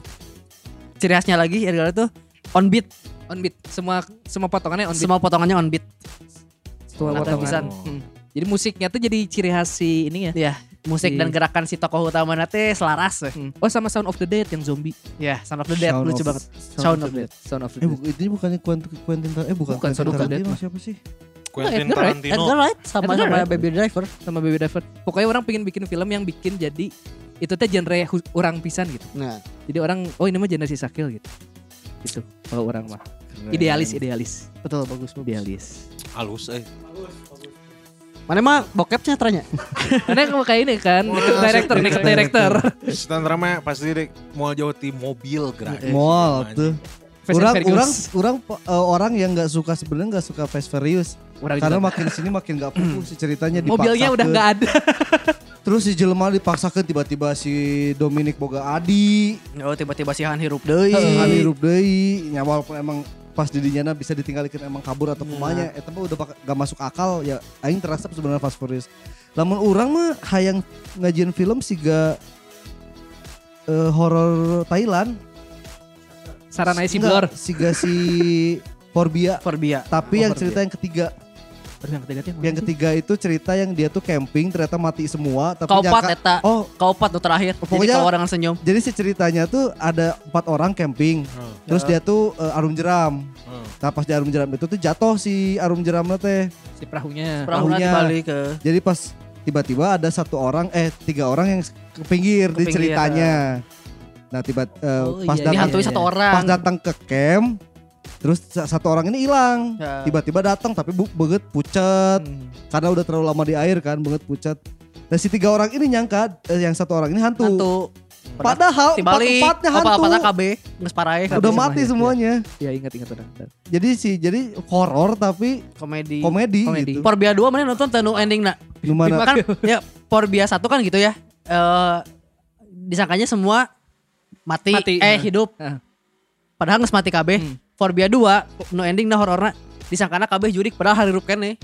Speaker 2: ciri khasnya lagi Edgar Wright tuh on beat.
Speaker 3: on beat semua semua potongannya on beat
Speaker 2: Semua potongannya Eh, on beat.
Speaker 3: semua
Speaker 2: Mantap
Speaker 3: potongan.
Speaker 2: pisan.
Speaker 3: Hmm. jadi musiknya tuh jadi ciri khas si ini ya
Speaker 2: Iya, musik
Speaker 3: Iya.
Speaker 2: dan gerakan si tokoh utama nanti selaras weh.
Speaker 3: Hmm. oh sama Sound of the Dead yang zombie
Speaker 2: Ya, Sound of the Dead
Speaker 4: Sound
Speaker 2: lucu
Speaker 4: of-
Speaker 2: banget. Sound of the Dead.
Speaker 3: Sound of the
Speaker 4: Eh
Speaker 3: Dead
Speaker 4: bu- ini bukannya Quentin, Quentin Tar- eh bukan,
Speaker 3: Bukan,
Speaker 4: Quentin
Speaker 3: Sound of the Dead
Speaker 4: Tarantino
Speaker 3: mah.
Speaker 4: siapa sih?
Speaker 1: Quentin
Speaker 3: Edgar Wright,
Speaker 1: Tarantino.
Speaker 2: Edgar Wright sama
Speaker 3: Edgar
Speaker 2: sama
Speaker 3: Wright.
Speaker 2: Baby Driver.
Speaker 3: sama Baby Driver pokoknya orang pengen bikin film yang bikin jadi itu teh genre hu- orang pisan gitu
Speaker 2: Nah,
Speaker 3: jadi orang oh ini mah genre si Sakil gitu gitu kalau orang mah idealis idealis
Speaker 2: betul bagus bagus.
Speaker 3: idealis
Speaker 1: Halus eh.
Speaker 2: Mana mah bokepnya ternyata.
Speaker 3: Karena kamu kayak ini kan, Niket director,
Speaker 1: iya,
Speaker 3: niket director.
Speaker 1: Standar mah pasti di mau jauh di mobil gerak.
Speaker 3: Eh,
Speaker 4: Mall tuh.
Speaker 3: Fast and
Speaker 4: Orang
Speaker 3: Furious.
Speaker 4: orang orang eh, orang yang nggak suka sebenarnya nggak suka Fast Furious.
Speaker 3: Orang
Speaker 4: Karena
Speaker 3: juga.
Speaker 4: makin sini makin nggak fokus si ceritanya dipaksakan.
Speaker 3: mobilnya udah nggak ada.
Speaker 4: Terus si jelema dipaksakan tiba-tiba si Dominic Boga Adi,
Speaker 2: Oh tiba-tiba si Han hirup deui.
Speaker 4: Hamirup Deui, ya walaupun emang pas didinya bisa ditinggalkan emang kabur
Speaker 2: Iya.
Speaker 4: atau kumanya, eta mah udah pak- nggak masuk akal ya aing terasa sebenarnya Fast Furious. Lamun orang mah hayang ngajian film siga eh, horor Thailand.
Speaker 3: Sarana isi
Speaker 4: Enggak,
Speaker 3: blur.
Speaker 4: Siga si Forbia.
Speaker 2: Forbia.
Speaker 4: Tapi
Speaker 2: Oh,
Speaker 4: yang
Speaker 2: Forbia.
Speaker 4: cerita yang ketiga,
Speaker 2: Terus yang ketiga teh yang
Speaker 4: yang ketiga itu cerita yang dia tuh camping ternyata mati semua tapi
Speaker 2: Kaupat
Speaker 4: nyangka-
Speaker 2: eta.
Speaker 4: Oh,
Speaker 2: Kaupat tuh terakhir.
Speaker 4: Pokoknya-
Speaker 2: Jadi kau dengan senyum.
Speaker 4: jadi si ceritanya tuh ada empat orang camping.
Speaker 1: Hmm.
Speaker 4: Terus dia tuh eh, arum jeram.
Speaker 1: Hmm.
Speaker 4: Nah pas di arum jeram itu tuh jatuh si arum jeramnya teh.
Speaker 3: Si
Speaker 2: Perahunya
Speaker 3: perahunya.
Speaker 4: Tahunya.
Speaker 2: dibalik eh. ke
Speaker 4: Jadi pas tiba-tiba ada satu orang eh tiga orang yang ke pinggir di
Speaker 2: pinggir,
Speaker 4: ceritanya. Nah tiba eh,
Speaker 3: Oh,
Speaker 4: pas
Speaker 3: iya,
Speaker 4: datang
Speaker 2: dihantui satu orang.
Speaker 4: pas datang ke camp terus sa- satu orang ini hilang.
Speaker 2: Ya.
Speaker 4: Tiba-tiba datang tapi bu, beget pucet
Speaker 3: Hmm.
Speaker 4: karena udah terlalu lama di air kan banget pucat. Dan si tiga orang ini nyangka eh, yang satu orang ini hantu.
Speaker 2: Hantu.
Speaker 4: Padahal
Speaker 2: Tibalik.
Speaker 4: empat-empatnya hantu.
Speaker 2: Apa-apa KB. Nges paraeh.
Speaker 4: udah mati semuanya.
Speaker 3: Ya ingat ingat udah. udah.
Speaker 4: Jadi sih jadi horor tapi
Speaker 2: Komedi.
Speaker 4: komedi,
Speaker 3: Komedi.
Speaker 4: gitu.
Speaker 2: Porbia 2 mana nonton tenu ending na?
Speaker 4: Gimana?
Speaker 2: Kan ya Porbia 1 kan gitu ya. Eh disangkanya semua mati,
Speaker 3: Mati.
Speaker 4: Nah.
Speaker 2: eh hidup.
Speaker 3: Heeh.
Speaker 2: Padahal nges mati kabeh.
Speaker 3: Hmm.
Speaker 2: Porbia 2 no ending na hororna disangkana kabeh jurik padahal hari kene.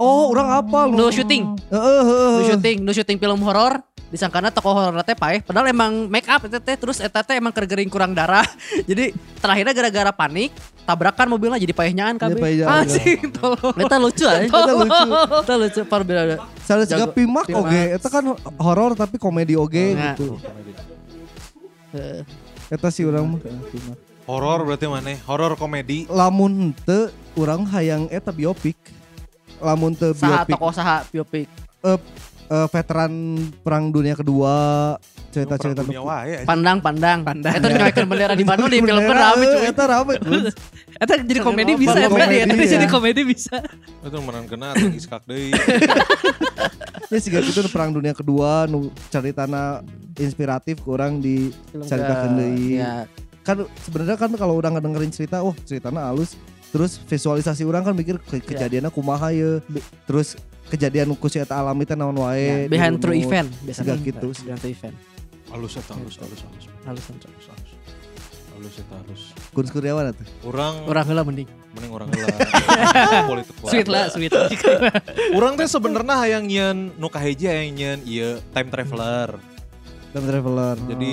Speaker 4: Oh, orang apa lu?
Speaker 2: No shooting.
Speaker 4: Heeh, heeh,
Speaker 2: nu
Speaker 4: heeh.
Speaker 2: syuting nu syuting film horor disangkana tokoh horor teh paeh padahal emang make up eta teh terus eta teh emang kergering kurang darah jadi terakhirnya gara-gara panik tabrakan mobilnya jadi paeh nyaan
Speaker 4: Dia paeh
Speaker 2: kabeh
Speaker 4: nyaan.
Speaker 2: anjing tolong eta lucu aja
Speaker 4: Eta lucu.
Speaker 2: gitu. eta lucu par beda
Speaker 4: Salah juga
Speaker 2: Jago.
Speaker 4: Pimak
Speaker 2: Pimak.
Speaker 4: oge, itu kan horor tapi komedi oge
Speaker 2: Nah.
Speaker 4: gitu. Eta sih orang mah.
Speaker 1: Horor berarti mana? Horor komedi.
Speaker 4: Lamun henteu urang hayang eta biopik. Lamun teu
Speaker 2: saha
Speaker 4: biopik
Speaker 2: tokoh saha biopik
Speaker 4: eh, eh, veteran perang dunia kedua cerita-cerita
Speaker 1: Perang dunia wae, anjing.
Speaker 2: pandang pandang
Speaker 3: Pandang.
Speaker 2: eta nyoekeun bendera di Bandung di film kan
Speaker 4: Bendera,
Speaker 2: rame
Speaker 4: eh,
Speaker 2: cuy
Speaker 4: Eta rame. Gus.
Speaker 3: Eta jadi komedi
Speaker 2: Apa?
Speaker 3: bisa ya
Speaker 4: Komedi,
Speaker 3: Fred ya. Eta
Speaker 4: iya.
Speaker 3: jadi komedi bisa.
Speaker 1: Itu menan kena atau iskak deui.
Speaker 4: Ya sih gitu perang dunia kedua nu tanah inspiratif kurang di cerita deui.
Speaker 2: ya
Speaker 3: iya.
Speaker 4: Kan sebenarnya kan kalau udah ngedengerin cerita, wah ceritanya halus. Terus visualisasi orang kan mikir ke kejadiannya kumaha ye. Terus kejadian ku si eta alami teh naon wae.
Speaker 3: Iya,
Speaker 2: behind
Speaker 4: di
Speaker 2: true
Speaker 4: runut.
Speaker 2: event biasanya
Speaker 4: Siga gitu.
Speaker 2: behind true event
Speaker 1: Halus eta halus halus halus.
Speaker 2: halus kan,
Speaker 1: Halus halus. Halus eta halus.
Speaker 4: Gun Kurniawan atuh.
Speaker 1: Urang
Speaker 2: orang heula mending
Speaker 1: mending orang heula. Politik lah.
Speaker 3: Sweet lah, sweet.
Speaker 1: Urang teh sebenarnya hayang nyen nu kaheji hayang nyen ieu time traveler.
Speaker 4: Time Traveler.
Speaker 1: Jadi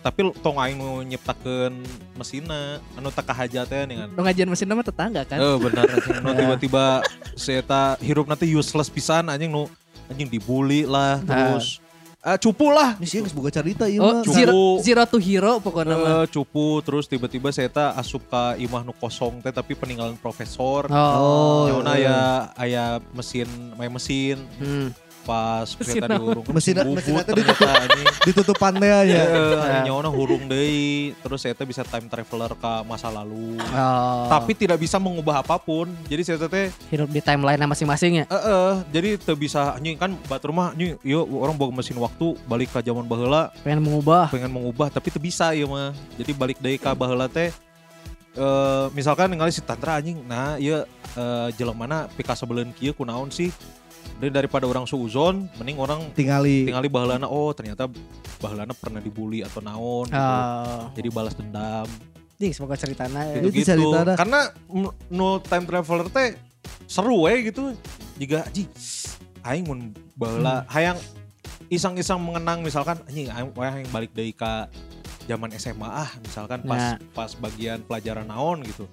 Speaker 1: eh, tapi tong aing nu nyiptakeun mesinna anu teu kahaja teh dengan
Speaker 3: Lo ngajian mesin nama tetangga kan.
Speaker 2: Iya,
Speaker 1: Eh benar anjing
Speaker 4: Ya.
Speaker 1: nu tiba-tiba si eta hirup nanti useless pisan anjing nu anjing dibully lah
Speaker 4: Nah.
Speaker 1: terus eh, cupu lah
Speaker 4: Ini sih geus boga cerita ieu mah.
Speaker 3: Oh,
Speaker 1: cukup.
Speaker 3: zero, zero to hero pokoknya mah.
Speaker 1: Eh, cupu terus tiba-tiba si eta asup ka imah nu kosong teh tapi peninggalan profesor.
Speaker 4: Oh,
Speaker 1: Nyauna
Speaker 4: iya.
Speaker 1: aya aya mesin, main mesin
Speaker 2: hmm.
Speaker 1: pas
Speaker 3: Mesin
Speaker 1: kereta diurung
Speaker 4: Mesin- mesin Iya.
Speaker 1: bubut
Speaker 4: eta
Speaker 1: ternyata anjing.
Speaker 4: Ditutupan teh nya.
Speaker 1: Eh,
Speaker 4: Nah.
Speaker 1: nyawana hurung deui terus saya bisa time traveler ke masa lalu
Speaker 2: oh.
Speaker 1: tapi tidak bisa mengubah apapun jadi saya teh
Speaker 2: hidup di timeline masing-masing ya
Speaker 1: eh, eh, jadi teu bisa anjing kan batu rumah anjing yuk orang bawa mesin waktu balik ke zaman baheula
Speaker 2: pengen mengubah
Speaker 1: pengen mengubah tapi teu bisa ieu mah jadi balik deui ka baheula teh eh, misalkan ningali si tantra anjing nah ieu eh, jelemana pika sebelen kieu kunaon sih Dari daripada orang suuzon mending orang
Speaker 4: Tingali.
Speaker 1: tingali baheulana oh ternyata baheulana pernah dibully atau naon gitu.
Speaker 2: Oh.
Speaker 3: Ah.
Speaker 1: jadi balas dendam
Speaker 2: Ding, semoga ceritanya
Speaker 4: Itu
Speaker 1: gitu gitu
Speaker 4: cerita dah.
Speaker 1: karena m- no time traveler teh seru we gitu jika ji aing mun baheula hayang isang-isang mengenang misalkan anjing aing we hayang balik deui ka zaman SMA ah misalkan pas pas bagian pelajaran naon gitu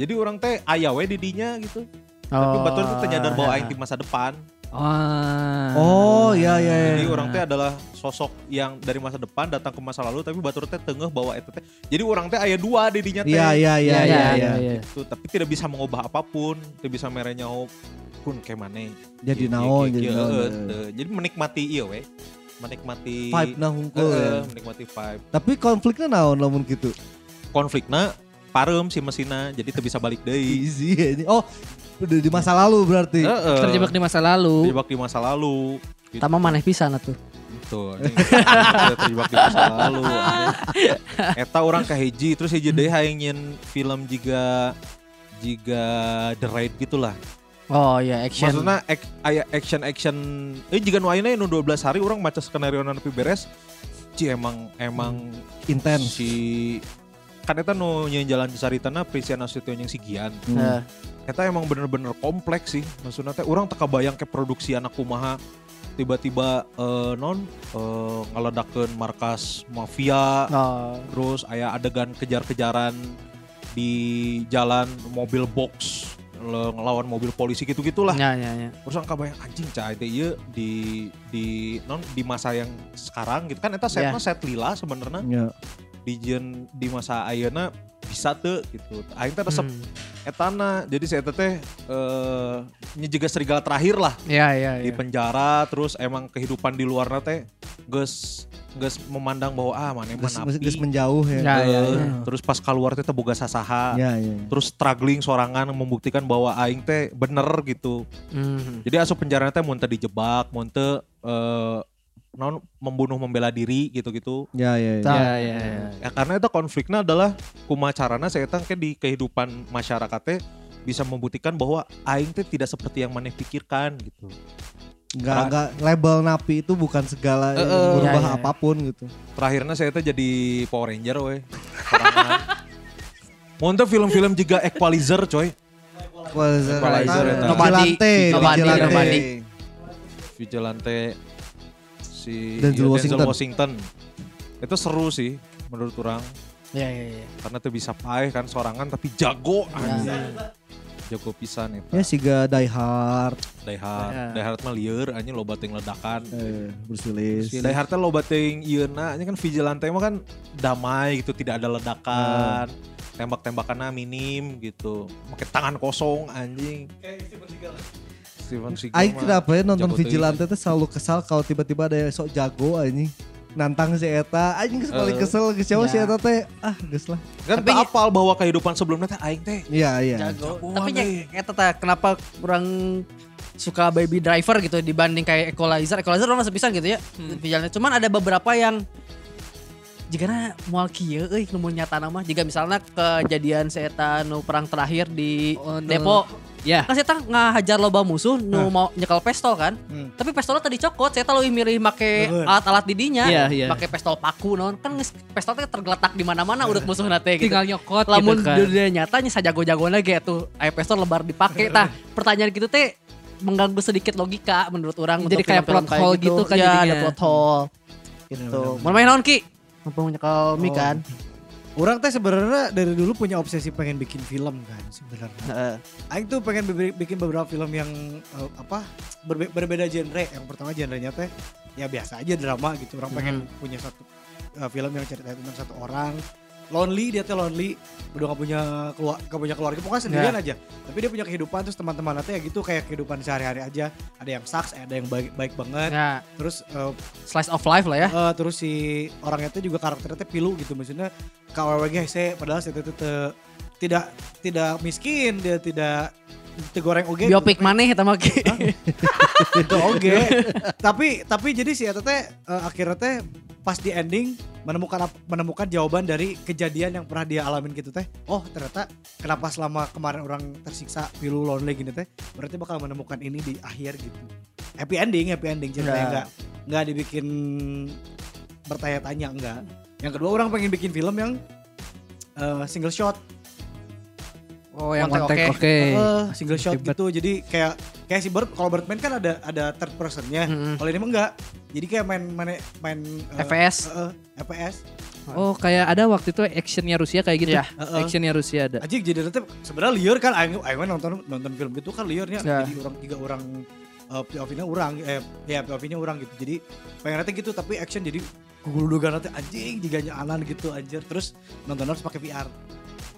Speaker 1: jadi orang teh aya we di dinya gitu
Speaker 3: Oh.
Speaker 1: tapi batur teh teu nyadar bahwa
Speaker 3: ya.
Speaker 1: aing di masa depan
Speaker 3: Wah.
Speaker 4: Oh, iya iya iya.
Speaker 1: jadi orang teh adalah sosok yang dari masa depan datang ke masa lalu tapi batur teh tengah bawa eta teh jadi orang teh aya dua di dinya teh
Speaker 4: Iya iya iya
Speaker 3: Iya,
Speaker 4: iya.
Speaker 3: iya,
Speaker 4: iya.
Speaker 3: iya.
Speaker 1: gitu tapi tidak bisa mengubah apapun tidak bisa merenyau kun kemane
Speaker 4: Jadi naon
Speaker 1: jadi
Speaker 4: jadi naon.
Speaker 1: eh,
Speaker 4: eh.
Speaker 1: jadi menikmati iya we menikmati
Speaker 4: Vibe nah hungkul.
Speaker 1: Heeh,
Speaker 4: ya.
Speaker 1: menikmati vibe
Speaker 4: Tapi konfliknya naon lamun gitu.
Speaker 1: konfliknya parem si mesina jadi tidak bisa balik deui
Speaker 4: Easy ini. Oh, udah di masa lalu berarti.
Speaker 1: Heeh.
Speaker 3: Terjebak di masa lalu.
Speaker 1: Eh, Terjebak di masa lalu. Gitu.
Speaker 2: Tama maneh pisan atuh.
Speaker 1: Tuh, ini udah terjebak di masa lalu. aneh. Eta orang ke hiji, terus hiji deh hayang nyin film jika jika the raid gitulah.
Speaker 2: Oh iya action.
Speaker 1: Maksudnya ek- aya action action. Eh jika nu ayeuna nu 12 hari orang maca skenario na nepi beres. Ci emang emang Eh,
Speaker 4: Intens.
Speaker 1: si kan eta nu nyeun jalan saritana Prisiana Setio yang si Gian.
Speaker 2: Heeh.
Speaker 1: Eta emang bener-bener kompleks sih. Maksudnya teh orang teka bayang ke produksi anak kumaha tiba-tiba eh, non eh, ngeledakeun markas mafia
Speaker 2: Oh.
Speaker 1: terus aya adegan kejar-kejaran di jalan mobil box le- ngelawan mobil polisi gitu-gitulah
Speaker 2: Ya ya ya.
Speaker 1: terus angka bayang anjing cai teh ieu di di non di masa yang sekarang gitu kan eta setna set lila sebenarnya
Speaker 4: Ya.
Speaker 1: di jeun- di masa ayeuna bisa tuh gitu aing teh resep
Speaker 2: Hmm.
Speaker 1: etana jadi saya teh eh nyejega serigala terakhir lah
Speaker 3: Iya,
Speaker 2: Ya ya
Speaker 1: di
Speaker 4: Iya.
Speaker 2: ya.
Speaker 1: penjara terus emang kehidupan di luar teh geus geus memandang bahwa ah mana
Speaker 4: Geus-
Speaker 1: mana Eh,
Speaker 4: geus menjauh ya.
Speaker 2: Ya ya. ya.
Speaker 1: terus pas keluar teh boga sasaha
Speaker 4: Ya, ya.
Speaker 1: terus struggling sorangan membuktikan bahwa aing teh bener gitu
Speaker 3: Hmm.
Speaker 2: Mhm.
Speaker 1: jadi asup penjara teh mun teu dijebak mun teu eh, non membunuh membela diri gitu-gitu
Speaker 4: Ya, ya, ya.
Speaker 2: Tah.
Speaker 3: Ya, ya, ya.
Speaker 1: ya karena itu konfliknya adalah kumacarana saya tangke di kehidupan masyarakatnya bisa membuktikan bahwa aing teh tidak seperti yang maneh pikirkan gitu.
Speaker 4: Nggak, nggak label napi itu bukan segala
Speaker 1: Eh,
Speaker 4: yang
Speaker 1: eh.
Speaker 4: merubah
Speaker 2: Ya, ya, ya.
Speaker 4: apapun gitu.
Speaker 1: Terakhirnya saya teh jadi Power Ranger we. Sorangan. Mun teu film-film juga Equalizer coy.
Speaker 4: Equalizer.
Speaker 1: Equalizer,
Speaker 4: Ah,
Speaker 1: eta.
Speaker 4: Vigilante,
Speaker 2: Nobody,
Speaker 4: Vigilante.
Speaker 2: nobody.
Speaker 1: Vigilante si
Speaker 4: Denzel
Speaker 1: iya,
Speaker 4: Washington.
Speaker 1: Washington. Itu seru sih menurut orang
Speaker 2: Ya ya ya.
Speaker 1: karena tuh bisa paeh kan sorangan tapi jago anjing. Jago pisan eta.
Speaker 4: Ya siga Die Hard,
Speaker 1: Die Hard, Die Hard mah lieur anjing loba ting ledakan.
Speaker 4: eh, Bruce Willis.
Speaker 1: Si Die Hard teh loba teuing ieuna nya kan vigilante mah kan damai gitu, tidak ada ledakan.
Speaker 2: Hmm.
Speaker 1: Tembak-tembakannya minim gitu. Pakai tangan kosong anjing. Steven Seagal. mah
Speaker 4: Aing kenapa ya
Speaker 1: jago
Speaker 4: nonton
Speaker 1: teuing.
Speaker 4: Vigilante itu selalu kesal kalau tiba-tiba ada yang sok jago anjing. Nantang si Eta, anjing geus paling
Speaker 1: Eh.
Speaker 4: kesel ke siapa
Speaker 2: Ya.
Speaker 4: si Eta teh. Ah, geus lah.
Speaker 1: Kan
Speaker 2: Tapi-
Speaker 1: tak apal bahwa kehidupan sebelumnya teh aing teh.
Speaker 4: Iya, iya.
Speaker 2: Jago.
Speaker 1: Jagoan
Speaker 2: Tapi ya,
Speaker 1: deh.
Speaker 2: eta teh kenapa kurang suka Baby Driver gitu dibanding kayak Equalizer. Equalizer orang sepisan gitu ya.
Speaker 3: Hmm.
Speaker 2: Jalannya. Cuman ada beberapa yang jika na moal kieu euy nu mun nyata mah jika misalnya kejadian si eta nu perang terakhir di
Speaker 3: Oh, nu-
Speaker 2: depo
Speaker 3: Ya.
Speaker 2: kan si eta ngahajar loba musuh nu mau nyekel pistol kan
Speaker 3: Hmm.
Speaker 2: tapi pistolnya tadi cokot si eta leuwih milih make alat-alat didinya
Speaker 3: Iya, iya.
Speaker 2: make pistol paku non kan geus- pistol teh tergeletak di mana-mana udah musuh nate gitu
Speaker 3: Tinggal nyokot
Speaker 2: lamun
Speaker 3: gitu kan.
Speaker 2: dunia nyatanya sajago-jagoan lagi tuh air pistol lebar dipakai tah pertanyaan gitu teh mengganggu sedikit logika menurut orang
Speaker 3: Jadi kayak
Speaker 2: film-film
Speaker 3: plot hole gitu kan
Speaker 2: ya, ada
Speaker 3: jadinya.
Speaker 2: plot hole gitu mau main naon ki mumpung nyekel mi
Speaker 5: Oh.
Speaker 2: kan
Speaker 5: Orang teh sebenarnya dari dulu punya obsesi pengen bikin film kan sebenarnya.
Speaker 2: Heeh.
Speaker 5: Aing tuh pengen beber- bikin beberapa film yang eh, apa berbe- berbeda genre. Yang pertama genrenya teh ya biasa aja drama gitu. Orang pengen punya satu eh, film yang cerita tentang satu orang lonely dia teh lonely udah gak punya keluar gak punya keluarga pokoknya sendirian aja tapi dia punya kehidupan terus teman-teman nanti ya gitu kayak kehidupan sehari-hari aja ada yang sucks ada yang baik baik banget
Speaker 2: ya
Speaker 5: terus eh,
Speaker 2: slice of life lah ya
Speaker 5: Eh, terus si orangnya itu juga karakternya teh pilu gitu maksudnya KWWG hese eh, padahal si itu tidak tidak miskin dia tidak tegoreng oge gitu.
Speaker 2: biopik maneh eta mah ki
Speaker 5: Teu oge tapi tapi jadi si eta teh eh, akhirnya teh pas di ending menemukan ap- menemukan jawaban dari kejadian yang pernah dia alamin gitu teh oh ternyata kenapa selama kemarin orang tersiksa pilu lonely gini teh berarti bakal menemukan ini di akhir gitu happy ending happy ending jadi
Speaker 2: Ya.
Speaker 5: enggak enggak dibikin bertanya-tanya enggak yang kedua orang pengen bikin film yang eh, single shot
Speaker 3: Oh, yang
Speaker 2: Kontak oke.
Speaker 3: kontak oke.
Speaker 5: Eh, single shot
Speaker 3: Ribet.
Speaker 5: gitu jadi kayak kayak si Bird kalau Birdman kan ada ada third personnya
Speaker 2: Mm-mm.
Speaker 5: kalau ini mah enggak jadi kayak main main main eh,
Speaker 2: FPS.
Speaker 5: eh, eh, FPS
Speaker 3: Oh, kayak ada waktu itu actionnya Rusia kayak gitu.
Speaker 2: Iya.
Speaker 5: Heeh.
Speaker 3: Actionnya Rusia ada.
Speaker 5: aja jadi nanti sebenarnya liar kan aing aing mah nonton nonton film gitu kan liarnya
Speaker 2: Ya.
Speaker 5: jadi orang tiga orang eh, POV-nya orang eh ya POV-nya orang gitu jadi pengen nanti gitu tapi action jadi kuguludugan nanti anjing diganya anan gitu anjir terus nonton harus pakai VR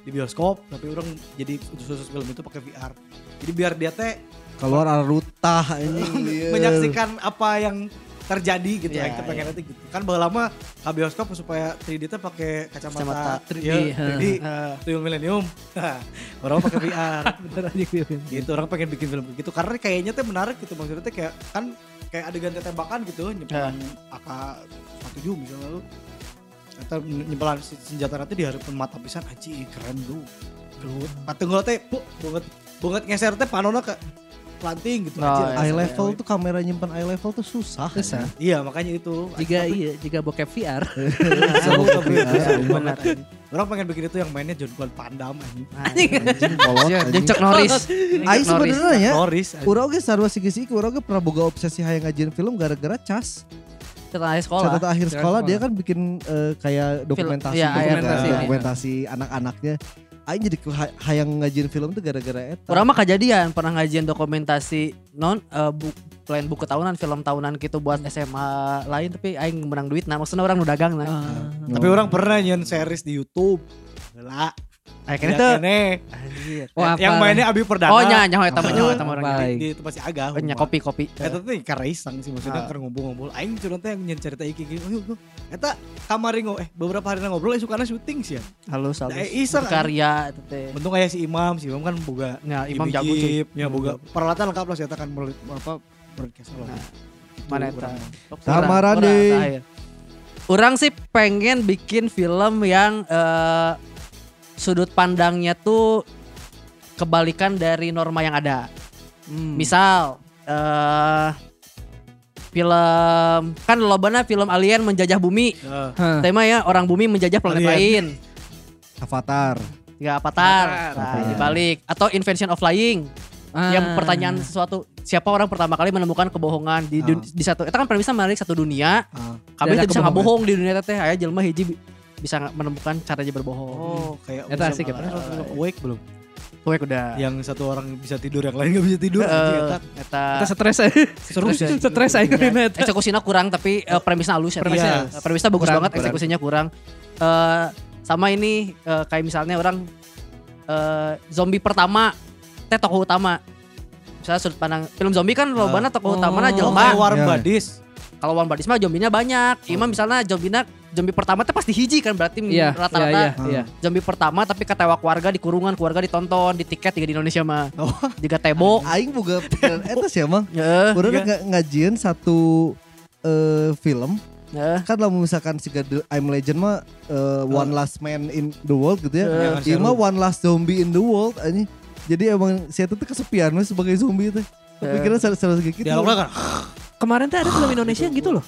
Speaker 5: di bioskop tapi orang jadi khusus film itu pakai VR jadi biar dia teh
Speaker 4: Keluar Aruta ini.
Speaker 5: Iya. menyaksikan apa yang terjadi gitu
Speaker 2: Iya,
Speaker 5: yang kita pengen
Speaker 2: iya.
Speaker 5: nanti gitu kan bahwa lama ke bioskop supaya 3D teh pakai
Speaker 2: Kacamata
Speaker 5: kacamata
Speaker 2: 3D,
Speaker 5: Iya,
Speaker 2: heeh.
Speaker 5: 3D tuyul milenium Hah, orang pakai VR
Speaker 3: Bener aja gitu.
Speaker 5: gitu orang pengen bikin film gitu karena kayaknya teh menarik gitu maksudnya teh kayak kan kayak adegan teh tembakan gitu nyempelan AK 47 misalnya lu atau nyempelan si- senjata nanti di harapan mata pisan aji keren lu gelut patunggal teh bu banget banget ngeser teh panona ke planting gitu
Speaker 2: Oh,
Speaker 5: aja
Speaker 2: iya.
Speaker 4: Eye level tuh kamera nyimpan eye level tuh susah.
Speaker 3: Susah.
Speaker 5: iya makanya itu
Speaker 3: Jika iya, jika bokep VR.
Speaker 5: Seru banget,
Speaker 4: Iya,
Speaker 5: seru
Speaker 2: benar.
Speaker 5: banget, anjing. orang pengen bikin itu yang mainnya John Glenn Pandam anjing
Speaker 4: Anjing kolot.
Speaker 2: Jeung
Speaker 4: anjing.
Speaker 2: Chuck Ya, Norris.
Speaker 3: Iya,
Speaker 4: Aing sebenarnya ya.
Speaker 5: Norris anjing.
Speaker 4: Urang ge sarua sigi-sigi urang ge praboga obsesi hayang ngajian film gara-gara cas.
Speaker 2: setelah sekolah.
Speaker 4: Catatan akhir
Speaker 3: Catatan
Speaker 4: sekolah dia
Speaker 3: sekolah.
Speaker 4: kan bikin eh, kayak dokumentasi
Speaker 2: iya,
Speaker 4: dokumentasi,
Speaker 3: dokumentasi, iya.
Speaker 4: dokumentasi anak-anaknya. Aing jadi keha- hayang ngajian film tuh gara-gara eta.
Speaker 2: Orang mah kejadian pernah ngajian dokumentasi non eh, bu, lain buku tahunan, film tahunan gitu buat SMA lain tapi aing menang duit nah maksudnya orang nu dagang nah.
Speaker 5: tapi orang pernah nyen series di YouTube lah
Speaker 2: Akhirnya tuh
Speaker 5: Lihat kene.
Speaker 2: anjir.
Speaker 3: Wah, apa?
Speaker 5: yang mainnya Abi Perdana.
Speaker 2: Oh nya nya eta mah nya eta mah orang.
Speaker 3: Apa?
Speaker 5: di, di tempat si Aga.
Speaker 2: Eh, Nya kopi kopi.
Speaker 5: Eta tuh karena iseng
Speaker 2: Ah.
Speaker 5: sih maksudnya karena ngumpul-ngumpul. Aing curang teh yang nyen cerita iki iki. Oh, yuk, Eta kamari ngo eh beberapa hari ngobrol eh sukana syuting sih ya.
Speaker 2: Halus halus.
Speaker 5: Eh, iseng,
Speaker 2: Karya eta teh.
Speaker 5: Untung aya si Imam, si Imam kan boga
Speaker 2: Nya Imam
Speaker 5: di
Speaker 2: jago cuy.
Speaker 5: Jeep, Ya boga peralatan lengkap lah si Eta kan melit- apa broadcast lah.
Speaker 2: Nah,
Speaker 5: Gitu,
Speaker 2: Mana eta?
Speaker 5: kurang.
Speaker 4: Samaran
Speaker 2: Urang,
Speaker 4: deh.
Speaker 2: terakhir. Urang sih pengen bikin film yang eh, sudut pandangnya tuh kebalikan dari norma yang ada.
Speaker 5: Hmm.
Speaker 2: Misal eh film kan lobana film alien menjajah bumi.
Speaker 5: Nah,
Speaker 2: Tema ya orang bumi menjajah planet
Speaker 5: Alien.
Speaker 2: lain.
Speaker 4: Avatar.
Speaker 2: Tiga avatar. Nah,
Speaker 4: Avatar.
Speaker 2: dibalik atau invention of lying.
Speaker 3: Ah.
Speaker 2: Yang pertanyaan sesuatu siapa orang pertama kali menemukan kebohongan di dun- di satu itu kan premisnya menarik satu dunia.
Speaker 5: Ah.
Speaker 2: Kami
Speaker 3: Dan ada
Speaker 2: tidak bisa
Speaker 3: kebohongan.
Speaker 2: ngabohong di dunia teh aya jelema hiji bi- bisa nga- menemukan caranya berbohong.
Speaker 5: Oh, kayak
Speaker 3: Eta asik ya,
Speaker 5: Pernah nonton film Awake belum?
Speaker 2: Gue udah.
Speaker 5: Yang satu orang bisa tidur, yang lain gak bisa tidur.
Speaker 2: Eh,
Speaker 5: anjing, Eta
Speaker 2: eta
Speaker 3: Kita stres aja.
Speaker 5: ya, seru sih.
Speaker 3: Stres aja
Speaker 2: Iya.
Speaker 3: karena eta.
Speaker 2: eksekusinya kurang tapi eh, premisnya halus ya.
Speaker 3: Premisnya.
Speaker 2: Iya. premisnya bagus
Speaker 3: Kurang,
Speaker 2: banget,
Speaker 3: kurang.
Speaker 2: eksekusinya kurang. Eh, sama ini eh, kayak misalnya orang eh, zombie pertama teh tokoh utama. Misalnya sudut pandang film zombie kan lobana tokoh
Speaker 3: Oh.
Speaker 2: utamana
Speaker 5: Oh,
Speaker 2: jelema.
Speaker 5: kayak Warm
Speaker 4: Iya.
Speaker 5: Buddies.
Speaker 2: Kalau Wan Badis mah zombinya banyak. Imam misalnya zombinya zombie pertama teh pasti hiji kan berarti
Speaker 3: Oh. Iya,
Speaker 2: rata-rata
Speaker 3: iya, iya.
Speaker 2: zombie pertama tapi ketewa keluarga di kurungan keluarga ditonton di tiket juga di Indonesia mah.
Speaker 3: Oh.
Speaker 2: Juga tebo.
Speaker 4: Aing boga pikiran eta sih emang.
Speaker 2: Heeh.
Speaker 4: Urang
Speaker 5: Iya.
Speaker 4: nga- ngajian satu eh, film
Speaker 2: heeh.
Speaker 4: kan lah misalkan si The- I'm Legend mah uh, one
Speaker 3: Eh.
Speaker 4: last man in the world gitu ya. Iya
Speaker 5: Iya.
Speaker 4: mah one last zombie in the world anjing. Jadi emang si Eta tuh kesepian weh sebagai zombie itu.
Speaker 3: Iya.
Speaker 4: Kepikiran serius-serius gitu.
Speaker 5: Dialognya kan
Speaker 3: Kemarin teh ada film Indonesia gitu loh.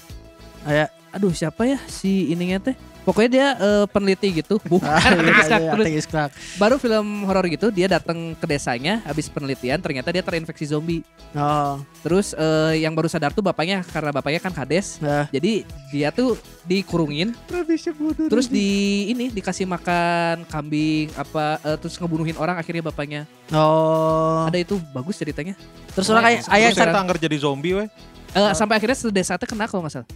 Speaker 3: Kayak aduh siapa ya si ininya teh. Pokoknya dia eh, peneliti gitu. Bukan.
Speaker 2: Ah, iya,
Speaker 3: Iskak terus. Baru film horor gitu dia datang ke desanya habis penelitian ternyata dia terinfeksi zombie.
Speaker 2: Oh,
Speaker 3: Terus eh, yang baru sadar tuh bapaknya karena bapaknya kan kades.
Speaker 2: heeh.
Speaker 3: Jadi dia tuh dikurungin terus di ini dikasih makan kambing apa eh, terus ngebunuhin orang akhirnya bapaknya.
Speaker 2: Oh.
Speaker 3: Ada itu bagus ceritanya. Oh,
Speaker 2: Terus orang kayak ayah
Speaker 3: Ayah,
Speaker 1: Terus kita angker jadi zombie weh.
Speaker 2: Oh.
Speaker 3: Eh, sampai akhirnya sedesa teh kena kalau nggak salah.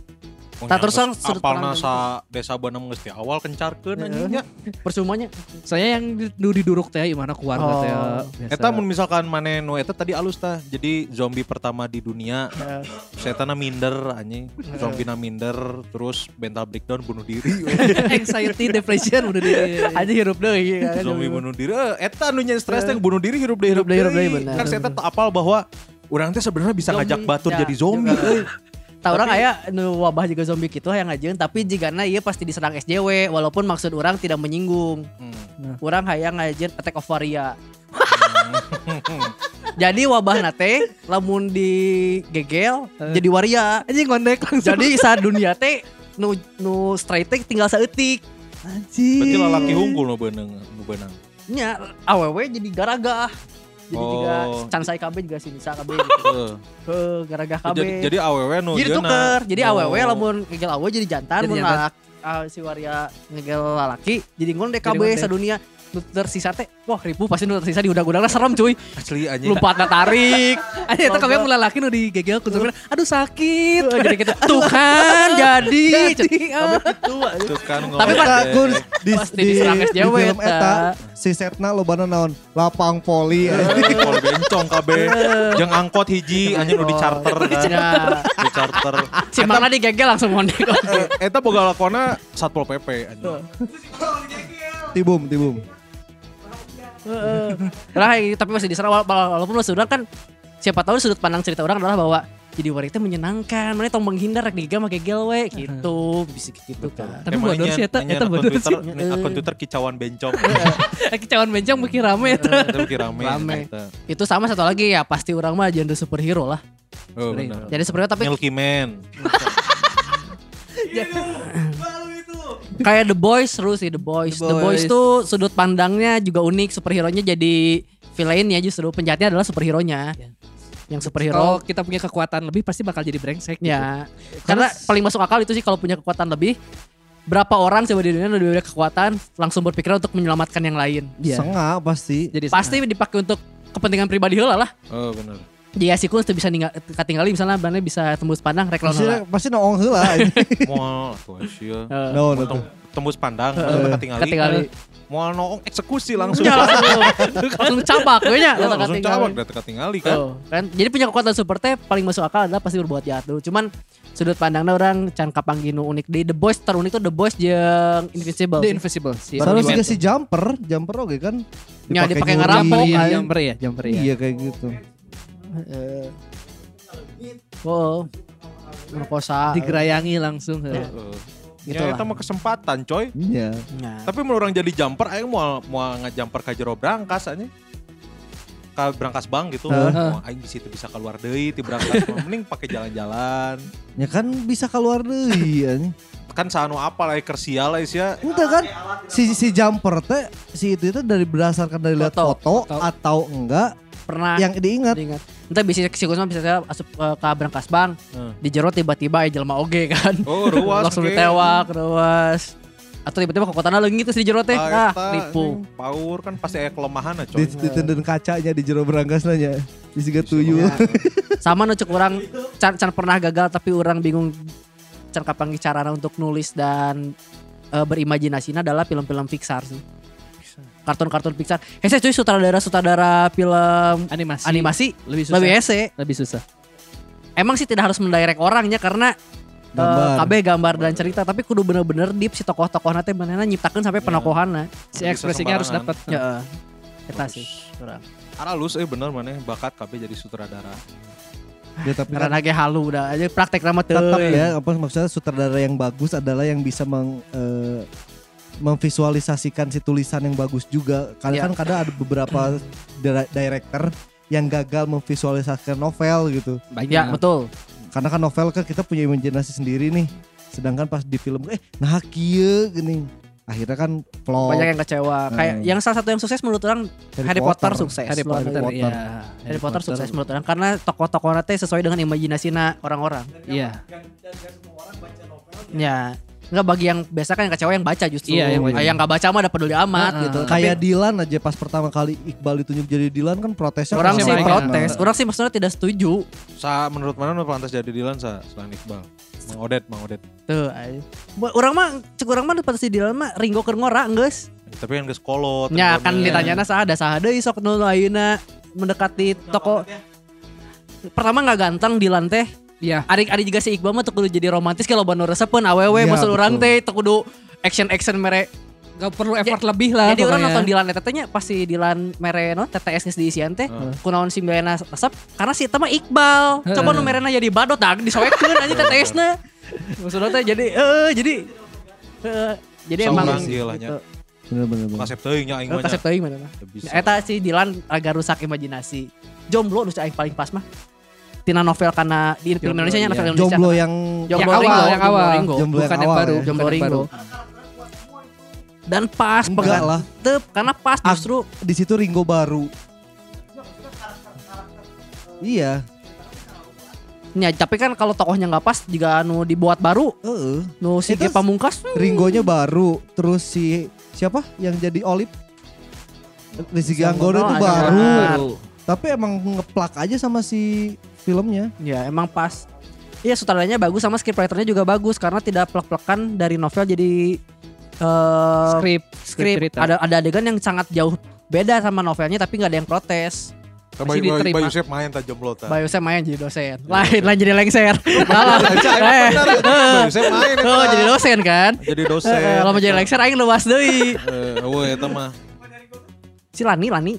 Speaker 2: Tah, terus orang sudut
Speaker 1: apalna
Speaker 2: pandang.
Speaker 1: sa desa Banam geus ti awal kencarkeun anjingnya.
Speaker 2: persumanya
Speaker 3: Soalnya yang di- nu diduruk teh gimana keluarga teh.
Speaker 2: Oh.
Speaker 3: biasa.
Speaker 1: Eta mun misalkan mane nu eta tadi alus tah. Jadi zombie pertama di dunia. Setana minder anjing. Zombie na minder terus mental breakdown bunuh diri. weh.
Speaker 3: anxiety depression udah di
Speaker 2: aja hirup iya kan. deui
Speaker 1: zombie bunuh diri. Eh, Eta anu nya stres teh bunuh diri hirup deui
Speaker 2: Hirup
Speaker 1: hirup
Speaker 2: deui, hirup
Speaker 1: deui.
Speaker 2: deui, benar.
Speaker 1: Kan saya teh apal bahwa Orang teh sebenarnya bisa ngajak batur jadi zombie. euy.
Speaker 2: Tah orang aya nu wabah juga zombie kitu hayang ngajeun tapi jigana ieu pasti diserang SJW walaupun maksud orang tidak menyinggung.
Speaker 1: Hmm.
Speaker 2: Orang hayang ngajeun attack of varia. Jadi wabah nate lamun digegel jadi waria.
Speaker 3: Hmm. anjing ngondek langsung.
Speaker 2: Jadi sa dunia teh nu nu straight teh tinggal saeutik.
Speaker 3: anjing.
Speaker 1: Berarti lalaki unggul nu beunang, nu beunang.
Speaker 2: Nya awewe jadi garagah. Jadi
Speaker 1: Oh.
Speaker 2: juga can saya KB juga sini sa KB gitu.
Speaker 1: Heeh.
Speaker 2: Heuh, garagah
Speaker 1: Eh,
Speaker 2: KB.
Speaker 1: Jadi, jadi awewe nu
Speaker 2: jadi
Speaker 1: ieu na.
Speaker 2: tuker jadi
Speaker 1: Oh.
Speaker 2: awewe lamun ngegel awewe jadi jantan
Speaker 3: Jadi
Speaker 2: mun
Speaker 3: jantan.
Speaker 2: lalak- ah, si waria ngegel lalaki jadi ngondek KB
Speaker 3: Jadi ngondek.
Speaker 2: sadunia nu tersisa teh wah ribu pasti nu tersisa di udang-udangnya serem cuy
Speaker 1: Asli anjing.
Speaker 2: lompat tarik aja itu kami mulai laki nu digegel ku sambil, aduh sakit jadi gitu tuh kan jadi
Speaker 3: Iya, gitu,
Speaker 1: Tuh kan ngomong
Speaker 2: Tapi
Speaker 4: Eta
Speaker 1: teh.
Speaker 4: kun di,
Speaker 3: Pasti
Speaker 4: di,
Speaker 3: diserang
Speaker 4: di
Speaker 3: es Jawa,
Speaker 4: film
Speaker 3: eta.
Speaker 4: Eta si Setna lobana naon lapang poli
Speaker 3: Iya.
Speaker 4: eh, anjing.
Speaker 1: Kalau bencong KB. Jangan angkot hiji anjing udah di charter kan. Di charter.
Speaker 2: Ah, si mana digegel langsung mondek
Speaker 1: Eh, Eta boga lakona Satpol PP anjing.
Speaker 4: tibum tibum
Speaker 2: lah tapi masih diserang wala- wala- walaupun masih orang kan siapa tahu sudut pandang cerita orang adalah bahwa jadi wanita menyenangkan mana tong menghindar rek digegel mah gegel we gitu bisik gitu kan
Speaker 3: Tapi
Speaker 1: Emang
Speaker 3: bodor
Speaker 1: nyan-
Speaker 3: sih eta,
Speaker 1: nyan
Speaker 3: eta
Speaker 1: akun
Speaker 3: bodor
Speaker 1: Twitter-
Speaker 3: sih.
Speaker 1: nyan Akun Twitter kicauan bencong.
Speaker 3: Lagi cawan bencang mungkin rame itu.
Speaker 1: Eta bikin rame.
Speaker 2: Iya. Rame.
Speaker 1: Eta.
Speaker 2: itu sama satu lagi ya pasti orang mah genre superhero lah
Speaker 1: Oh, benar.
Speaker 2: jadi superhero tapi
Speaker 1: Milky Man.
Speaker 2: kayak The Boys seru sih The Boys. The
Speaker 3: The
Speaker 2: Boys,
Speaker 3: Boys.
Speaker 2: tuh sudut pandangnya juga unik, superhero-nya jadi villain ya justru penjahatnya adalah superhero-nya. Yang
Speaker 3: Kalau
Speaker 2: superhero
Speaker 3: kita punya kekuatan lebih pasti bakal jadi brengsek. Oh, gitu.
Speaker 2: ya. Karena paling masuk akal itu sih kalau punya kekuatan lebih berapa orang coba di dunia yang lebih banyak kekuatan langsung berpikiran untuk menyelamatkan yang lain.
Speaker 3: Iya.
Speaker 4: Sengah pasti
Speaker 3: Jadi
Speaker 2: Pasti dipakai untuk kepentingan pribadi heula lah.
Speaker 1: Oh benar.
Speaker 2: Jika si Kun bisa ninggal, ketinggali misalnya Bane bisa tembus pandang rek lawan
Speaker 4: pasti
Speaker 2: heula.
Speaker 4: pasti naong heula anjing.
Speaker 1: Mau tuh sia.
Speaker 2: Eh,
Speaker 4: naon eta.
Speaker 1: Tem- Tembus pandang, uh, ketinggalan.
Speaker 2: Ketinggali.
Speaker 1: Mau noong eksekusi langsung.
Speaker 2: Ya, langsung, langsung cabak gue nya.
Speaker 1: Oh,
Speaker 2: datang
Speaker 1: langsung
Speaker 2: ketinggali.
Speaker 1: cawak, udah ketinggali kan.
Speaker 2: Tuh, kan jadi punya kekuatan super teh paling masuk akal adalah pasti berbuat jahat dulu cuman sudut pandangnya orang can kapangginu unik di The Boys terunik tuh The Boys jeung Invincible
Speaker 3: The
Speaker 2: sih.
Speaker 3: Invisible si
Speaker 4: Terus
Speaker 3: Omni-Man.
Speaker 4: juga si jumper, jumper oke kan.
Speaker 2: Ya, dipakai
Speaker 4: nyuri. kan?
Speaker 2: ngerampok,
Speaker 3: Iya,
Speaker 2: anjing.
Speaker 3: jumper ya, jumper ya.
Speaker 4: Iya kayak gitu.
Speaker 2: Heeh. Eh. oh merkosa
Speaker 3: Digerayangi langsung. he.
Speaker 1: Heeh.
Speaker 2: Gitu
Speaker 1: ya,
Speaker 2: lah.
Speaker 1: itu mah kesempatan coy.
Speaker 4: Iya.
Speaker 2: Nah,
Speaker 1: Tapi menurut orang jadi jumper, ayo mau mau ngejumper ke jero berangkas aja. Ke berangkas bang gitu.
Speaker 4: Heeh.
Speaker 1: Mau aing di situ bisa keluar deui ti berangkas. Mending pakai jalan-jalan.
Speaker 4: Ya kan bisa keluar deui anjing.
Speaker 1: Kan sanu apa lah kersial lah sia.
Speaker 4: Enggak kan si si jumper teh si itu itu dari berdasarkan dari lihat
Speaker 2: Foto.
Speaker 4: foto, Ah.
Speaker 2: Foto.
Speaker 4: atau enggak
Speaker 2: pernah
Speaker 4: yang diingat.
Speaker 2: diingat entah bisa si Kusma bisa ke- asup eh, ke Brangkas Bang
Speaker 1: Hmm.
Speaker 2: di jero tiba-tiba ya jelma oge kan
Speaker 1: Oh, ruas.
Speaker 2: langsung
Speaker 1: ge.
Speaker 2: ditewak ruas atau tiba-tiba kekuatan lagi gitu sih di jero teh
Speaker 1: Ah,
Speaker 2: ah
Speaker 1: eta,
Speaker 2: nipu
Speaker 1: anjing, Power kan pasti aya kelemahan
Speaker 4: Di,
Speaker 1: coy.
Speaker 4: di tenden kacanya di jero berangkas nanya. Di siga tuyul.
Speaker 2: sama nucuk orang can, can pernah gagal tapi orang bingung can kapan carana untuk nulis dan eh, berimajinasi adalah film-film Pixar sih kartun-kartun Pixar hese cuy sutradara-sutradara film
Speaker 3: Animasi.
Speaker 2: animasi
Speaker 3: Lebih susah.
Speaker 2: lebih hese
Speaker 3: Lebih susah.
Speaker 2: emang sih tidak harus mendirect orangnya karena eh,
Speaker 4: Gambar.
Speaker 2: KB gambar dan cerita tapi kudu bener-bener deep si tokoh-tokoh nanti benernya nyiptakan
Speaker 3: Iya.
Speaker 2: sampai penokohanna
Speaker 3: Si
Speaker 1: Bisa
Speaker 3: ekspresinya harus
Speaker 1: sembarangan.
Speaker 3: dapat.
Speaker 2: ya kita sih kurang
Speaker 1: Aralus eh bener mana bakat KB jadi sutradara.
Speaker 4: ya tapi kan
Speaker 2: karena lagi halu udah aja praktek nama tuh
Speaker 4: tetap ya apa maksudnya sutradara yang bagus adalah yang bisa meng, eh, memvisualisasikan si tulisan yang bagus juga karena
Speaker 2: Iya.
Speaker 4: kan kadang ada beberapa dira- director yang gagal memvisualisasikan novel gitu
Speaker 3: Banyak.
Speaker 2: ya betul
Speaker 4: karena kan novel kan kita punya imajinasi sendiri nih sedangkan pas di film eh nah kieu gini akhirnya kan
Speaker 3: Oh.
Speaker 4: flop
Speaker 2: banyak yang kecewa kayak
Speaker 4: Hmm.
Speaker 2: yang salah satu yang sukses menurut orang Harry, Potter. sukses
Speaker 3: Harry
Speaker 2: luar
Speaker 3: Potter,
Speaker 2: negeri.
Speaker 3: ya.
Speaker 2: Harry Potter sukses menurut orang karena tokoh-tokohnya teh sesuai dengan imajinasi na orang-orang
Speaker 3: Iya.
Speaker 2: ya nggak bagi yang biasa kan yang kecewa yang baca justru Ah,
Speaker 3: Iya, yang baca.
Speaker 2: yang nggak baca mah ada peduli amat
Speaker 3: Ah,
Speaker 2: gitu
Speaker 4: kayak Dilan aja pas pertama kali Iqbal ditunjuk jadi Dilan kan protesnya
Speaker 2: orang
Speaker 4: keras
Speaker 2: sih
Speaker 4: banget.
Speaker 2: protes orang sih maksudnya tidak setuju
Speaker 1: Sa menurut mana nu pantas jadi Dilan sa selain Iqbal? Mang Odet, Mang Odet.
Speaker 2: tuh ay. Bu- orang mah cek orang mah pada si Dylan mah Ringo keur ngora geus
Speaker 1: Tapi kan geus kolot. tenggelam.
Speaker 2: ya kan ditanyana sahada sahada sok nu ayeuna mendekati toko pertama nggak ganteng Dylan teh
Speaker 3: Iya.
Speaker 2: Ari Ari juga si Iqbal mah tuh kudu jadi romantis kalau banu resepeun aww
Speaker 4: Iya,
Speaker 2: maksud orang
Speaker 4: betul.
Speaker 2: teh tuh kudu action action mere
Speaker 3: Gak perlu effort lebih lah.
Speaker 2: jadi orang
Speaker 3: pokoknya.
Speaker 2: nonton Dilan eta teh nya pas si Dilan mere non TTS geus diisian teh
Speaker 1: Heeh.
Speaker 2: kunaon si Milena resep karena si eta mah Iqbal coba nu merena jadi badot dah disoekeun anjing TTS na maksudnya teh jadi eh jadi eh, jadi
Speaker 1: Saurang
Speaker 2: emang
Speaker 1: sih lah nya.
Speaker 2: gitu.
Speaker 4: bener bener, bener.
Speaker 1: Kasep teuing nya aing mah.
Speaker 2: kasep
Speaker 1: nya.
Speaker 2: teuing mana mah Nah,
Speaker 1: Teu bisa.
Speaker 2: eta si Dilan agak rusak imajinasi jomblo nu aing paling pas mah tina novel karena di film
Speaker 3: Jomblo,
Speaker 2: Indonesia nya
Speaker 3: iya.
Speaker 2: novel Indonesia
Speaker 4: jomblo yang
Speaker 2: Jomblo
Speaker 3: yang awal,
Speaker 2: Ringo,
Speaker 3: yang
Speaker 2: Jomblo
Speaker 3: awal.
Speaker 2: Ringo.
Speaker 4: Jomblo
Speaker 3: bukan
Speaker 4: yang
Speaker 3: yang
Speaker 4: awal
Speaker 3: baru,
Speaker 4: ya.
Speaker 2: Jomblo
Speaker 3: bukan yang
Speaker 2: Ringo. Dan pas
Speaker 4: Enggak
Speaker 2: pegang
Speaker 4: lah.
Speaker 2: tep, karena pas
Speaker 4: Ah.
Speaker 2: justru
Speaker 4: di situ Ringo baru. Iya,
Speaker 2: ya, tapi kan kalau tokohnya nggak pas juga nu dibuat baru
Speaker 4: heeh.
Speaker 2: nu si
Speaker 4: Itu
Speaker 2: Ge Pamungkas hmm,
Speaker 4: Ringgonya baru, terus si siapa yang jadi Olip? Rizky Anggoro itu
Speaker 2: Anggoro, ah.
Speaker 4: baru.
Speaker 2: Anggoro.
Speaker 4: Tapi emang ngeplak aja sama si filmnya.
Speaker 2: Ya emang pas. Iya sutradaranya bagus sama scriptwriternya juga bagus karena tidak plek-plekan dari novel jadi eh
Speaker 3: Skrip,
Speaker 2: skrip.
Speaker 3: cerita.
Speaker 2: Ada ada adegan yang sangat jauh beda sama novelnya tapi nggak ada yang protes.
Speaker 1: Tapi
Speaker 3: Masih diterima.
Speaker 1: Bayu Chef main tajam lotan.
Speaker 2: Bayu saya main jadi dosen. Lain lain jadi lengser. Salah. Eh,
Speaker 1: Bayu Chef ya? main. eta.
Speaker 2: Oh jadi dosen kan?
Speaker 1: Jadi dosen.
Speaker 2: Eh, Lama jadi lengser aing lewas deui.
Speaker 1: Eh, weh, eta mah.
Speaker 2: Si Lani Lani.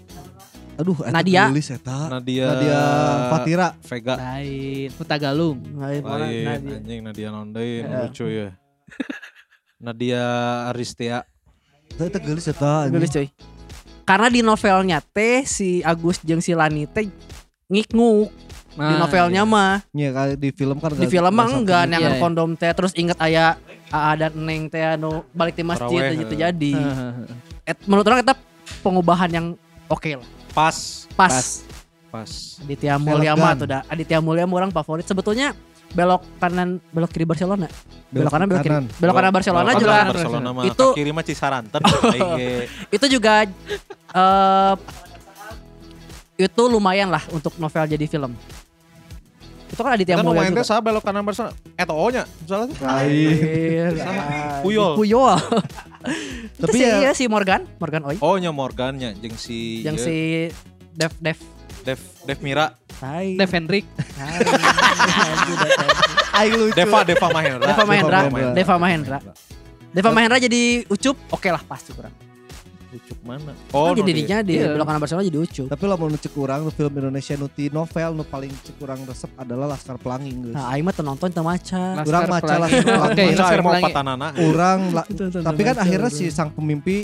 Speaker 4: Aduh, eta
Speaker 2: Nadia.
Speaker 4: gelis eta.
Speaker 1: Nadia.
Speaker 4: Nadia Fatira.
Speaker 1: Vega.
Speaker 3: Lain, Putagalung.
Speaker 2: Lain, mana,
Speaker 1: Lain,
Speaker 2: Nadia.
Speaker 1: anjing Nadia Nondein,
Speaker 2: Ya.
Speaker 1: lucu ya. Nadia Aristia.
Speaker 4: Eta- Eta gelis eta. anjing.
Speaker 2: Gelis coy. Karena di novelnya teh si Agus jeung si Lani teh ngiknguk di novelnya mah.
Speaker 4: Iya, kali di film kan
Speaker 2: di film mah enggak
Speaker 4: nih.
Speaker 2: neangan
Speaker 3: Iya, iya.
Speaker 2: kondom teh terus inget aya AA dan Neng teh anu balik di masjid
Speaker 1: Taraweh,
Speaker 2: dan itu
Speaker 1: eh.
Speaker 2: jadi Et, menurut orang kita pengubahan yang oke lah
Speaker 1: Pas.
Speaker 2: pas,
Speaker 1: Pas.
Speaker 2: Aditya Mulia
Speaker 4: Elegan.
Speaker 2: mah tuh dah Aditya Mulia mah orang favorit sebetulnya belok kanan belok kiri Barcelona belok kanan belok kiri
Speaker 4: kanan.
Speaker 2: belok kanan Barcelona
Speaker 1: Belok
Speaker 2: juga
Speaker 1: kanan Barcelona mah.
Speaker 2: itu
Speaker 1: Ka kiri mah Cisaranten. Aige.
Speaker 2: itu juga eh itu lumayan lah untuk novel jadi film itu kan Aditya
Speaker 1: Kan
Speaker 2: Mulia
Speaker 1: lumayan teh
Speaker 2: juga
Speaker 1: sah belok kanan Barcelona. Eta O-nya. Misalnya
Speaker 4: Iya.
Speaker 1: teh.
Speaker 2: Lain.
Speaker 1: Puyol.
Speaker 2: Puyol.
Speaker 4: Tapi
Speaker 2: Tapi
Speaker 4: ya-
Speaker 2: ya si Morgan, Morgan Oi.
Speaker 1: Oh nya Morgannya jeung si
Speaker 2: yang
Speaker 1: ieu,
Speaker 2: si Dev Dev
Speaker 1: Dev Dev Mira,
Speaker 2: tai
Speaker 3: Dev Hendrik.
Speaker 4: Aing lucu.
Speaker 1: Deva Deva Mahendra.
Speaker 2: Deva Mahendra
Speaker 4: Deva Mahendra.
Speaker 2: Deva Mahendra Deva Mahendra jadi ucup oke lah pasti kurang
Speaker 1: Ucup mana?
Speaker 2: oh,
Speaker 1: Oh, nu
Speaker 2: jadi
Speaker 1: di-
Speaker 2: dirinya di
Speaker 3: Iya.
Speaker 2: belok kanan Barcelona jadi ucup
Speaker 4: Tapi lamun cek urang nu film Indonesia nu ti novel nu paling cek urang resep adalah Laskar Pelangi geus.
Speaker 2: nah aing mah teu nonton teu maca
Speaker 4: Kurang
Speaker 3: Laskar
Speaker 4: maca,
Speaker 3: Pelangi.
Speaker 4: Laskar
Speaker 3: Oke,
Speaker 4: Pelangi.
Speaker 1: Masa
Speaker 3: Laskar
Speaker 1: aing mau
Speaker 3: Pelangi.
Speaker 1: patanana.
Speaker 4: Urang la-
Speaker 2: Itu tentang
Speaker 4: tapi kan
Speaker 2: baca,
Speaker 4: akhirnya
Speaker 2: bro.
Speaker 4: si sang pemimpi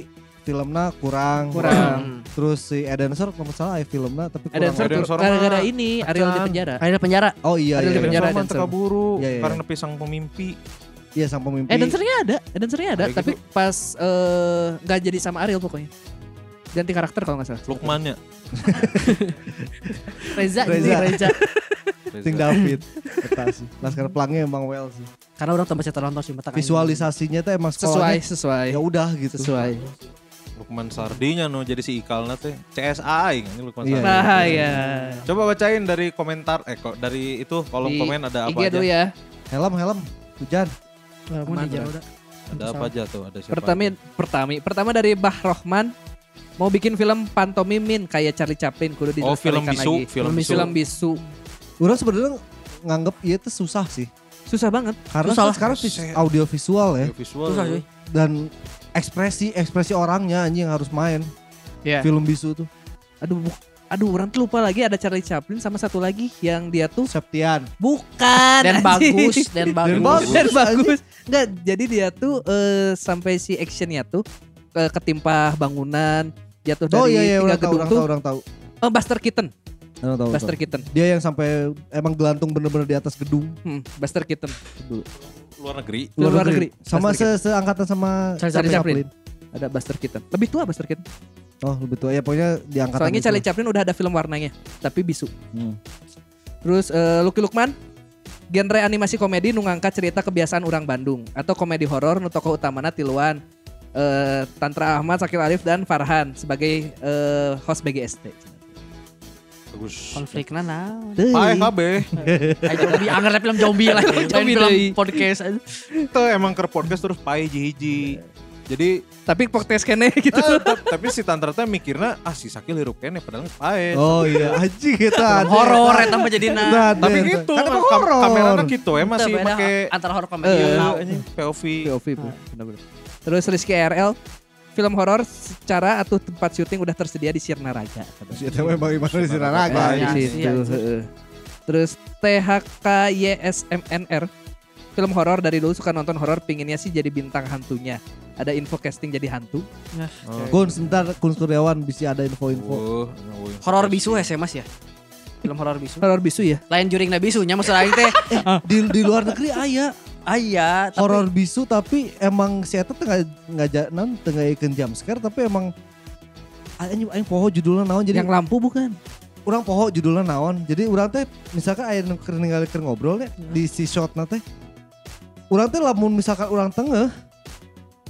Speaker 4: filmnya kurang.
Speaker 3: Kurang.
Speaker 2: Hmm.
Speaker 4: Terus si Edenser kalau nggak salah aya filmna tapi kurang.
Speaker 3: Ada
Speaker 1: Edenser
Speaker 3: yang
Speaker 1: Ada yang
Speaker 3: gara-gara
Speaker 1: sorma.
Speaker 3: ini Ariel di
Speaker 1: Acan.
Speaker 3: penjara.
Speaker 2: Aing di penjara
Speaker 4: Oh iya iya.
Speaker 3: Ada di
Speaker 4: iya.
Speaker 3: penjara.
Speaker 1: Penjara dan
Speaker 3: Dancer.
Speaker 1: keburu
Speaker 4: Iya, iya,
Speaker 1: karena pisang pemimpi.
Speaker 4: Iya sang pemimpi.
Speaker 3: Eh dancernya ada, eh, dancernya ada,
Speaker 1: Ada gitu.
Speaker 3: tapi pas eh, nggak jadi sama Ariel pokoknya. Ganti karakter kalau nggak salah.
Speaker 1: Lukmannya.
Speaker 3: Reza,
Speaker 4: Reza.
Speaker 3: ini Reza.
Speaker 4: Ting David. Eta sih. Laskar Pelangi emang well sih.
Speaker 2: karena orang tempat cerita nonton sih mata aing.
Speaker 4: Visualisasinya tuh emang
Speaker 3: sesuai,
Speaker 4: sekolahnya
Speaker 3: sesuai,
Speaker 4: ya udah gitu.
Speaker 3: sesuai.
Speaker 1: Lukman Sardinya nu jadi si Ikalna teh. CSA aing anjing ya, Lukman
Speaker 4: Iya,
Speaker 1: Sardi.
Speaker 3: Bahaya.
Speaker 1: Coba bacain dari komentar eh kok dari itu kolom
Speaker 3: Di
Speaker 1: komen ada apa aja?
Speaker 3: IG dulu ya.
Speaker 4: Helm helm hujan.
Speaker 2: Walaupun di
Speaker 3: Aman,
Speaker 2: Jawa
Speaker 3: bro.
Speaker 2: udah.
Speaker 1: Ada apa aja tuh? Ada siapa?
Speaker 3: Pertama, pertama, pertama dari Bah Rohman mau bikin film pantomimin kayak Charlie Chaplin kudu
Speaker 1: aja? Oh, film
Speaker 3: dilestarikan
Speaker 1: bisu,
Speaker 3: lagi.
Speaker 1: film
Speaker 3: Film bisu.
Speaker 1: bisu.
Speaker 4: Orang sebenarnya nganggep iya tuh susah sih.
Speaker 3: Susah banget.
Speaker 4: Karena
Speaker 2: Susah
Speaker 4: kan
Speaker 2: lah.
Speaker 4: sekarang vis- audio visual ya
Speaker 1: Visual.
Speaker 2: susah cuy
Speaker 4: dan ekspresi ekspresi orangnya anjing yang harus main
Speaker 3: Iya.
Speaker 4: film bisu tuh
Speaker 3: Aduh, bu- aduh orang tuh lupa lagi ada Charlie Chaplin sama satu lagi yang dia tuh
Speaker 4: Septian
Speaker 3: bukan
Speaker 2: dan
Speaker 3: anjing.
Speaker 2: bagus dan bagus
Speaker 1: bagus.
Speaker 3: Dan bagus. Enggak, jadi dia tuh eh, sampai si actionnya tuh eh, ketimpa bangunan jatuh
Speaker 4: oh
Speaker 3: dari
Speaker 4: iya iya
Speaker 3: tiga
Speaker 4: orang tahu
Speaker 3: gedung
Speaker 4: orang
Speaker 3: tuh.
Speaker 4: tahu orang tahu
Speaker 3: Oh, Buster Keaton,
Speaker 4: orang tahu, orang
Speaker 3: Buster
Speaker 4: tahu.
Speaker 3: Keaton.
Speaker 4: dia yang sampai emang gelantung bener-bener di atas gedung
Speaker 3: Hmm, Buster Keaton.
Speaker 1: Luar negeri.
Speaker 3: Luar negeri.
Speaker 4: sama
Speaker 3: Buster
Speaker 4: se seangkatan sama
Speaker 2: Charlie
Speaker 4: Charlie
Speaker 3: Chaplin.
Speaker 4: Chaplin.
Speaker 3: Ada Buster Keaton. Lebih tua Buster Keaton.
Speaker 4: oh lebih tua ya pokoknya di angkatan
Speaker 3: Soalnya
Speaker 4: itu.
Speaker 3: Charlie Chaplin udah ada film warnanya, tapi bisu.
Speaker 4: Hmm.
Speaker 3: Terus eh, Lucky Lukman genre animasi komedi nu ngangkat cerita kebiasaan orang Bandung atau komedi horor nu tokoh utamana tiluan eh, Tantra Ahmad, Sakil Arif dan Farhan sebagai eh, host BGST.
Speaker 1: Bagus.
Speaker 2: konfliknya naon
Speaker 1: Hai HB.
Speaker 2: Ay, zombie anger tapi film zombie lah
Speaker 3: Zombie
Speaker 2: zombie film
Speaker 3: deui.
Speaker 2: podcast
Speaker 1: Itu emang ke podcast terus pai hiji-hiji. Jadi
Speaker 3: Tapi podcast kene gitu.
Speaker 1: eh, tap- tapi si Tantra teh mikirnya ah si Sakil hirup kene padahal pae.
Speaker 4: oh iya anjing kita ada.
Speaker 2: horor eta mah jadi na
Speaker 4: Nah, ada.
Speaker 1: Tapi gitu,
Speaker 4: kan emang
Speaker 1: kam-
Speaker 4: horor
Speaker 1: kameranya gitu ya masih
Speaker 2: Beda
Speaker 1: pakai
Speaker 2: antara horor komedi
Speaker 1: eh,
Speaker 2: naon.
Speaker 1: anjing, POV.
Speaker 4: Iya,
Speaker 3: POV, Bu. Benar-benar. Terus Rizky RL film horor secara atau tempat syuting udah tersedia di Sirna Raja. Nah,
Speaker 4: Si Eta mah emang gimana di Sirana
Speaker 1: Raga.
Speaker 4: Raga.
Speaker 1: Di
Speaker 3: Di
Speaker 2: Rahasia,
Speaker 3: situ,
Speaker 2: anjir.
Speaker 3: heeh. Terus THKYSMNR film horor dari dulu suka nonton horor pinginnya sih jadi bintang hantunya. Ada info casting jadi hantu.
Speaker 4: Gun sebentar Kun Kuryawan bisa ada info-info
Speaker 1: Oh, oh,
Speaker 2: horor bisu ya sih mas ya film horor bisu
Speaker 3: Horor bisu ya.
Speaker 2: lain juring na bisunya maksud aing teh
Speaker 1: Eh.
Speaker 4: di, di luar negeri aya
Speaker 2: aya tapi
Speaker 4: horor bisu tapi emang si Eta tengah ngajak nan tengah ikan jam scare tapi emang aing aing poho judulnya naon jadi
Speaker 3: yang lampu bukan?
Speaker 4: orang poho judulnya naon jadi orang teh misalkan aya nu keur ningali keur ngobrol nih
Speaker 3: Iya.
Speaker 4: di si shotna teh orang teh lamun misalkan orang tengah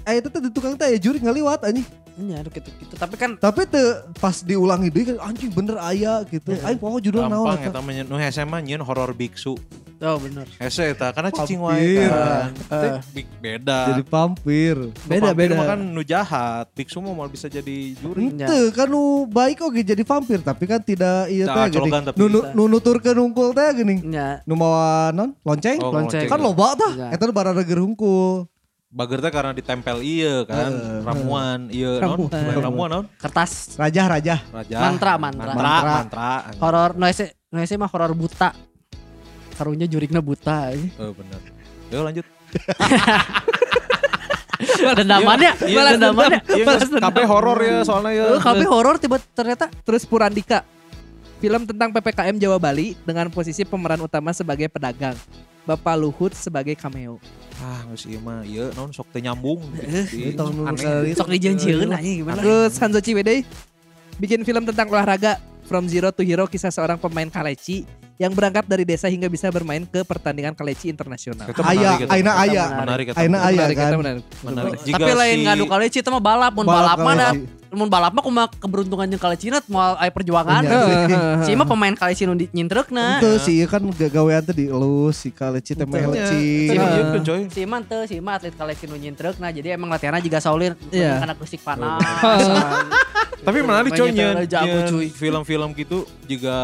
Speaker 4: aya teh di tukang teh aya juri ngaliwat anjing
Speaker 2: Nya gitu gitu. Tapi kan
Speaker 4: Tapi teu pas diulangi deui kan anjing bener aya gitu.
Speaker 3: Iya.
Speaker 4: Aing poho judul naon
Speaker 1: Gampang
Speaker 4: eta.
Speaker 1: eta mah nyeun- ya, nu hese mah nyeun horor biksu.
Speaker 2: oh benar.
Speaker 1: Hese eta karena cicing wae
Speaker 4: Vampir.
Speaker 1: kan. Teh
Speaker 4: Eh.
Speaker 1: big- beda.
Speaker 4: Jadi vampir.
Speaker 1: Nu
Speaker 2: Beda
Speaker 1: vampir
Speaker 2: beda.
Speaker 1: mah kan nu jahat, biksu mah mau bisa jadi juri.
Speaker 4: Ente kan nu baik oke jadi vampir tapi kan tidak iya
Speaker 1: Nah,
Speaker 4: teh
Speaker 1: colokan
Speaker 4: geuning.
Speaker 1: tapi
Speaker 4: Nu nu-
Speaker 1: bisa.
Speaker 4: nu nuturkeun hungkul teh geuning.
Speaker 2: Nya
Speaker 4: Nu mawa non lonceng.
Speaker 1: Oh,
Speaker 2: lonceng.
Speaker 4: Kan loba
Speaker 2: Iya.
Speaker 4: tah. Eta nu barada keur hungkul.
Speaker 1: Bager teh karena ditempel iya kan,
Speaker 4: Eh,
Speaker 1: ramuan iya
Speaker 4: Ramuan.
Speaker 1: non, bukan ramuan non,
Speaker 2: kertas
Speaker 4: Rajah rajah.
Speaker 1: raja.
Speaker 2: Mantra, mantra.
Speaker 1: mantra, mantra.
Speaker 2: horor noise noise mah horor buta. Karunya jurikna buta.
Speaker 1: Eh, bener. Yuk lanjut.
Speaker 2: Dendamannya,
Speaker 1: Iya,
Speaker 2: balas dendamannya.
Speaker 1: Iya,
Speaker 2: Balas dendam.
Speaker 1: KB horor ya soalnya ya.
Speaker 2: Eh, kabeh horor tiba ternyata
Speaker 3: Terus Purandika. Film tentang PPKM Jawa Bali dengan posisi pemeran utama sebagai pedagang. Bapak Luhut sebagai cameo.
Speaker 1: Ah, geus ieu mah ieu naon sok teu nyambung. Iya.
Speaker 4: Ieu tahun
Speaker 1: Aneh.
Speaker 4: lulus dari-
Speaker 2: sok
Speaker 3: Iya.
Speaker 2: dijanjieun aja gimana.
Speaker 3: Terus Hanzo Ciwidey bikin film tentang olahraga From Zero to Hero kisah seorang pemain kaleci yang berangkat dari desa hingga bisa bermain ke pertandingan kaleci internasional.
Speaker 1: Eta menarik,
Speaker 4: Aya,
Speaker 1: eta.
Speaker 4: aina aya.
Speaker 1: Menarik, eta.
Speaker 4: Aina aya
Speaker 3: Menarik,
Speaker 4: kan.
Speaker 3: kita menarik.
Speaker 1: Menarik. Jika
Speaker 2: Tapi lain
Speaker 1: si-
Speaker 2: ngadu kali Ci, itu mah balap, mun ah. balap mah
Speaker 4: kali
Speaker 2: da-
Speaker 4: sih.
Speaker 2: mun balap mah kumaha keberuntungannya kali Cina moal aya perjuangan.
Speaker 4: Iya.
Speaker 2: Si mah pemain kali Cina di nyintreukna.
Speaker 4: Itu sih kan gawean teh dielus si kaleci teh mah
Speaker 1: Eta dieu
Speaker 4: leci.
Speaker 2: gitu.
Speaker 1: tuh, Iya, coy.
Speaker 2: Si mah teu, si mah atlet kali Cina nyintreukna. Jadi emang latihannya juga solid,
Speaker 3: Iya.
Speaker 2: anak kusik panas.
Speaker 1: Tapi menarik coy
Speaker 2: Mainnya
Speaker 1: nyeun
Speaker 2: terlalu jago,
Speaker 1: nyeun
Speaker 2: cuy.
Speaker 1: film-film gitu juga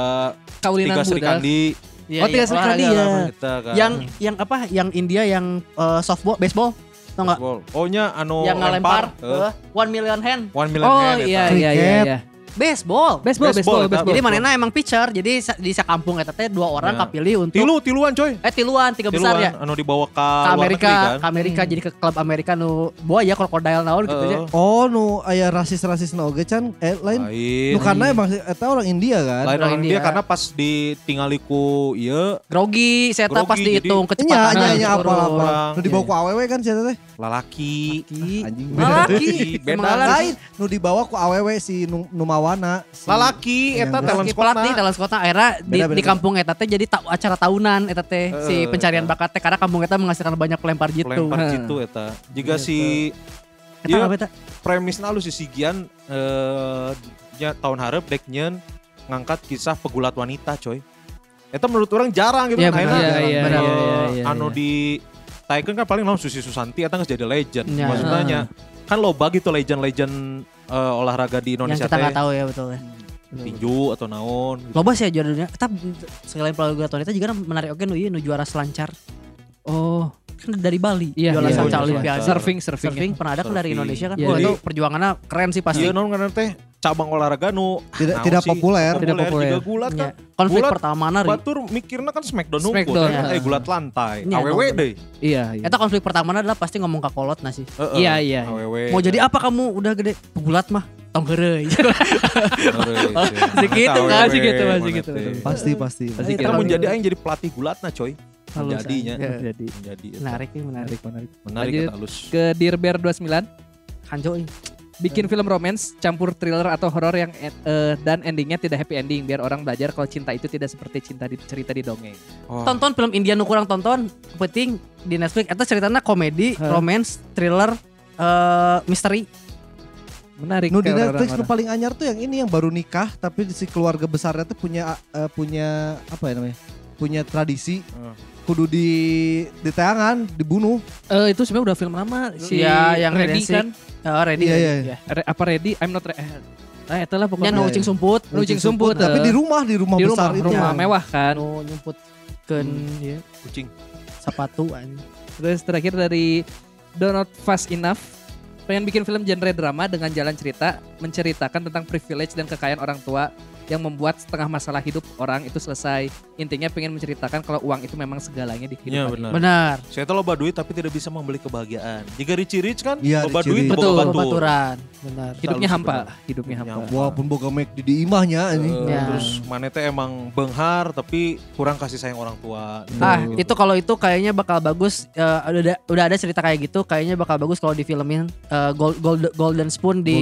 Speaker 3: Kaulinan
Speaker 1: tiga Sri
Speaker 3: budak.
Speaker 1: Kandi
Speaker 2: Iya,
Speaker 3: Oh, tiga
Speaker 2: iya, olahraga,
Speaker 3: sekali ya.
Speaker 2: olahraga.
Speaker 1: eta kan.
Speaker 2: Yang Hmm. yang apa? Yang India yang eh, softball, baseball. Tau enggak?
Speaker 1: Bol. Oh nya anu
Speaker 2: yang ngelempar
Speaker 1: Heeh.
Speaker 2: eh, one million hand
Speaker 1: One million
Speaker 3: Oh
Speaker 1: hand, eta.
Speaker 3: iya
Speaker 4: Cricket.
Speaker 3: iya iya. iya.
Speaker 2: baseball.
Speaker 1: Baseball,
Speaker 3: Baseball, baseball,
Speaker 1: eta.
Speaker 3: baseball.
Speaker 2: Jadi mana emang pitcher, jadi sa- di sakampung eta teh dua orang
Speaker 1: Ya.
Speaker 2: kapilih untuk
Speaker 1: Tilu, tiluan coy.
Speaker 2: eh tiluan tiga besar ya.
Speaker 1: Tiluan anu dibawa ke
Speaker 2: Ke
Speaker 1: luar negeri
Speaker 2: Amerika,
Speaker 1: kan.
Speaker 2: ke Amerika jadi ke klub Amerika nu buaya krokodil naon gitu ya.
Speaker 1: Hmm. Heeh.
Speaker 4: Oh nu aya rasis-rasis na oge can eh lain.
Speaker 1: Lain.
Speaker 4: Nu karena emang si- eta orang India kan.
Speaker 1: Lain orang
Speaker 2: Orang
Speaker 1: dia
Speaker 2: India.
Speaker 1: karena pas ditinggali ku iya, ieu
Speaker 2: Grogi, saya
Speaker 1: Grogi,
Speaker 2: pas dihitung
Speaker 4: Nya
Speaker 2: kecepatan.
Speaker 4: nya nya
Speaker 2: gitu,
Speaker 4: apa apa.
Speaker 1: orang.
Speaker 4: Nu dibawa ku awewe kan si eta teh.
Speaker 1: lalaki.
Speaker 4: Anjing
Speaker 2: Malah
Speaker 1: Laki.
Speaker 2: ki,
Speaker 1: Iya. Beda.
Speaker 2: malah
Speaker 4: Lain nu dibawa ku awewe si nu, nu mawana. Si
Speaker 1: Lalaki eta
Speaker 4: Yang
Speaker 1: talent
Speaker 2: Laki pelat nih
Speaker 1: sekolah.
Speaker 2: dalam kota era di,
Speaker 4: Beda, beda,
Speaker 2: di
Speaker 4: beda.
Speaker 2: kampung eta teh jadi ta- acara tahunan eta teh si
Speaker 1: Eh,
Speaker 2: pencarian
Speaker 1: eh.
Speaker 2: bakat teh karena kampung eta menghasilkan banyak pelempar gitu.
Speaker 1: Lempar
Speaker 3: Heeh.
Speaker 1: gitu eta. Juga si
Speaker 2: Eta
Speaker 1: Iya,
Speaker 2: apa eta?
Speaker 1: premisnya lu si Sigian eh nya tahun harap dek nyen ngangkat kisah pegulat wanita coy. Eta menurut orang jarang gitu
Speaker 3: Iya,
Speaker 1: kan.
Speaker 3: benar,
Speaker 1: Ayeuna,
Speaker 3: iya, iya,
Speaker 1: eh,
Speaker 3: iya, iya, iya,
Speaker 1: anu
Speaker 3: iya.
Speaker 1: di Taeken kan paling langsung Susi Susanti eta geus jadi legend.
Speaker 2: Ya.
Speaker 1: Maksudnya nya, kan loba gitu legend-legend eh, olahraga di
Speaker 2: Yang
Speaker 1: Indonesia
Speaker 2: kita nggak
Speaker 1: teh
Speaker 2: tahu ya betul. ya.
Speaker 1: tinju atau naon gitu.
Speaker 2: Loba sih ya juara dunia. Kita selain pelaga wanita juga menarik oke nu ieu nu juara selancar.
Speaker 3: Oh,
Speaker 2: Kan dari Bali.
Speaker 3: Iya,
Speaker 2: juara
Speaker 3: iya,
Speaker 2: selancar
Speaker 1: iya.
Speaker 2: Olimpiade.
Speaker 3: surfing, surfing.
Speaker 2: Surfing pernah ada kan dari
Speaker 1: Surfing.
Speaker 2: Indonesia kan.
Speaker 3: Iya.
Speaker 2: Wah,
Speaker 1: Jadi-
Speaker 2: itu perjuangannya keren sih pasti.
Speaker 1: Iya non karena teh cabang olahraga nu
Speaker 4: Tidak-
Speaker 1: naon
Speaker 4: tidak
Speaker 1: sih,
Speaker 4: populer.
Speaker 1: tidak
Speaker 3: Tidak
Speaker 1: populer.
Speaker 3: populer.
Speaker 1: Juga gulat
Speaker 2: Iya.
Speaker 1: kan.
Speaker 2: Konflik
Speaker 1: Bulat,
Speaker 2: pertama nari.
Speaker 1: Batur mikirna kan Smackdown hukum.
Speaker 3: Smackdown,
Speaker 1: kan.
Speaker 3: iya.
Speaker 1: Eh gulat lantai.
Speaker 2: Iya,
Speaker 1: AWW
Speaker 2: bener.
Speaker 1: deh.
Speaker 3: Iya, iya.
Speaker 2: Eta konflik pertama adalah pasti ngomong ke kolot nah sih.
Speaker 1: Heeh.
Speaker 3: Iya, iya.
Speaker 1: AWW.
Speaker 2: Mau jadi apa kamu udah gede? Pegulat mah. Tong heureuy.
Speaker 1: iya.
Speaker 3: Segitu
Speaker 1: Eta
Speaker 3: kan,
Speaker 1: AWW,
Speaker 3: segitu kan,
Speaker 1: mana
Speaker 3: segitu.
Speaker 1: teh.
Speaker 4: Pasti pasti.
Speaker 3: Pasti
Speaker 1: Kita
Speaker 3: kira-
Speaker 1: mau jadi aing jadi pelatih gulatna coy.
Speaker 3: Halus,
Speaker 1: Jadinya.
Speaker 3: anjing. Iya, Jadi.
Speaker 1: Jadi eta.
Speaker 2: Menarik nih menarik.
Speaker 3: Menarik, menarik.
Speaker 1: menarik
Speaker 3: Lanjut.
Speaker 1: eta halus.
Speaker 3: Ke Dirber 29
Speaker 2: Kanjo ih. Iya.
Speaker 3: bikin film romance campur thriller atau horor yang en- eh, dan endingnya tidak happy ending biar orang belajar kalau cinta itu tidak seperti cinta di cerita di dongeng.
Speaker 1: Oh,
Speaker 2: Tonton film India nu kurang tonton, penting di Netflix. Eta ceritanya komedi,
Speaker 3: Hah?
Speaker 2: romance, thriller, eh misteri.
Speaker 3: Menarik.
Speaker 4: Nu di
Speaker 3: kayak
Speaker 4: Netflix nu
Speaker 3: orang-orang.
Speaker 4: paling anyar tuh yang ini yang baru nikah tapi si keluarga besarnya tuh punya eh, punya apa ya namanya? Punya tradisi
Speaker 3: Hmm.
Speaker 1: Heeh.
Speaker 4: kudu di di tayangan dibunuh.
Speaker 3: Eh, itu sebenarnya udah film lama si
Speaker 2: Iya, yang
Speaker 3: Ready
Speaker 2: Ready.
Speaker 3: kan.
Speaker 2: Eh, ready.
Speaker 4: Iya,
Speaker 2: ready.
Speaker 4: iya.
Speaker 2: Iya.
Speaker 3: Re- apa Ready? I'm not ready. Nah, itulah
Speaker 2: Nya
Speaker 3: pokoknya
Speaker 2: nu
Speaker 4: Iya,
Speaker 2: ucing
Speaker 4: iya.
Speaker 2: sumput,
Speaker 3: Nu ucing sumput,
Speaker 4: tapi di
Speaker 3: eh.
Speaker 4: rumah di rumah
Speaker 3: di rumah,
Speaker 4: besar itu.
Speaker 3: rumah mewah kan.
Speaker 2: nu Anu nyumputkeun
Speaker 1: Hmm.
Speaker 2: ieu,
Speaker 1: kucing.
Speaker 2: sepatu anjing.
Speaker 1: Anu.
Speaker 3: Terus terakhir dari Donald Fast Enough pengen bikin film genre drama dengan jalan cerita menceritakan tentang privilege dan kekayaan orang tua yang membuat setengah masalah hidup orang itu selesai. Intinya pengen menceritakan kalau uang itu memang segalanya di
Speaker 1: Iya
Speaker 3: kehidupan. ini.
Speaker 1: benar.
Speaker 2: Benar.
Speaker 1: Saya tuh loba duit tapi tidak bisa membeli kebahagiaan. Jika Richie Rich kan
Speaker 4: Iya,
Speaker 1: loba
Speaker 4: Richie
Speaker 1: duit
Speaker 4: Rich.
Speaker 1: loba
Speaker 3: Betul,
Speaker 1: batu. Gitu.
Speaker 2: Baturan, benar.
Speaker 3: Hidupnya
Speaker 1: Selalu
Speaker 3: hampa,
Speaker 1: sebenarnya.
Speaker 3: hidupnya hampa.
Speaker 1: Hidupnya
Speaker 4: Walaupun boga make di, di imahnya anjing.
Speaker 1: Eh,
Speaker 4: Nah.
Speaker 2: Ya.
Speaker 1: Terus mana teh emang benghar tapi kurang kasih sayang orang tua.
Speaker 2: Ah,
Speaker 1: Gitu.
Speaker 2: itu kalau itu kayaknya bakal bagus. eh, udah udah ada cerita kayak gitu, kayaknya bakal bagus kalau difilmin eh, Gold- Gold- Golden Spoon di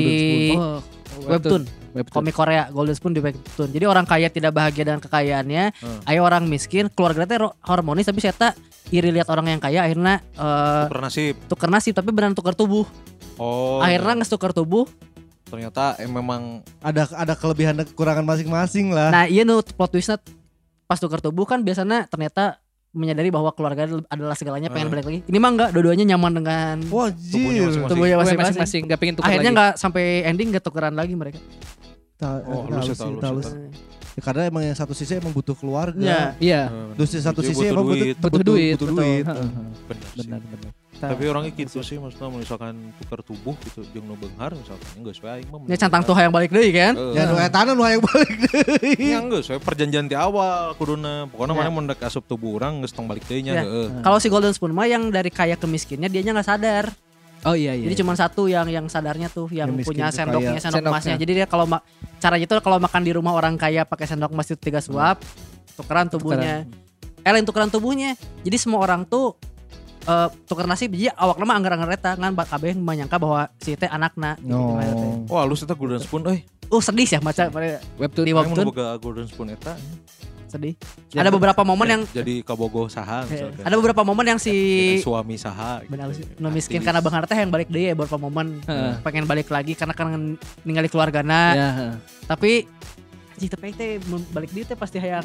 Speaker 3: Oh,
Speaker 2: webtoon.
Speaker 3: Webtoon.
Speaker 2: komik Korea Golden Spoon di webtoon. Jadi orang kaya tidak bahagia dengan kekayaannya,
Speaker 1: Hmm.
Speaker 2: ayo orang miskin, keluarga teh ro- harmonis tapi saya tak iri lihat orang yang kaya akhirnya eh
Speaker 1: Tukar nasib.
Speaker 2: tuker nasib tapi benar tuker tubuh.
Speaker 1: Oh.
Speaker 2: Akhirnya nges tuker tubuh
Speaker 1: ternyata eh, memang
Speaker 4: Ada ada kelebihan dan kekurangan masing-masing lah.
Speaker 2: Nah iya nu plot twistnya pas tukar tubuh kan biasanya ternyata menyadari bahwa keluarga adalah segalanya pengen
Speaker 1: Hmm.
Speaker 2: balik lagi. Ini mah enggak dua-duanya nyaman dengan
Speaker 1: tubuhnya
Speaker 4: Wajir.
Speaker 1: masing-masing. Eh,
Speaker 2: tubuhnya
Speaker 3: Gue
Speaker 2: masing-masing.
Speaker 3: masing-masing gak pengen tukar
Speaker 2: Akhirnya
Speaker 3: kan lagi.
Speaker 2: nggak sampai ending gak tukeran lagi mereka.
Speaker 4: eh,
Speaker 1: Oh, halus ya, halus ya, halus.
Speaker 4: Ya, karena emang yang satu sisi emang butuh keluarga.
Speaker 2: Ya.
Speaker 3: Iya.
Speaker 4: Terus di satu
Speaker 1: Jadi
Speaker 4: sisi
Speaker 1: butuh
Speaker 4: emang butuh,
Speaker 1: duit.
Speaker 3: Butuh duit,
Speaker 4: butuh
Speaker 3: betul.
Speaker 4: duit.
Speaker 3: Heeh.
Speaker 1: bener,
Speaker 3: Benar,
Speaker 1: sih.
Speaker 3: benar.
Speaker 1: Tapi orangnya gitu sih maksudnya misalkan tukar tubuh gitu jeung nu beunghar misalkan enggak sesuai aing mah.
Speaker 2: Ya cantang tuh yang balik deui kan.
Speaker 4: Ya nu eta nu hayang balik deui.
Speaker 1: Ya enggak sesuai perjanjian ti awal kuduna. Pokoknya
Speaker 2: Ya.
Speaker 1: mana mun rek asup tubuh urang geus tong balik deui nya
Speaker 2: Ya.
Speaker 1: heeh.
Speaker 2: Kalau si Golden Spoon mah yang dari kaya ke miskinnya dianya nggak sadar.
Speaker 3: Oh iya iya.
Speaker 2: Jadi cuma satu yang yang sadarnya tuh yang,
Speaker 4: Yang miskin
Speaker 2: punya
Speaker 4: ke
Speaker 2: sendoknya,
Speaker 4: kaya.
Speaker 2: sendok
Speaker 3: Sendoknya.
Speaker 2: emasnya. Jadi dia kalau ma- caranya tuh kalau makan di rumah orang kaya pakai sendok emas itu tiga suap, tukeran tubuhnya. Eh lain tukeran tubuhnya. Jadi semua orang tuh eh tuker nasib jadi awak nama anggar-anggar eta ngan bak kabeh menyangka bahwa si teh anakna gitu
Speaker 4: No.
Speaker 2: gimana teh.
Speaker 1: Wah, lu eta golden spoon euy.
Speaker 2: Uh sedih ya maca pada
Speaker 3: webtoon
Speaker 2: di kan?
Speaker 1: Aing mun
Speaker 2: webtoon
Speaker 1: boga golden spoon eta.
Speaker 2: sedih. Ada beberapa momen yang
Speaker 1: jadi kabogoh saha misalkan.
Speaker 2: ada beberapa momen yang
Speaker 1: Jadi
Speaker 2: si
Speaker 1: suami saha.
Speaker 2: Benar sih.
Speaker 1: gitu.
Speaker 2: Nu miskin
Speaker 1: Aktivis.
Speaker 2: karena Bang Harta yang balik deui ya beberapa momen.
Speaker 3: Heeh.
Speaker 2: Pengen balik lagi karena kan ninggali keluargana.
Speaker 3: Ya, heeh.
Speaker 2: Tapi anjing teh pengen teh mun balik deui teh pasti hayang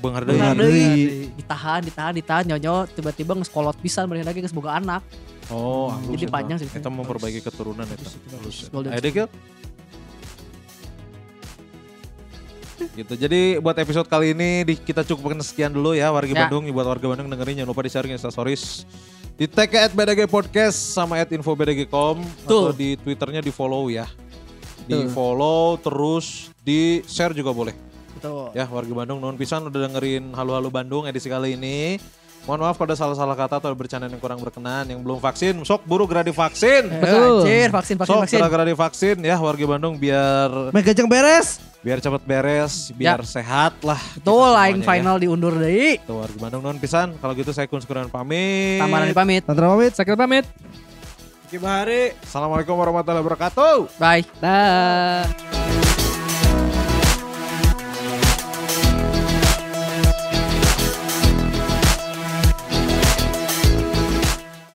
Speaker 1: beunghar deui.
Speaker 2: benar
Speaker 4: Beunghar
Speaker 2: deui. Ditahan, ditahan, ditahan nyonyo tiba-tiba ngeskolot pisan balik lagi geus boga anak.
Speaker 1: Oh, halus eta.
Speaker 2: Jadi panjang sih.
Speaker 1: Eta memperbaiki keturunan ya, eta.
Speaker 2: Bagus, itu bagus.
Speaker 1: Halus.
Speaker 2: Golden
Speaker 1: Ada Gil? gitu. Jadi buat episode kali ini di, kita cukupkan sekian dulu ya warga
Speaker 2: Ya.
Speaker 1: Bandung. Buat warga Bandung dengerin jangan lupa di sharing instastories di tag ke at BDG Podcast sama at info BDG.com atau
Speaker 2: Tuh.
Speaker 1: di twitternya di follow ya. Di follow terus di share juga boleh.
Speaker 2: Betul.
Speaker 1: Ya warga Bandung non pisan udah dengerin Halo-Halo Bandung edisi kali ini. Mohon maaf kalau ada salah-salah kata atau bercanda yang kurang berkenan. Yang belum vaksin, sok buru gerah divaksin.
Speaker 2: Eh, Betul. Anjir, vaksin vaksin
Speaker 1: Sok
Speaker 2: vaksin.
Speaker 1: gara-gara divaksin ya warga Bandung biar
Speaker 4: Mega jeng beres.
Speaker 1: biar cepat beres, biar sehat lah.
Speaker 2: Ya.
Speaker 1: kita
Speaker 2: Betul, lain
Speaker 1: semuanya
Speaker 2: final diundur deui.
Speaker 1: Ya. Tuh warga Bandung non pisan. Kalau gitu saya Kun Sekuran pamit.
Speaker 2: Tamaran pamit.
Speaker 4: Tantra pamit.
Speaker 3: Sakit pamit.
Speaker 5: Oke, Bahari.
Speaker 1: Assalamualaikum warahmatullahi wabarakatuh.
Speaker 2: Bye.
Speaker 3: Dah.